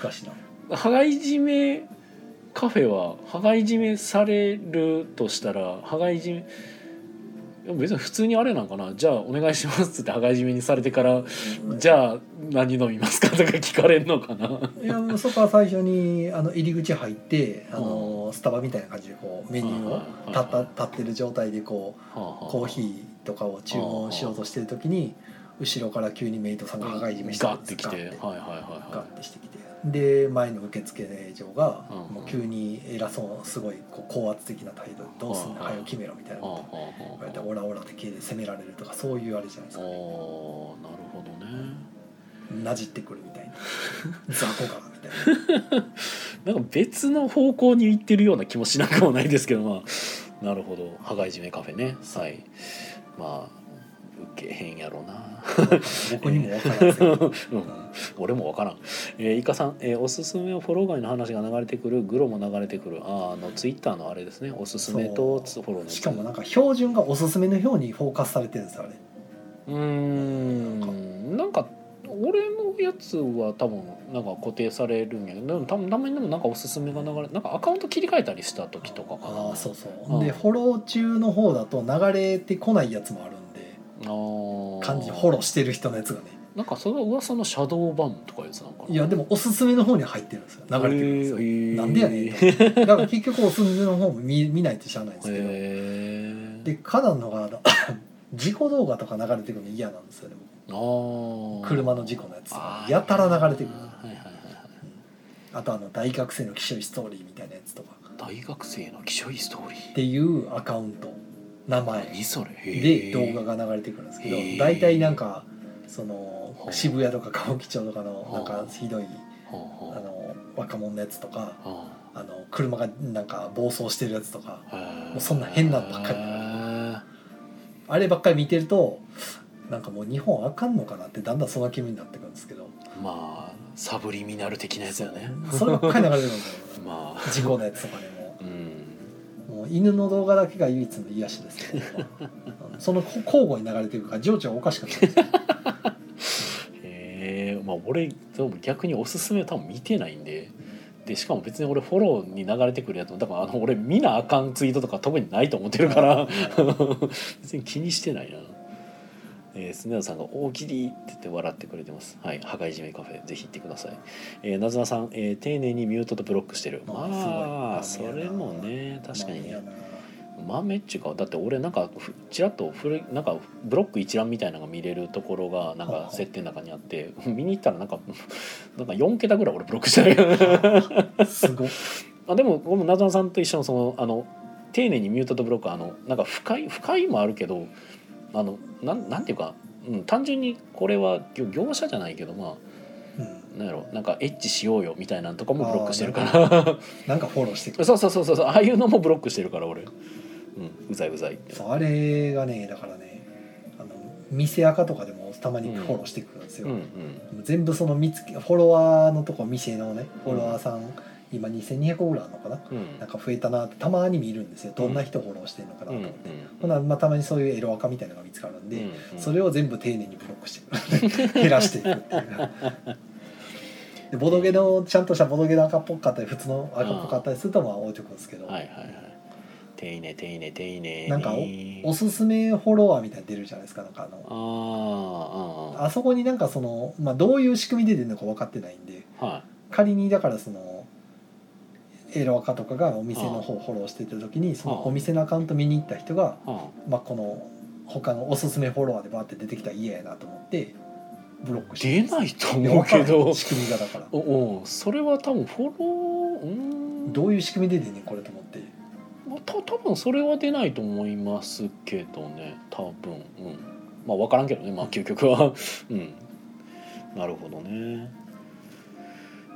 [SPEAKER 2] 難しいな
[SPEAKER 1] 羽交い締めカフェは羽交い締めされるとしたら羽交い締めでも別に普通にあれなんかなじゃあお願いしますって羽交い締めにされてからじゃあ何飲みますかとか聞かれんのかな。
[SPEAKER 2] いやもうそこは最初にあの入り口入ってあのスタバみたいな感じでこうメニュー
[SPEAKER 1] は
[SPEAKER 2] を
[SPEAKER 1] い
[SPEAKER 2] 立っ
[SPEAKER 1] は
[SPEAKER 2] た
[SPEAKER 1] い
[SPEAKER 2] 立ってる状態でこう コ
[SPEAKER 1] コ
[SPEAKER 2] ーヒーとかを注文しようとしてる時に後ろから急にメイトさんが羽交い締めして
[SPEAKER 1] ガッてきてはいはいはい
[SPEAKER 2] ガ
[SPEAKER 1] は
[SPEAKER 2] ッてしてきてで前の受付嬢が
[SPEAKER 1] うんうん
[SPEAKER 2] もう急に偉そうすごいこう高圧的な態度で「どうすん
[SPEAKER 1] うんう
[SPEAKER 2] だ
[SPEAKER 1] ん。
[SPEAKER 2] 早く決めろ」みたいないこと
[SPEAKER 1] はあはあ
[SPEAKER 2] 言わ
[SPEAKER 1] は
[SPEAKER 2] れ
[SPEAKER 1] あ
[SPEAKER 2] て「オラオラ」って系で責められるとかそういうあれじゃないです
[SPEAKER 1] あー
[SPEAKER 2] かね
[SPEAKER 1] なるほどね
[SPEAKER 2] なじってくる みたいな雑魚がみたいな
[SPEAKER 1] なんか別の方向に行ってるような気もしなくもないですけどまあなるほど羽交い締めカフェねはいまあ受けへんやろな
[SPEAKER 2] 僕にも分からんですよ
[SPEAKER 1] うん俺もわからん、えー、イカさん、えーおすすめをフォロー外の話が流れてくるグロも流れてくるあーあのツイッターのあれですねおすすめとつフォローの
[SPEAKER 2] しかもなんか標準がおすすめの表にフォーカスされてるんですよあれ
[SPEAKER 1] うーんなんか俺のやつは多分なんか固定されるんやけどでも多分たまにでもなんかおすすめが流れなんかアカウント切り替えたりした時とかかな
[SPEAKER 2] ああそうそう、
[SPEAKER 1] うん
[SPEAKER 2] でフォロー中の方だと流れてこないやつもあるんで
[SPEAKER 1] あ
[SPEAKER 2] 感じフォロ
[SPEAKER 1] ー
[SPEAKER 2] ーしてる人のやつがね
[SPEAKER 1] なんかそれは噂のシャドーバンとかいうやつなんかない
[SPEAKER 2] やでもおすすめの方には入ってるんですよ流れてるんですよ、
[SPEAKER 1] へー
[SPEAKER 2] なんでやねんと だから結局おすすめの方も見見ないと知らないんですけど、
[SPEAKER 1] へ
[SPEAKER 2] でカナンのが あの事故動画とか流れてくるの嫌なんですよね
[SPEAKER 1] あー
[SPEAKER 2] 車の事故のやつ
[SPEAKER 1] あー
[SPEAKER 2] やたら流れてくる
[SPEAKER 1] はいはいはいはい
[SPEAKER 2] あとあの大学生の気象ストーリーみたいなやつとか
[SPEAKER 1] 大学生の気象いストーリー
[SPEAKER 2] っていうアカウント名前
[SPEAKER 1] 何それへ
[SPEAKER 2] で
[SPEAKER 1] ー
[SPEAKER 2] 動画が流れてくるんですけど
[SPEAKER 1] へー
[SPEAKER 2] 大体なんかその
[SPEAKER 1] ほう
[SPEAKER 2] 渋谷とか歌舞伎町とかの
[SPEAKER 1] ほう
[SPEAKER 2] なんかひどい
[SPEAKER 1] ほうほ
[SPEAKER 2] あ
[SPEAKER 1] う
[SPEAKER 2] の若者のやつとか
[SPEAKER 1] あ
[SPEAKER 2] あの車がなんか暴走してるやつとか
[SPEAKER 1] ーへー
[SPEAKER 2] もうそんな変なのばっかりあればっかり見てるとなんかもう日本あかんのかなってだんだんそんな気分になってくるんですけど
[SPEAKER 1] まあサブリミナル的なやつだね
[SPEAKER 2] そればっかり流れるんですよ
[SPEAKER 1] まあ
[SPEAKER 2] 事故のやつとかでも。
[SPEAKER 1] うん
[SPEAKER 2] もう犬の動画だけが唯一の癒しですけどうんその交互に流れてるから情緒がおかしくなるんですよ
[SPEAKER 1] へえまあ俺でも逆におすすめ多分見てないんででしかも別に俺フォローに流れてくるやつもだからあの俺見なあかんツイートとか特に ないと思ってるから 別に気にしてないな。えー、スネ夫さんが「大喜利」って言って笑ってくれてます。はい、破壊じめカフェぜひ行ってください。えー、なずなさん、えー丁寧にミュートとブロックしてる。
[SPEAKER 2] あ
[SPEAKER 1] ま
[SPEAKER 2] ー
[SPEAKER 1] あ
[SPEAKER 2] す
[SPEAKER 1] そ
[SPEAKER 2] ごい
[SPEAKER 1] れもね確かにね
[SPEAKER 2] まあ。嫌な
[SPEAKER 1] 豆っちゅうかだって俺なんかふちらっと古いなんかブロック一覧みたいなのが見れるところがなん
[SPEAKER 2] はいは
[SPEAKER 1] か
[SPEAKER 2] い
[SPEAKER 1] 設定の中にあって見に行ったらなんかなんか4桁ぐらい俺ブロックしてたけど
[SPEAKER 2] すごい
[SPEAKER 1] あでも俺もなぞなさんと一緒のそのあの丁寧にミュートとブロックはあのなんか深い深いもあるけどあのなんなんていうか、うん、単純にこれは業業者じゃないけどま
[SPEAKER 2] うん
[SPEAKER 1] あなんやろなんかエッチしようよみたいなのとかもブロックしてるから
[SPEAKER 2] なんかフォローしてく る
[SPEAKER 1] そうそうそうそうああいうのもブロックしてるから俺、うん、うざいうざいって。
[SPEAKER 2] そうあれがねだからねあの店垢とかでもたまにフォローしてくるんですよ、
[SPEAKER 1] うんうん
[SPEAKER 2] 全部その見つけフォロワーのとこ店のねフォロワーさん、今2200ぐらいあるのかな
[SPEAKER 1] うん
[SPEAKER 2] なんか増えたなってたまに見るんですよどんな人フォローしてるのかなと
[SPEAKER 1] うんう
[SPEAKER 2] 思
[SPEAKER 1] ん
[SPEAKER 2] って、ほなまあ、たまにそういうエロアカみたいなのが見つかるんで、
[SPEAKER 1] うん
[SPEAKER 2] それを全部丁寧にブロックしていく 減らしていくっていう でボドゲのちゃんとしたボドゲの赤っぽかったり普通の赤っぽかったりするとまあ置いておくんですけど、
[SPEAKER 1] はいはいはい丁寧丁寧丁寧に
[SPEAKER 2] なんかおすすめフォロワーみたいに出るじゃないですかなんかあの
[SPEAKER 1] あーあ
[SPEAKER 2] あそこになんかその、まあ、どういう仕組みで出るのか分かってないんで
[SPEAKER 1] あは
[SPEAKER 2] 仮にだからそのエロアカとかがお店の方をフォローしてた時にそのお店のアカウント見に行った人が
[SPEAKER 1] いは
[SPEAKER 2] まあ、この他のおすすめフォロワーでバーって出てきたら嫌やなと思ってブロック
[SPEAKER 1] あ
[SPEAKER 2] して
[SPEAKER 1] 出ないと思うけ
[SPEAKER 2] いやわからな
[SPEAKER 1] ど
[SPEAKER 2] い仕組みがだから
[SPEAKER 1] おおうそれは多分フォローうーん
[SPEAKER 2] どういう仕組みで出んねんこれと思って
[SPEAKER 1] まあた多分それは出ないと思いますけどね多分うんまあ分からんけどねまあ究極は うんなるほどね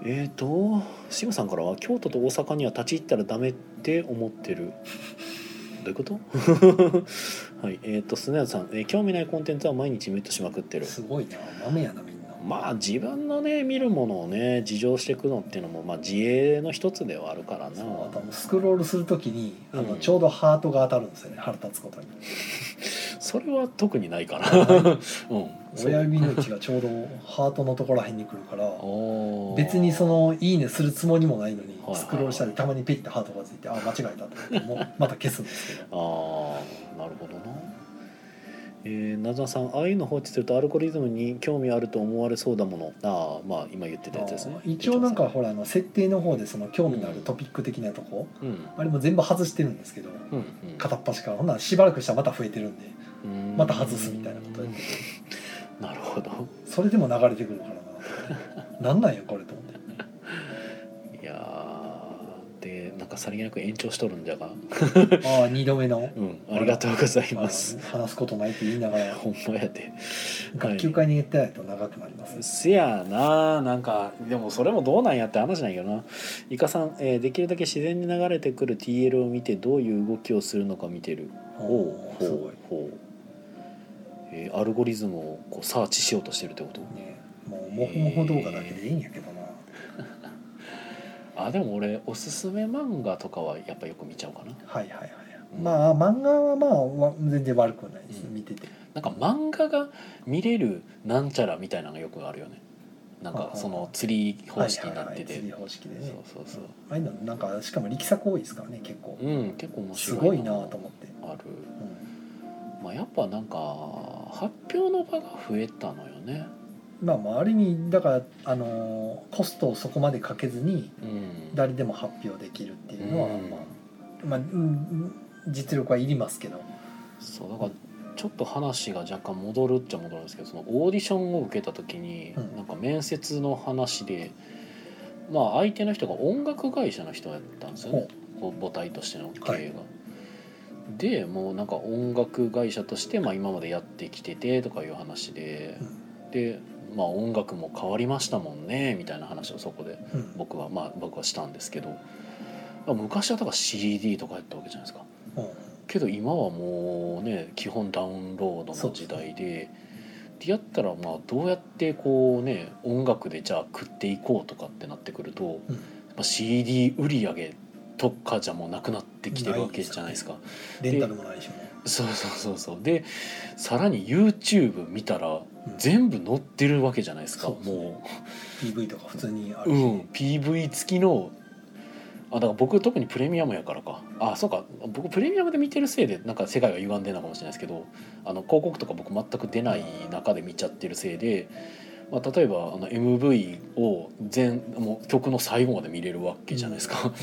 [SPEAKER 1] えー、とシムさんからは京都と大阪には立ち入ったらダメって思ってるどういうこと はいえー、とスネアさん、えー興味ないコンテンツは毎日ミュートしまくってる
[SPEAKER 2] すごいな豆やなみんな
[SPEAKER 1] まあ自分のね見るものをね自浄していくのっていうのも、まあ、自衛の一つではあるからな
[SPEAKER 2] そうあともうスクロールするときにあ
[SPEAKER 1] う
[SPEAKER 2] の
[SPEAKER 1] ん
[SPEAKER 2] ちょうどハートが当たるんですよね腹立つことに
[SPEAKER 1] それは特にないかな。 うん。
[SPEAKER 2] 親指の位置がちょうどハートのところらへんに来るから
[SPEAKER 1] おー
[SPEAKER 2] 別にその「いいね」するつもりもないのに
[SPEAKER 1] はいはい
[SPEAKER 2] スクロールしたりたまにピッてハートがついてあ間違えたと思って もうまた消すんですけど
[SPEAKER 1] ああ、なるほどな。えー、なずなさん、ああいうの放置するとアルゴリズムに興味あると思われそうだもの。ああ、まあ今言ってたやつですね。
[SPEAKER 2] 一応なんか、ほらあの設定の方でその興味のあるトピック的なとこ、
[SPEAKER 1] うん、
[SPEAKER 2] あれも全部外してるんですけど
[SPEAKER 1] うん、うん、
[SPEAKER 2] 片っ端からほんならしばらくしたらまた増えてるんで
[SPEAKER 1] うん
[SPEAKER 2] また外すみたいなことやってて
[SPEAKER 1] なるほど。
[SPEAKER 2] それでも流れてくるからななんなんやこれと思って
[SPEAKER 1] いやー、で、なんかさりげなく延長しとるんじゃが。
[SPEAKER 2] ああ2度目の
[SPEAKER 1] うん、ありがとうござい
[SPEAKER 2] まあ
[SPEAKER 1] ます。
[SPEAKER 2] 話すことないって言いながら
[SPEAKER 1] ほんまやで。
[SPEAKER 2] 学級会に行ってないと長くなります、
[SPEAKER 1] せやななんかでもそれもどうなんやって話なんやけどなイカさん、えーできるだけ自然に流れてくる TL を見てどういう動きをするのか見てるほ
[SPEAKER 2] おー
[SPEAKER 1] う
[SPEAKER 2] すごい
[SPEAKER 1] ほうほう、えーアルゴリズムをこうサーチしようとしてるってこと
[SPEAKER 2] ねもうモフモフ動画だけでいいんやけどな、
[SPEAKER 1] あでも俺おすすめ漫画とかはやっぱよく見ちゃうかな
[SPEAKER 2] はいはいはい、
[SPEAKER 1] うん
[SPEAKER 2] まあ漫画はまあわ全然悪くはないです、
[SPEAKER 1] うん
[SPEAKER 2] 見てて
[SPEAKER 1] なんか漫画が見れるなんちゃらみたいなのがよくあるよねなんかその釣り方式になってて、
[SPEAKER 2] はいはいはい釣り方式でね
[SPEAKER 1] そうそう
[SPEAKER 2] ああいうのなんかしかも力作多いですからね結構
[SPEAKER 1] そううん結構面
[SPEAKER 2] す
[SPEAKER 1] 白い
[SPEAKER 2] ごいなと思って、
[SPEAKER 1] ある、
[SPEAKER 2] う
[SPEAKER 1] まあ、やっぱなんか発表の場が増えたのよね
[SPEAKER 2] ん、まあまあある意味だからあのーコストをそこまでかけずに
[SPEAKER 1] うん
[SPEAKER 2] 誰でも発表できるっていうのは、
[SPEAKER 1] うん
[SPEAKER 2] まあ、まあうん実力はいりますけど
[SPEAKER 1] そうだからちょっと話が若干戻るっちゃ戻るんですけどそのオーディションを受けた時に、
[SPEAKER 2] うん
[SPEAKER 1] なんか面接の話でまあ相手の人が音楽会社の人やったんですよね
[SPEAKER 2] ほ
[SPEAKER 1] こう母体としての経営が。
[SPEAKER 2] はい
[SPEAKER 1] でもうなんか音楽会社として、まあ、今までやってきててとかいう話で
[SPEAKER 2] う、
[SPEAKER 1] で、まあ、音楽も変わりましたもんねみたいな話をそこで
[SPEAKER 2] うん
[SPEAKER 1] 僕はまあ僕はしたんですけど昔はだから CD とかやったわけじゃないですか。
[SPEAKER 2] うん
[SPEAKER 1] けど今はもうね基本ダウンロードの時代でってやったらまあどうやってこうね音楽でじゃあ食っていこうとかってなってくると、
[SPEAKER 2] うん
[SPEAKER 1] まあ CD 売り上げとかじゃもうなくなってきてるわけじゃないですか。
[SPEAKER 2] レンタルもないしね、
[SPEAKER 1] そうそうそうそうでさらに YouTube 見たら
[SPEAKER 2] うん、
[SPEAKER 1] 全部載ってるわけじゃないですか、
[SPEAKER 2] そうそう
[SPEAKER 1] も
[SPEAKER 2] PV とか普通にあ
[SPEAKER 1] う、
[SPEAKER 2] る
[SPEAKER 1] う
[SPEAKER 2] し、
[SPEAKER 1] ん、PV 付きのあだから僕特にプレミアムやからかあそうか僕プレミアムで見てるせいでなんか世界が歪んでるのかもしれないですけどあの広告とか僕全く出ない中で見ちゃってるせいで、まあ、例えばあの MV を全もう曲の最後まで見れるわけじゃないですか。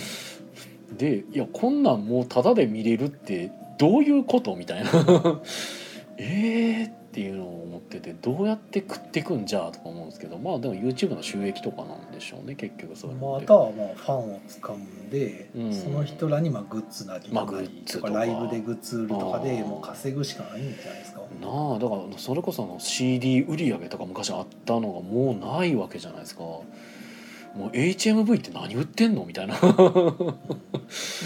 [SPEAKER 1] でいやこんなんもうタダで見れるってどういうことみたいなえーっていうのを思っててどうやって食ってくんじゃとか思うんですけどまあでも YouTube の収益とかなんでしょうね結局それ
[SPEAKER 2] まあ、あ
[SPEAKER 1] って
[SPEAKER 2] とはまあファンを掴んで、
[SPEAKER 1] うん
[SPEAKER 2] その人らにまあグッズなり
[SPEAKER 1] まあ
[SPEAKER 2] とか
[SPEAKER 1] グッズとか
[SPEAKER 2] ライブでグッズ売るとか
[SPEAKER 1] あ
[SPEAKER 2] で
[SPEAKER 1] ー
[SPEAKER 2] もう稼ぐしかないんじゃないですか
[SPEAKER 1] なあだからそれこそあの CD 売り上げとか昔あったのがもうないわけじゃないですかもう HMV って何売ってんのみ たいな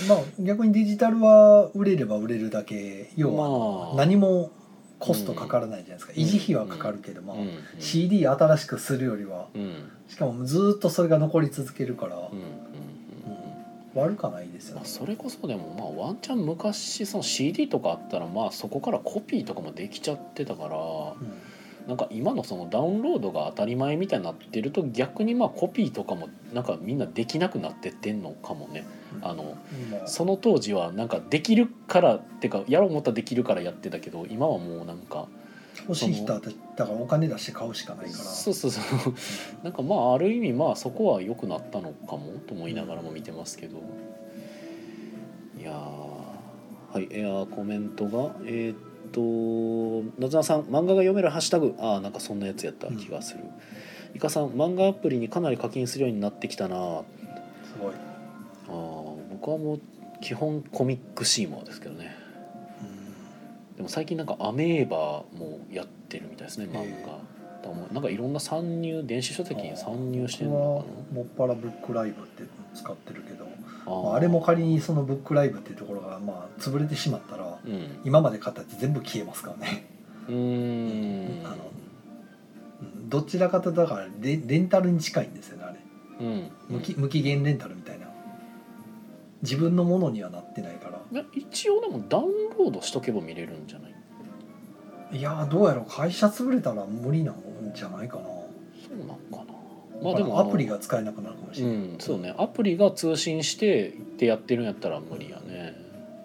[SPEAKER 2] まあ逆にデジタルは売れれば売れるだけ要は
[SPEAKER 1] まあ
[SPEAKER 2] 何もコストかからないじゃないですか、
[SPEAKER 1] うん
[SPEAKER 2] 維持費はかかるけど、まあ
[SPEAKER 1] うんうん
[SPEAKER 2] CD 新しくするよりは
[SPEAKER 1] うんうん
[SPEAKER 2] しかもずーっとそれが残り続けるから、
[SPEAKER 1] うんうんうん
[SPEAKER 2] 悪かないですよ
[SPEAKER 1] ま
[SPEAKER 2] ね
[SPEAKER 1] あ、、それこそでもまあワンチャン昔その CD とかあったらまあそこからコピーとかもできちゃってたから
[SPEAKER 2] うん
[SPEAKER 1] なんか今のそのダウンロードが当たり前みたいになってると逆にまあコピーとかもなんかみんなできなくなってってんのかもねあの
[SPEAKER 2] まあ
[SPEAKER 1] その当時はなんかできるからってかやろう思ったらできるからやってたけど今はもうなんか
[SPEAKER 2] 欲しい人はだだからお金出して買うしかないから
[SPEAKER 1] そうそうそうなんかまあある意味まあそこは良くなったのかもと思いながらも見てますけどいやーはいいやーコメントがえーっとなずなさん漫画が読めるハッシュタグああなんかそんなやつやった気がする、いかさん漫画アプリにかなり課金するようになってきたなあ
[SPEAKER 2] すご
[SPEAKER 1] ー
[SPEAKER 2] い、
[SPEAKER 1] 僕はもう基本コミックシーモアですけどねでも最近なんかアメーバもやってるみたいですね漫画、
[SPEAKER 2] へえ
[SPEAKER 1] だからもうなんかいろんな参入電子書籍に参入してる
[SPEAKER 2] 僕は
[SPEAKER 1] の
[SPEAKER 2] もっぱらブックライブっていうのを使ってるけど
[SPEAKER 1] かな
[SPEAKER 2] まああれも仮にそのブックライブっていうところがまあ潰れてしまったら
[SPEAKER 1] うん
[SPEAKER 2] 今まで買ったやつ全部消えますからね
[SPEAKER 1] うーん
[SPEAKER 2] あのうんどちらかとだからレレンタルに近いんですよねあれ
[SPEAKER 1] うん
[SPEAKER 2] 無期無期限レンタルみたいな自分のものにはなってないから
[SPEAKER 1] いや一応でもダウンロードしとけば見れるんじゃない
[SPEAKER 2] いやーどうやろう会社潰れたら無理なんじゃないかな
[SPEAKER 1] そうなんかなま
[SPEAKER 2] まあ
[SPEAKER 1] あでも
[SPEAKER 2] アプリ
[SPEAKER 1] が
[SPEAKER 2] が使えなくなるかもし
[SPEAKER 1] う
[SPEAKER 2] れない,、
[SPEAKER 1] んそうねアプリが通信してってやってるんやったら無理やね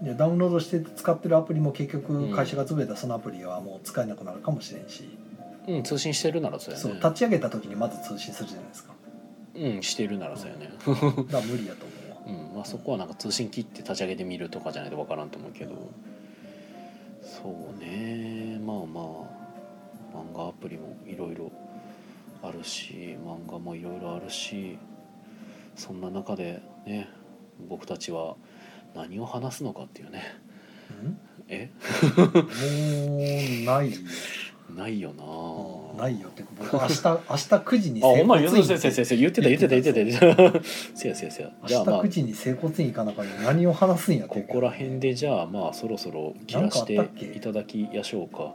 [SPEAKER 2] でダウンロードして使ってるアプリも結局会社が潰れたそのアプリはもう使えなくなるかもしれんし、
[SPEAKER 1] うん通信してるならそうやね
[SPEAKER 2] そう立ち上げた時にまず通信するじゃないで すか
[SPEAKER 1] うんしてるならそうやね
[SPEAKER 2] だから無理だと思うわ
[SPEAKER 1] うんまあそこはなんか通信切って立ち上げてみるとかじゃないとわからんと思うけどそうねまあまあ漫画アプリもいろいろあるし漫画もいろいろあるしそんな中でね僕たちは何を話すのかっていうね
[SPEAKER 2] うん
[SPEAKER 1] え
[SPEAKER 2] もうな いよ、
[SPEAKER 1] ないよなぁ
[SPEAKER 2] ないよって僕明日 明日9時に
[SPEAKER 1] あほんま
[SPEAKER 2] 整
[SPEAKER 1] 言
[SPEAKER 2] 骨
[SPEAKER 1] う
[SPEAKER 2] 院
[SPEAKER 1] てた先生言ってた言ってた言ってた言ってた せやせやせや
[SPEAKER 2] 明
[SPEAKER 1] じ
[SPEAKER 2] 日
[SPEAKER 1] ゃあまあ
[SPEAKER 2] 9時に整骨院行かなあかんのに何を話すんやって
[SPEAKER 1] ここら辺でじゃあまあそろそろ切らしていただきやしょうか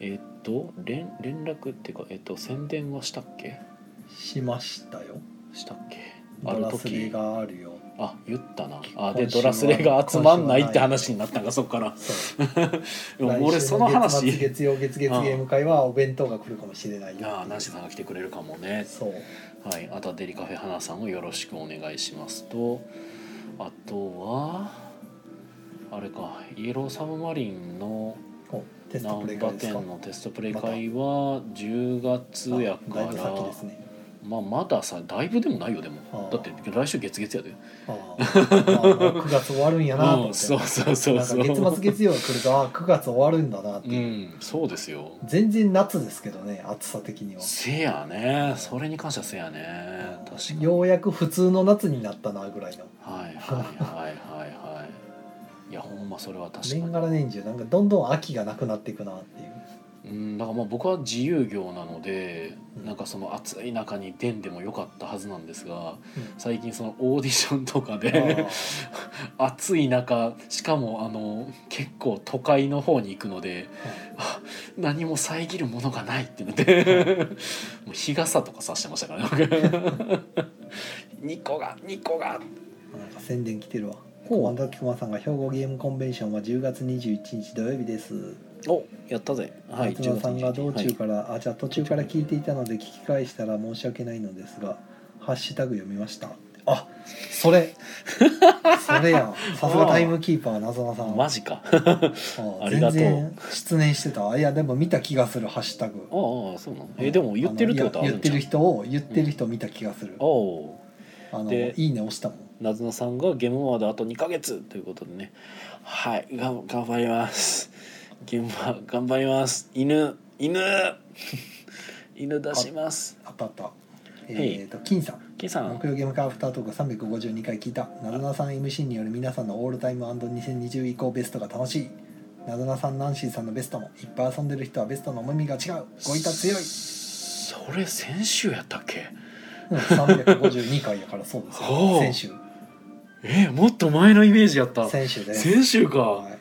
[SPEAKER 1] えっと連連絡っていうか、えっと、宣伝はしたっけ
[SPEAKER 2] しましたよ
[SPEAKER 1] したっけあ
[SPEAKER 2] ド
[SPEAKER 1] る
[SPEAKER 2] ラスレ
[SPEAKER 1] 時
[SPEAKER 2] があるよ
[SPEAKER 1] あ言ったなあで
[SPEAKER 2] 今週
[SPEAKER 1] ド
[SPEAKER 2] は
[SPEAKER 1] ラスレが集まんないって
[SPEAKER 2] 今週はない
[SPEAKER 1] 話になったんかそっから
[SPEAKER 2] そう
[SPEAKER 1] でも俺
[SPEAKER 2] 来週
[SPEAKER 1] その
[SPEAKER 2] 月末
[SPEAKER 1] 話
[SPEAKER 2] 月曜月月ゲーム会はお弁当が来るかもしれないよっていう
[SPEAKER 1] ああナシさんが来てくれるかもね
[SPEAKER 2] そう
[SPEAKER 1] はいあとはデリカフェ花さんをよろしくお願いしますとあとはあれかイエローサブマリンの
[SPEAKER 2] おテス
[SPEAKER 1] ナ
[SPEAKER 2] ト
[SPEAKER 1] ン
[SPEAKER 2] プレイ
[SPEAKER 1] バ
[SPEAKER 2] 会です
[SPEAKER 1] 店
[SPEAKER 2] か
[SPEAKER 1] のテストプレイ会は10月や
[SPEAKER 2] あ
[SPEAKER 1] か
[SPEAKER 2] だいぶ
[SPEAKER 1] ら
[SPEAKER 2] 先ですね
[SPEAKER 1] まあまださだいぶでもないよでも
[SPEAKER 2] ああ
[SPEAKER 1] だって来週月月やで
[SPEAKER 2] あー、 まあ、もう9月終わるんやなと思っ
[SPEAKER 1] うん
[SPEAKER 2] て
[SPEAKER 1] そうそうそうそう
[SPEAKER 2] なんか月末月曜が来るとあー9月終わるんだなって
[SPEAKER 1] う
[SPEAKER 2] い
[SPEAKER 1] ん
[SPEAKER 2] う、
[SPEAKER 1] そうですよ
[SPEAKER 2] 全然夏ですけどね暑さ的には
[SPEAKER 1] せやねそれに関してはせやね確かに
[SPEAKER 2] ようやく普通の夏になったなぐらいの
[SPEAKER 1] はいはいはいはいはいい やほんまそれは確かに
[SPEAKER 2] 年がら年中なんかどんどん秋がなくなっていくなっていう
[SPEAKER 1] うんだからまあ僕は自由業なので、
[SPEAKER 2] うん
[SPEAKER 1] なんかその暑い中に出んでもよかったはずなんですが、
[SPEAKER 2] うん
[SPEAKER 1] 最近そのオーディションとか
[SPEAKER 2] あー
[SPEAKER 1] で暑い中しかもあの結構都会の方に行くのであ何も遮るものがないってな ってもう日傘とかさしてましたからね僕ニコがニコが
[SPEAKER 2] なんか宣伝来てるわ神田菊間さんが兵庫ゲームコンベンションは10月21日土曜日です
[SPEAKER 1] おやったぜはい
[SPEAKER 2] 松田さんが道中
[SPEAKER 1] ら
[SPEAKER 2] から、あじゃあ途中から聞いていたので聞き返したら申し訳ないのですが「ハッシュタグ読みました」あそれ それやさすがタイムキーパーなぞなさん
[SPEAKER 1] マジか
[SPEAKER 2] あ
[SPEAKER 1] ありがとう
[SPEAKER 2] 全然失念してたいやでも見た気がする「ハッシュタグ
[SPEAKER 1] あ」あそうなのえでも言ってるってことは
[SPEAKER 2] あ
[SPEAKER 1] あ
[SPEAKER 2] の
[SPEAKER 1] る
[SPEAKER 2] い
[SPEAKER 1] ん
[SPEAKER 2] や言っ
[SPEAKER 1] じ
[SPEAKER 2] て
[SPEAKER 1] ゃん
[SPEAKER 2] る人を言ってる人見た気がする、
[SPEAKER 1] おお
[SPEAKER 2] あの
[SPEAKER 1] で
[SPEAKER 2] いいね押したもん
[SPEAKER 1] なずなさんがゲームオーバーであと2ヶ月ということでねはいがん頑張ります現場頑張ります犬犬 犬出します
[SPEAKER 2] あったあった
[SPEAKER 1] へい
[SPEAKER 2] えっ、と金さん
[SPEAKER 1] 金さん
[SPEAKER 2] 木曜ゲームカーアフタートーク352回聞いた「なぞなさん MC による皆さんのオールタイム &2020 以降ベストが楽しい」「なぞなさんナンシーさんのベストもいっぱい遊んでる人はベストの重みが違う」「ごいた強い」
[SPEAKER 1] それ先週やったっけ
[SPEAKER 2] うん352回やからそうで す
[SPEAKER 1] ほ
[SPEAKER 2] よ
[SPEAKER 1] う
[SPEAKER 2] 先週
[SPEAKER 1] えもっと前のイメージやった
[SPEAKER 2] 先週です
[SPEAKER 1] 先週か
[SPEAKER 2] はい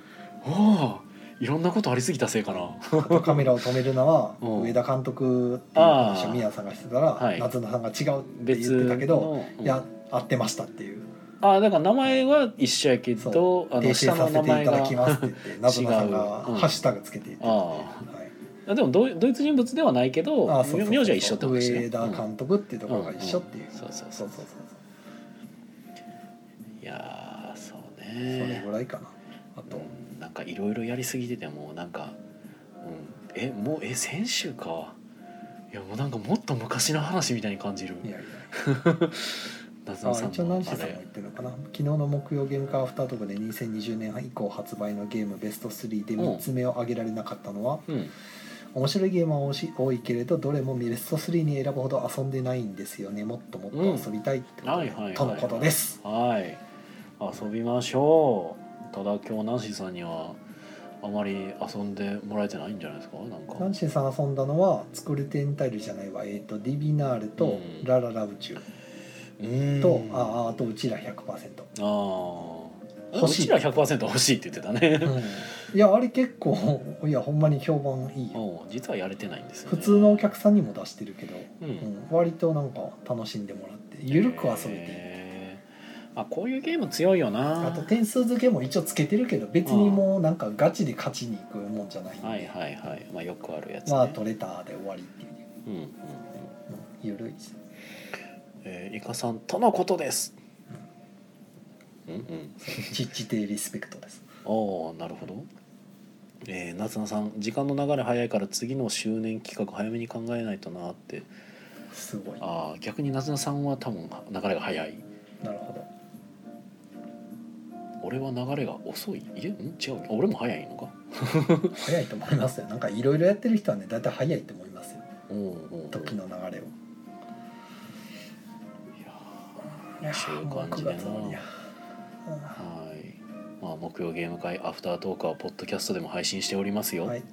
[SPEAKER 1] おおいろんなことありすぎたせいかな
[SPEAKER 2] あとカメラを止めるのは
[SPEAKER 1] うん
[SPEAKER 2] 上田監督っていう話を宮さんがしてた
[SPEAKER 1] は
[SPEAKER 2] ら
[SPEAKER 1] い
[SPEAKER 2] なぞなさんが違うって
[SPEAKER 1] 別
[SPEAKER 2] 言ってたけど
[SPEAKER 1] のう
[SPEAKER 2] い
[SPEAKER 1] ん
[SPEAKER 2] や合ってましたっていう
[SPEAKER 1] あだから名前は一緒やけどあ
[SPEAKER 2] 訂
[SPEAKER 1] の
[SPEAKER 2] 正
[SPEAKER 1] 下
[SPEAKER 2] さ
[SPEAKER 1] の
[SPEAKER 2] せ
[SPEAKER 1] 名
[SPEAKER 2] ていた
[SPEAKER 1] 前が
[SPEAKER 2] だきますって言ってなぞなさんが
[SPEAKER 1] 違ううん
[SPEAKER 2] ハッシュタグつけていって、
[SPEAKER 1] あ
[SPEAKER 2] はい
[SPEAKER 1] あでもドイドイツ人物ではないけど
[SPEAKER 2] あそうそうそう
[SPEAKER 1] 名字は一緒ってことですね
[SPEAKER 2] 上田監督っていうところが一緒っていう、
[SPEAKER 1] うんうんそうそう
[SPEAKER 2] そ
[SPEAKER 1] そうう
[SPEAKER 2] そうそう
[SPEAKER 1] いやーそう
[SPEAKER 2] それ
[SPEAKER 1] ね
[SPEAKER 2] ぐらいかなあと、
[SPEAKER 1] うんなんかいろいろやりすぎててもうなんか、うん、えもうえ先週かいやもうなんかもっと昔の話みたいに感じる
[SPEAKER 2] いやいや
[SPEAKER 1] なず
[SPEAKER 2] あ
[SPEAKER 1] なさ
[SPEAKER 2] 一応
[SPEAKER 1] ん
[SPEAKER 2] ナ
[SPEAKER 1] の
[SPEAKER 2] ンシー
[SPEAKER 1] あ
[SPEAKER 2] さんも言っ
[SPEAKER 1] れ
[SPEAKER 2] てるのかな昨日の木曜ゲームカーアフタートークで2020年以降発売のゲームベスト3で3つ目を挙げられなかったのは、
[SPEAKER 1] うん
[SPEAKER 2] 面白いゲームは多し多いけれどどれもベスト3に選ぶほど遊んでないんですよねもっともっと遊びたいってこと,、
[SPEAKER 1] はいはいはいはい
[SPEAKER 2] とのことです
[SPEAKER 1] はい遊びましょうただ今日ナンシーさんにはあまり遊んでもらえてないんじゃないですかなんか
[SPEAKER 2] ナンシーさん遊んだのは「作るテンタイル」じゃないわえっ、と「ディビナール」
[SPEAKER 1] う
[SPEAKER 2] と「
[SPEAKER 1] ん
[SPEAKER 2] ラララ宇宙」
[SPEAKER 1] うん
[SPEAKER 2] と、あああとうちら
[SPEAKER 1] あ
[SPEAKER 2] 100%、
[SPEAKER 1] ー
[SPEAKER 2] 欲しいう
[SPEAKER 1] ちら100%欲しいって言ってたね、
[SPEAKER 2] いやあれ結構いやほんまに評判いいよ
[SPEAKER 1] うん、実はやれてないんですよ、ね、
[SPEAKER 2] 普通のお客さんにも出してるけど、
[SPEAKER 1] う
[SPEAKER 2] うんん、割となんか楽しんでもらってゆるく遊べて
[SPEAKER 1] へーまあこういうゲーム強いよな
[SPEAKER 2] あと点数付けも一応つけてるけど別にもうなんかガチで勝ちに行くもんじゃないんで、
[SPEAKER 1] はいはいはいまあよくあるやつ、ね、
[SPEAKER 2] まあ取れたで終わりっていう、
[SPEAKER 1] うんうんうん
[SPEAKER 2] うん、ゆるいし
[SPEAKER 1] えー、イカさんとのことですうんうん
[SPEAKER 2] ちっちてリスペクトです
[SPEAKER 1] おーなるほどえー、夏菜さん時間の流れ早いから次の周年企画早めに考えないとなって
[SPEAKER 2] すごいな
[SPEAKER 1] あー逆に夏菜さんは多分流れが早い
[SPEAKER 2] るほど
[SPEAKER 1] 俺は流れが遅いいえん違う俺も早いのか
[SPEAKER 2] 早いと思いますよなんかいろいろやってる人はね大体早いと思いますよ
[SPEAKER 1] おーおーお
[SPEAKER 2] 時
[SPEAKER 1] ー
[SPEAKER 2] の流れを
[SPEAKER 1] いや
[SPEAKER 2] いや
[SPEAKER 1] そういう
[SPEAKER 2] も
[SPEAKER 1] 感じでな
[SPEAKER 2] 9月終わりやうん
[SPEAKER 1] ーはいまあ木曜ゲーム会アフタートークはポッドキャストでも配信しておりますよ、
[SPEAKER 2] はい、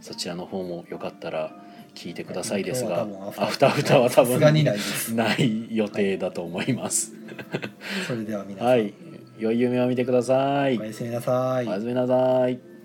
[SPEAKER 1] そちらの方もよかったら聞いてくださいですが、
[SPEAKER 2] 今日は多分
[SPEAKER 1] アフターフターは多
[SPEAKER 2] さすがに
[SPEAKER 1] 分
[SPEAKER 2] ないです。
[SPEAKER 1] ない予定だと思います。
[SPEAKER 2] それでは皆さん、
[SPEAKER 1] はい、良い夢を見てください。
[SPEAKER 2] おやすみなさい
[SPEAKER 1] おや。すみなさい。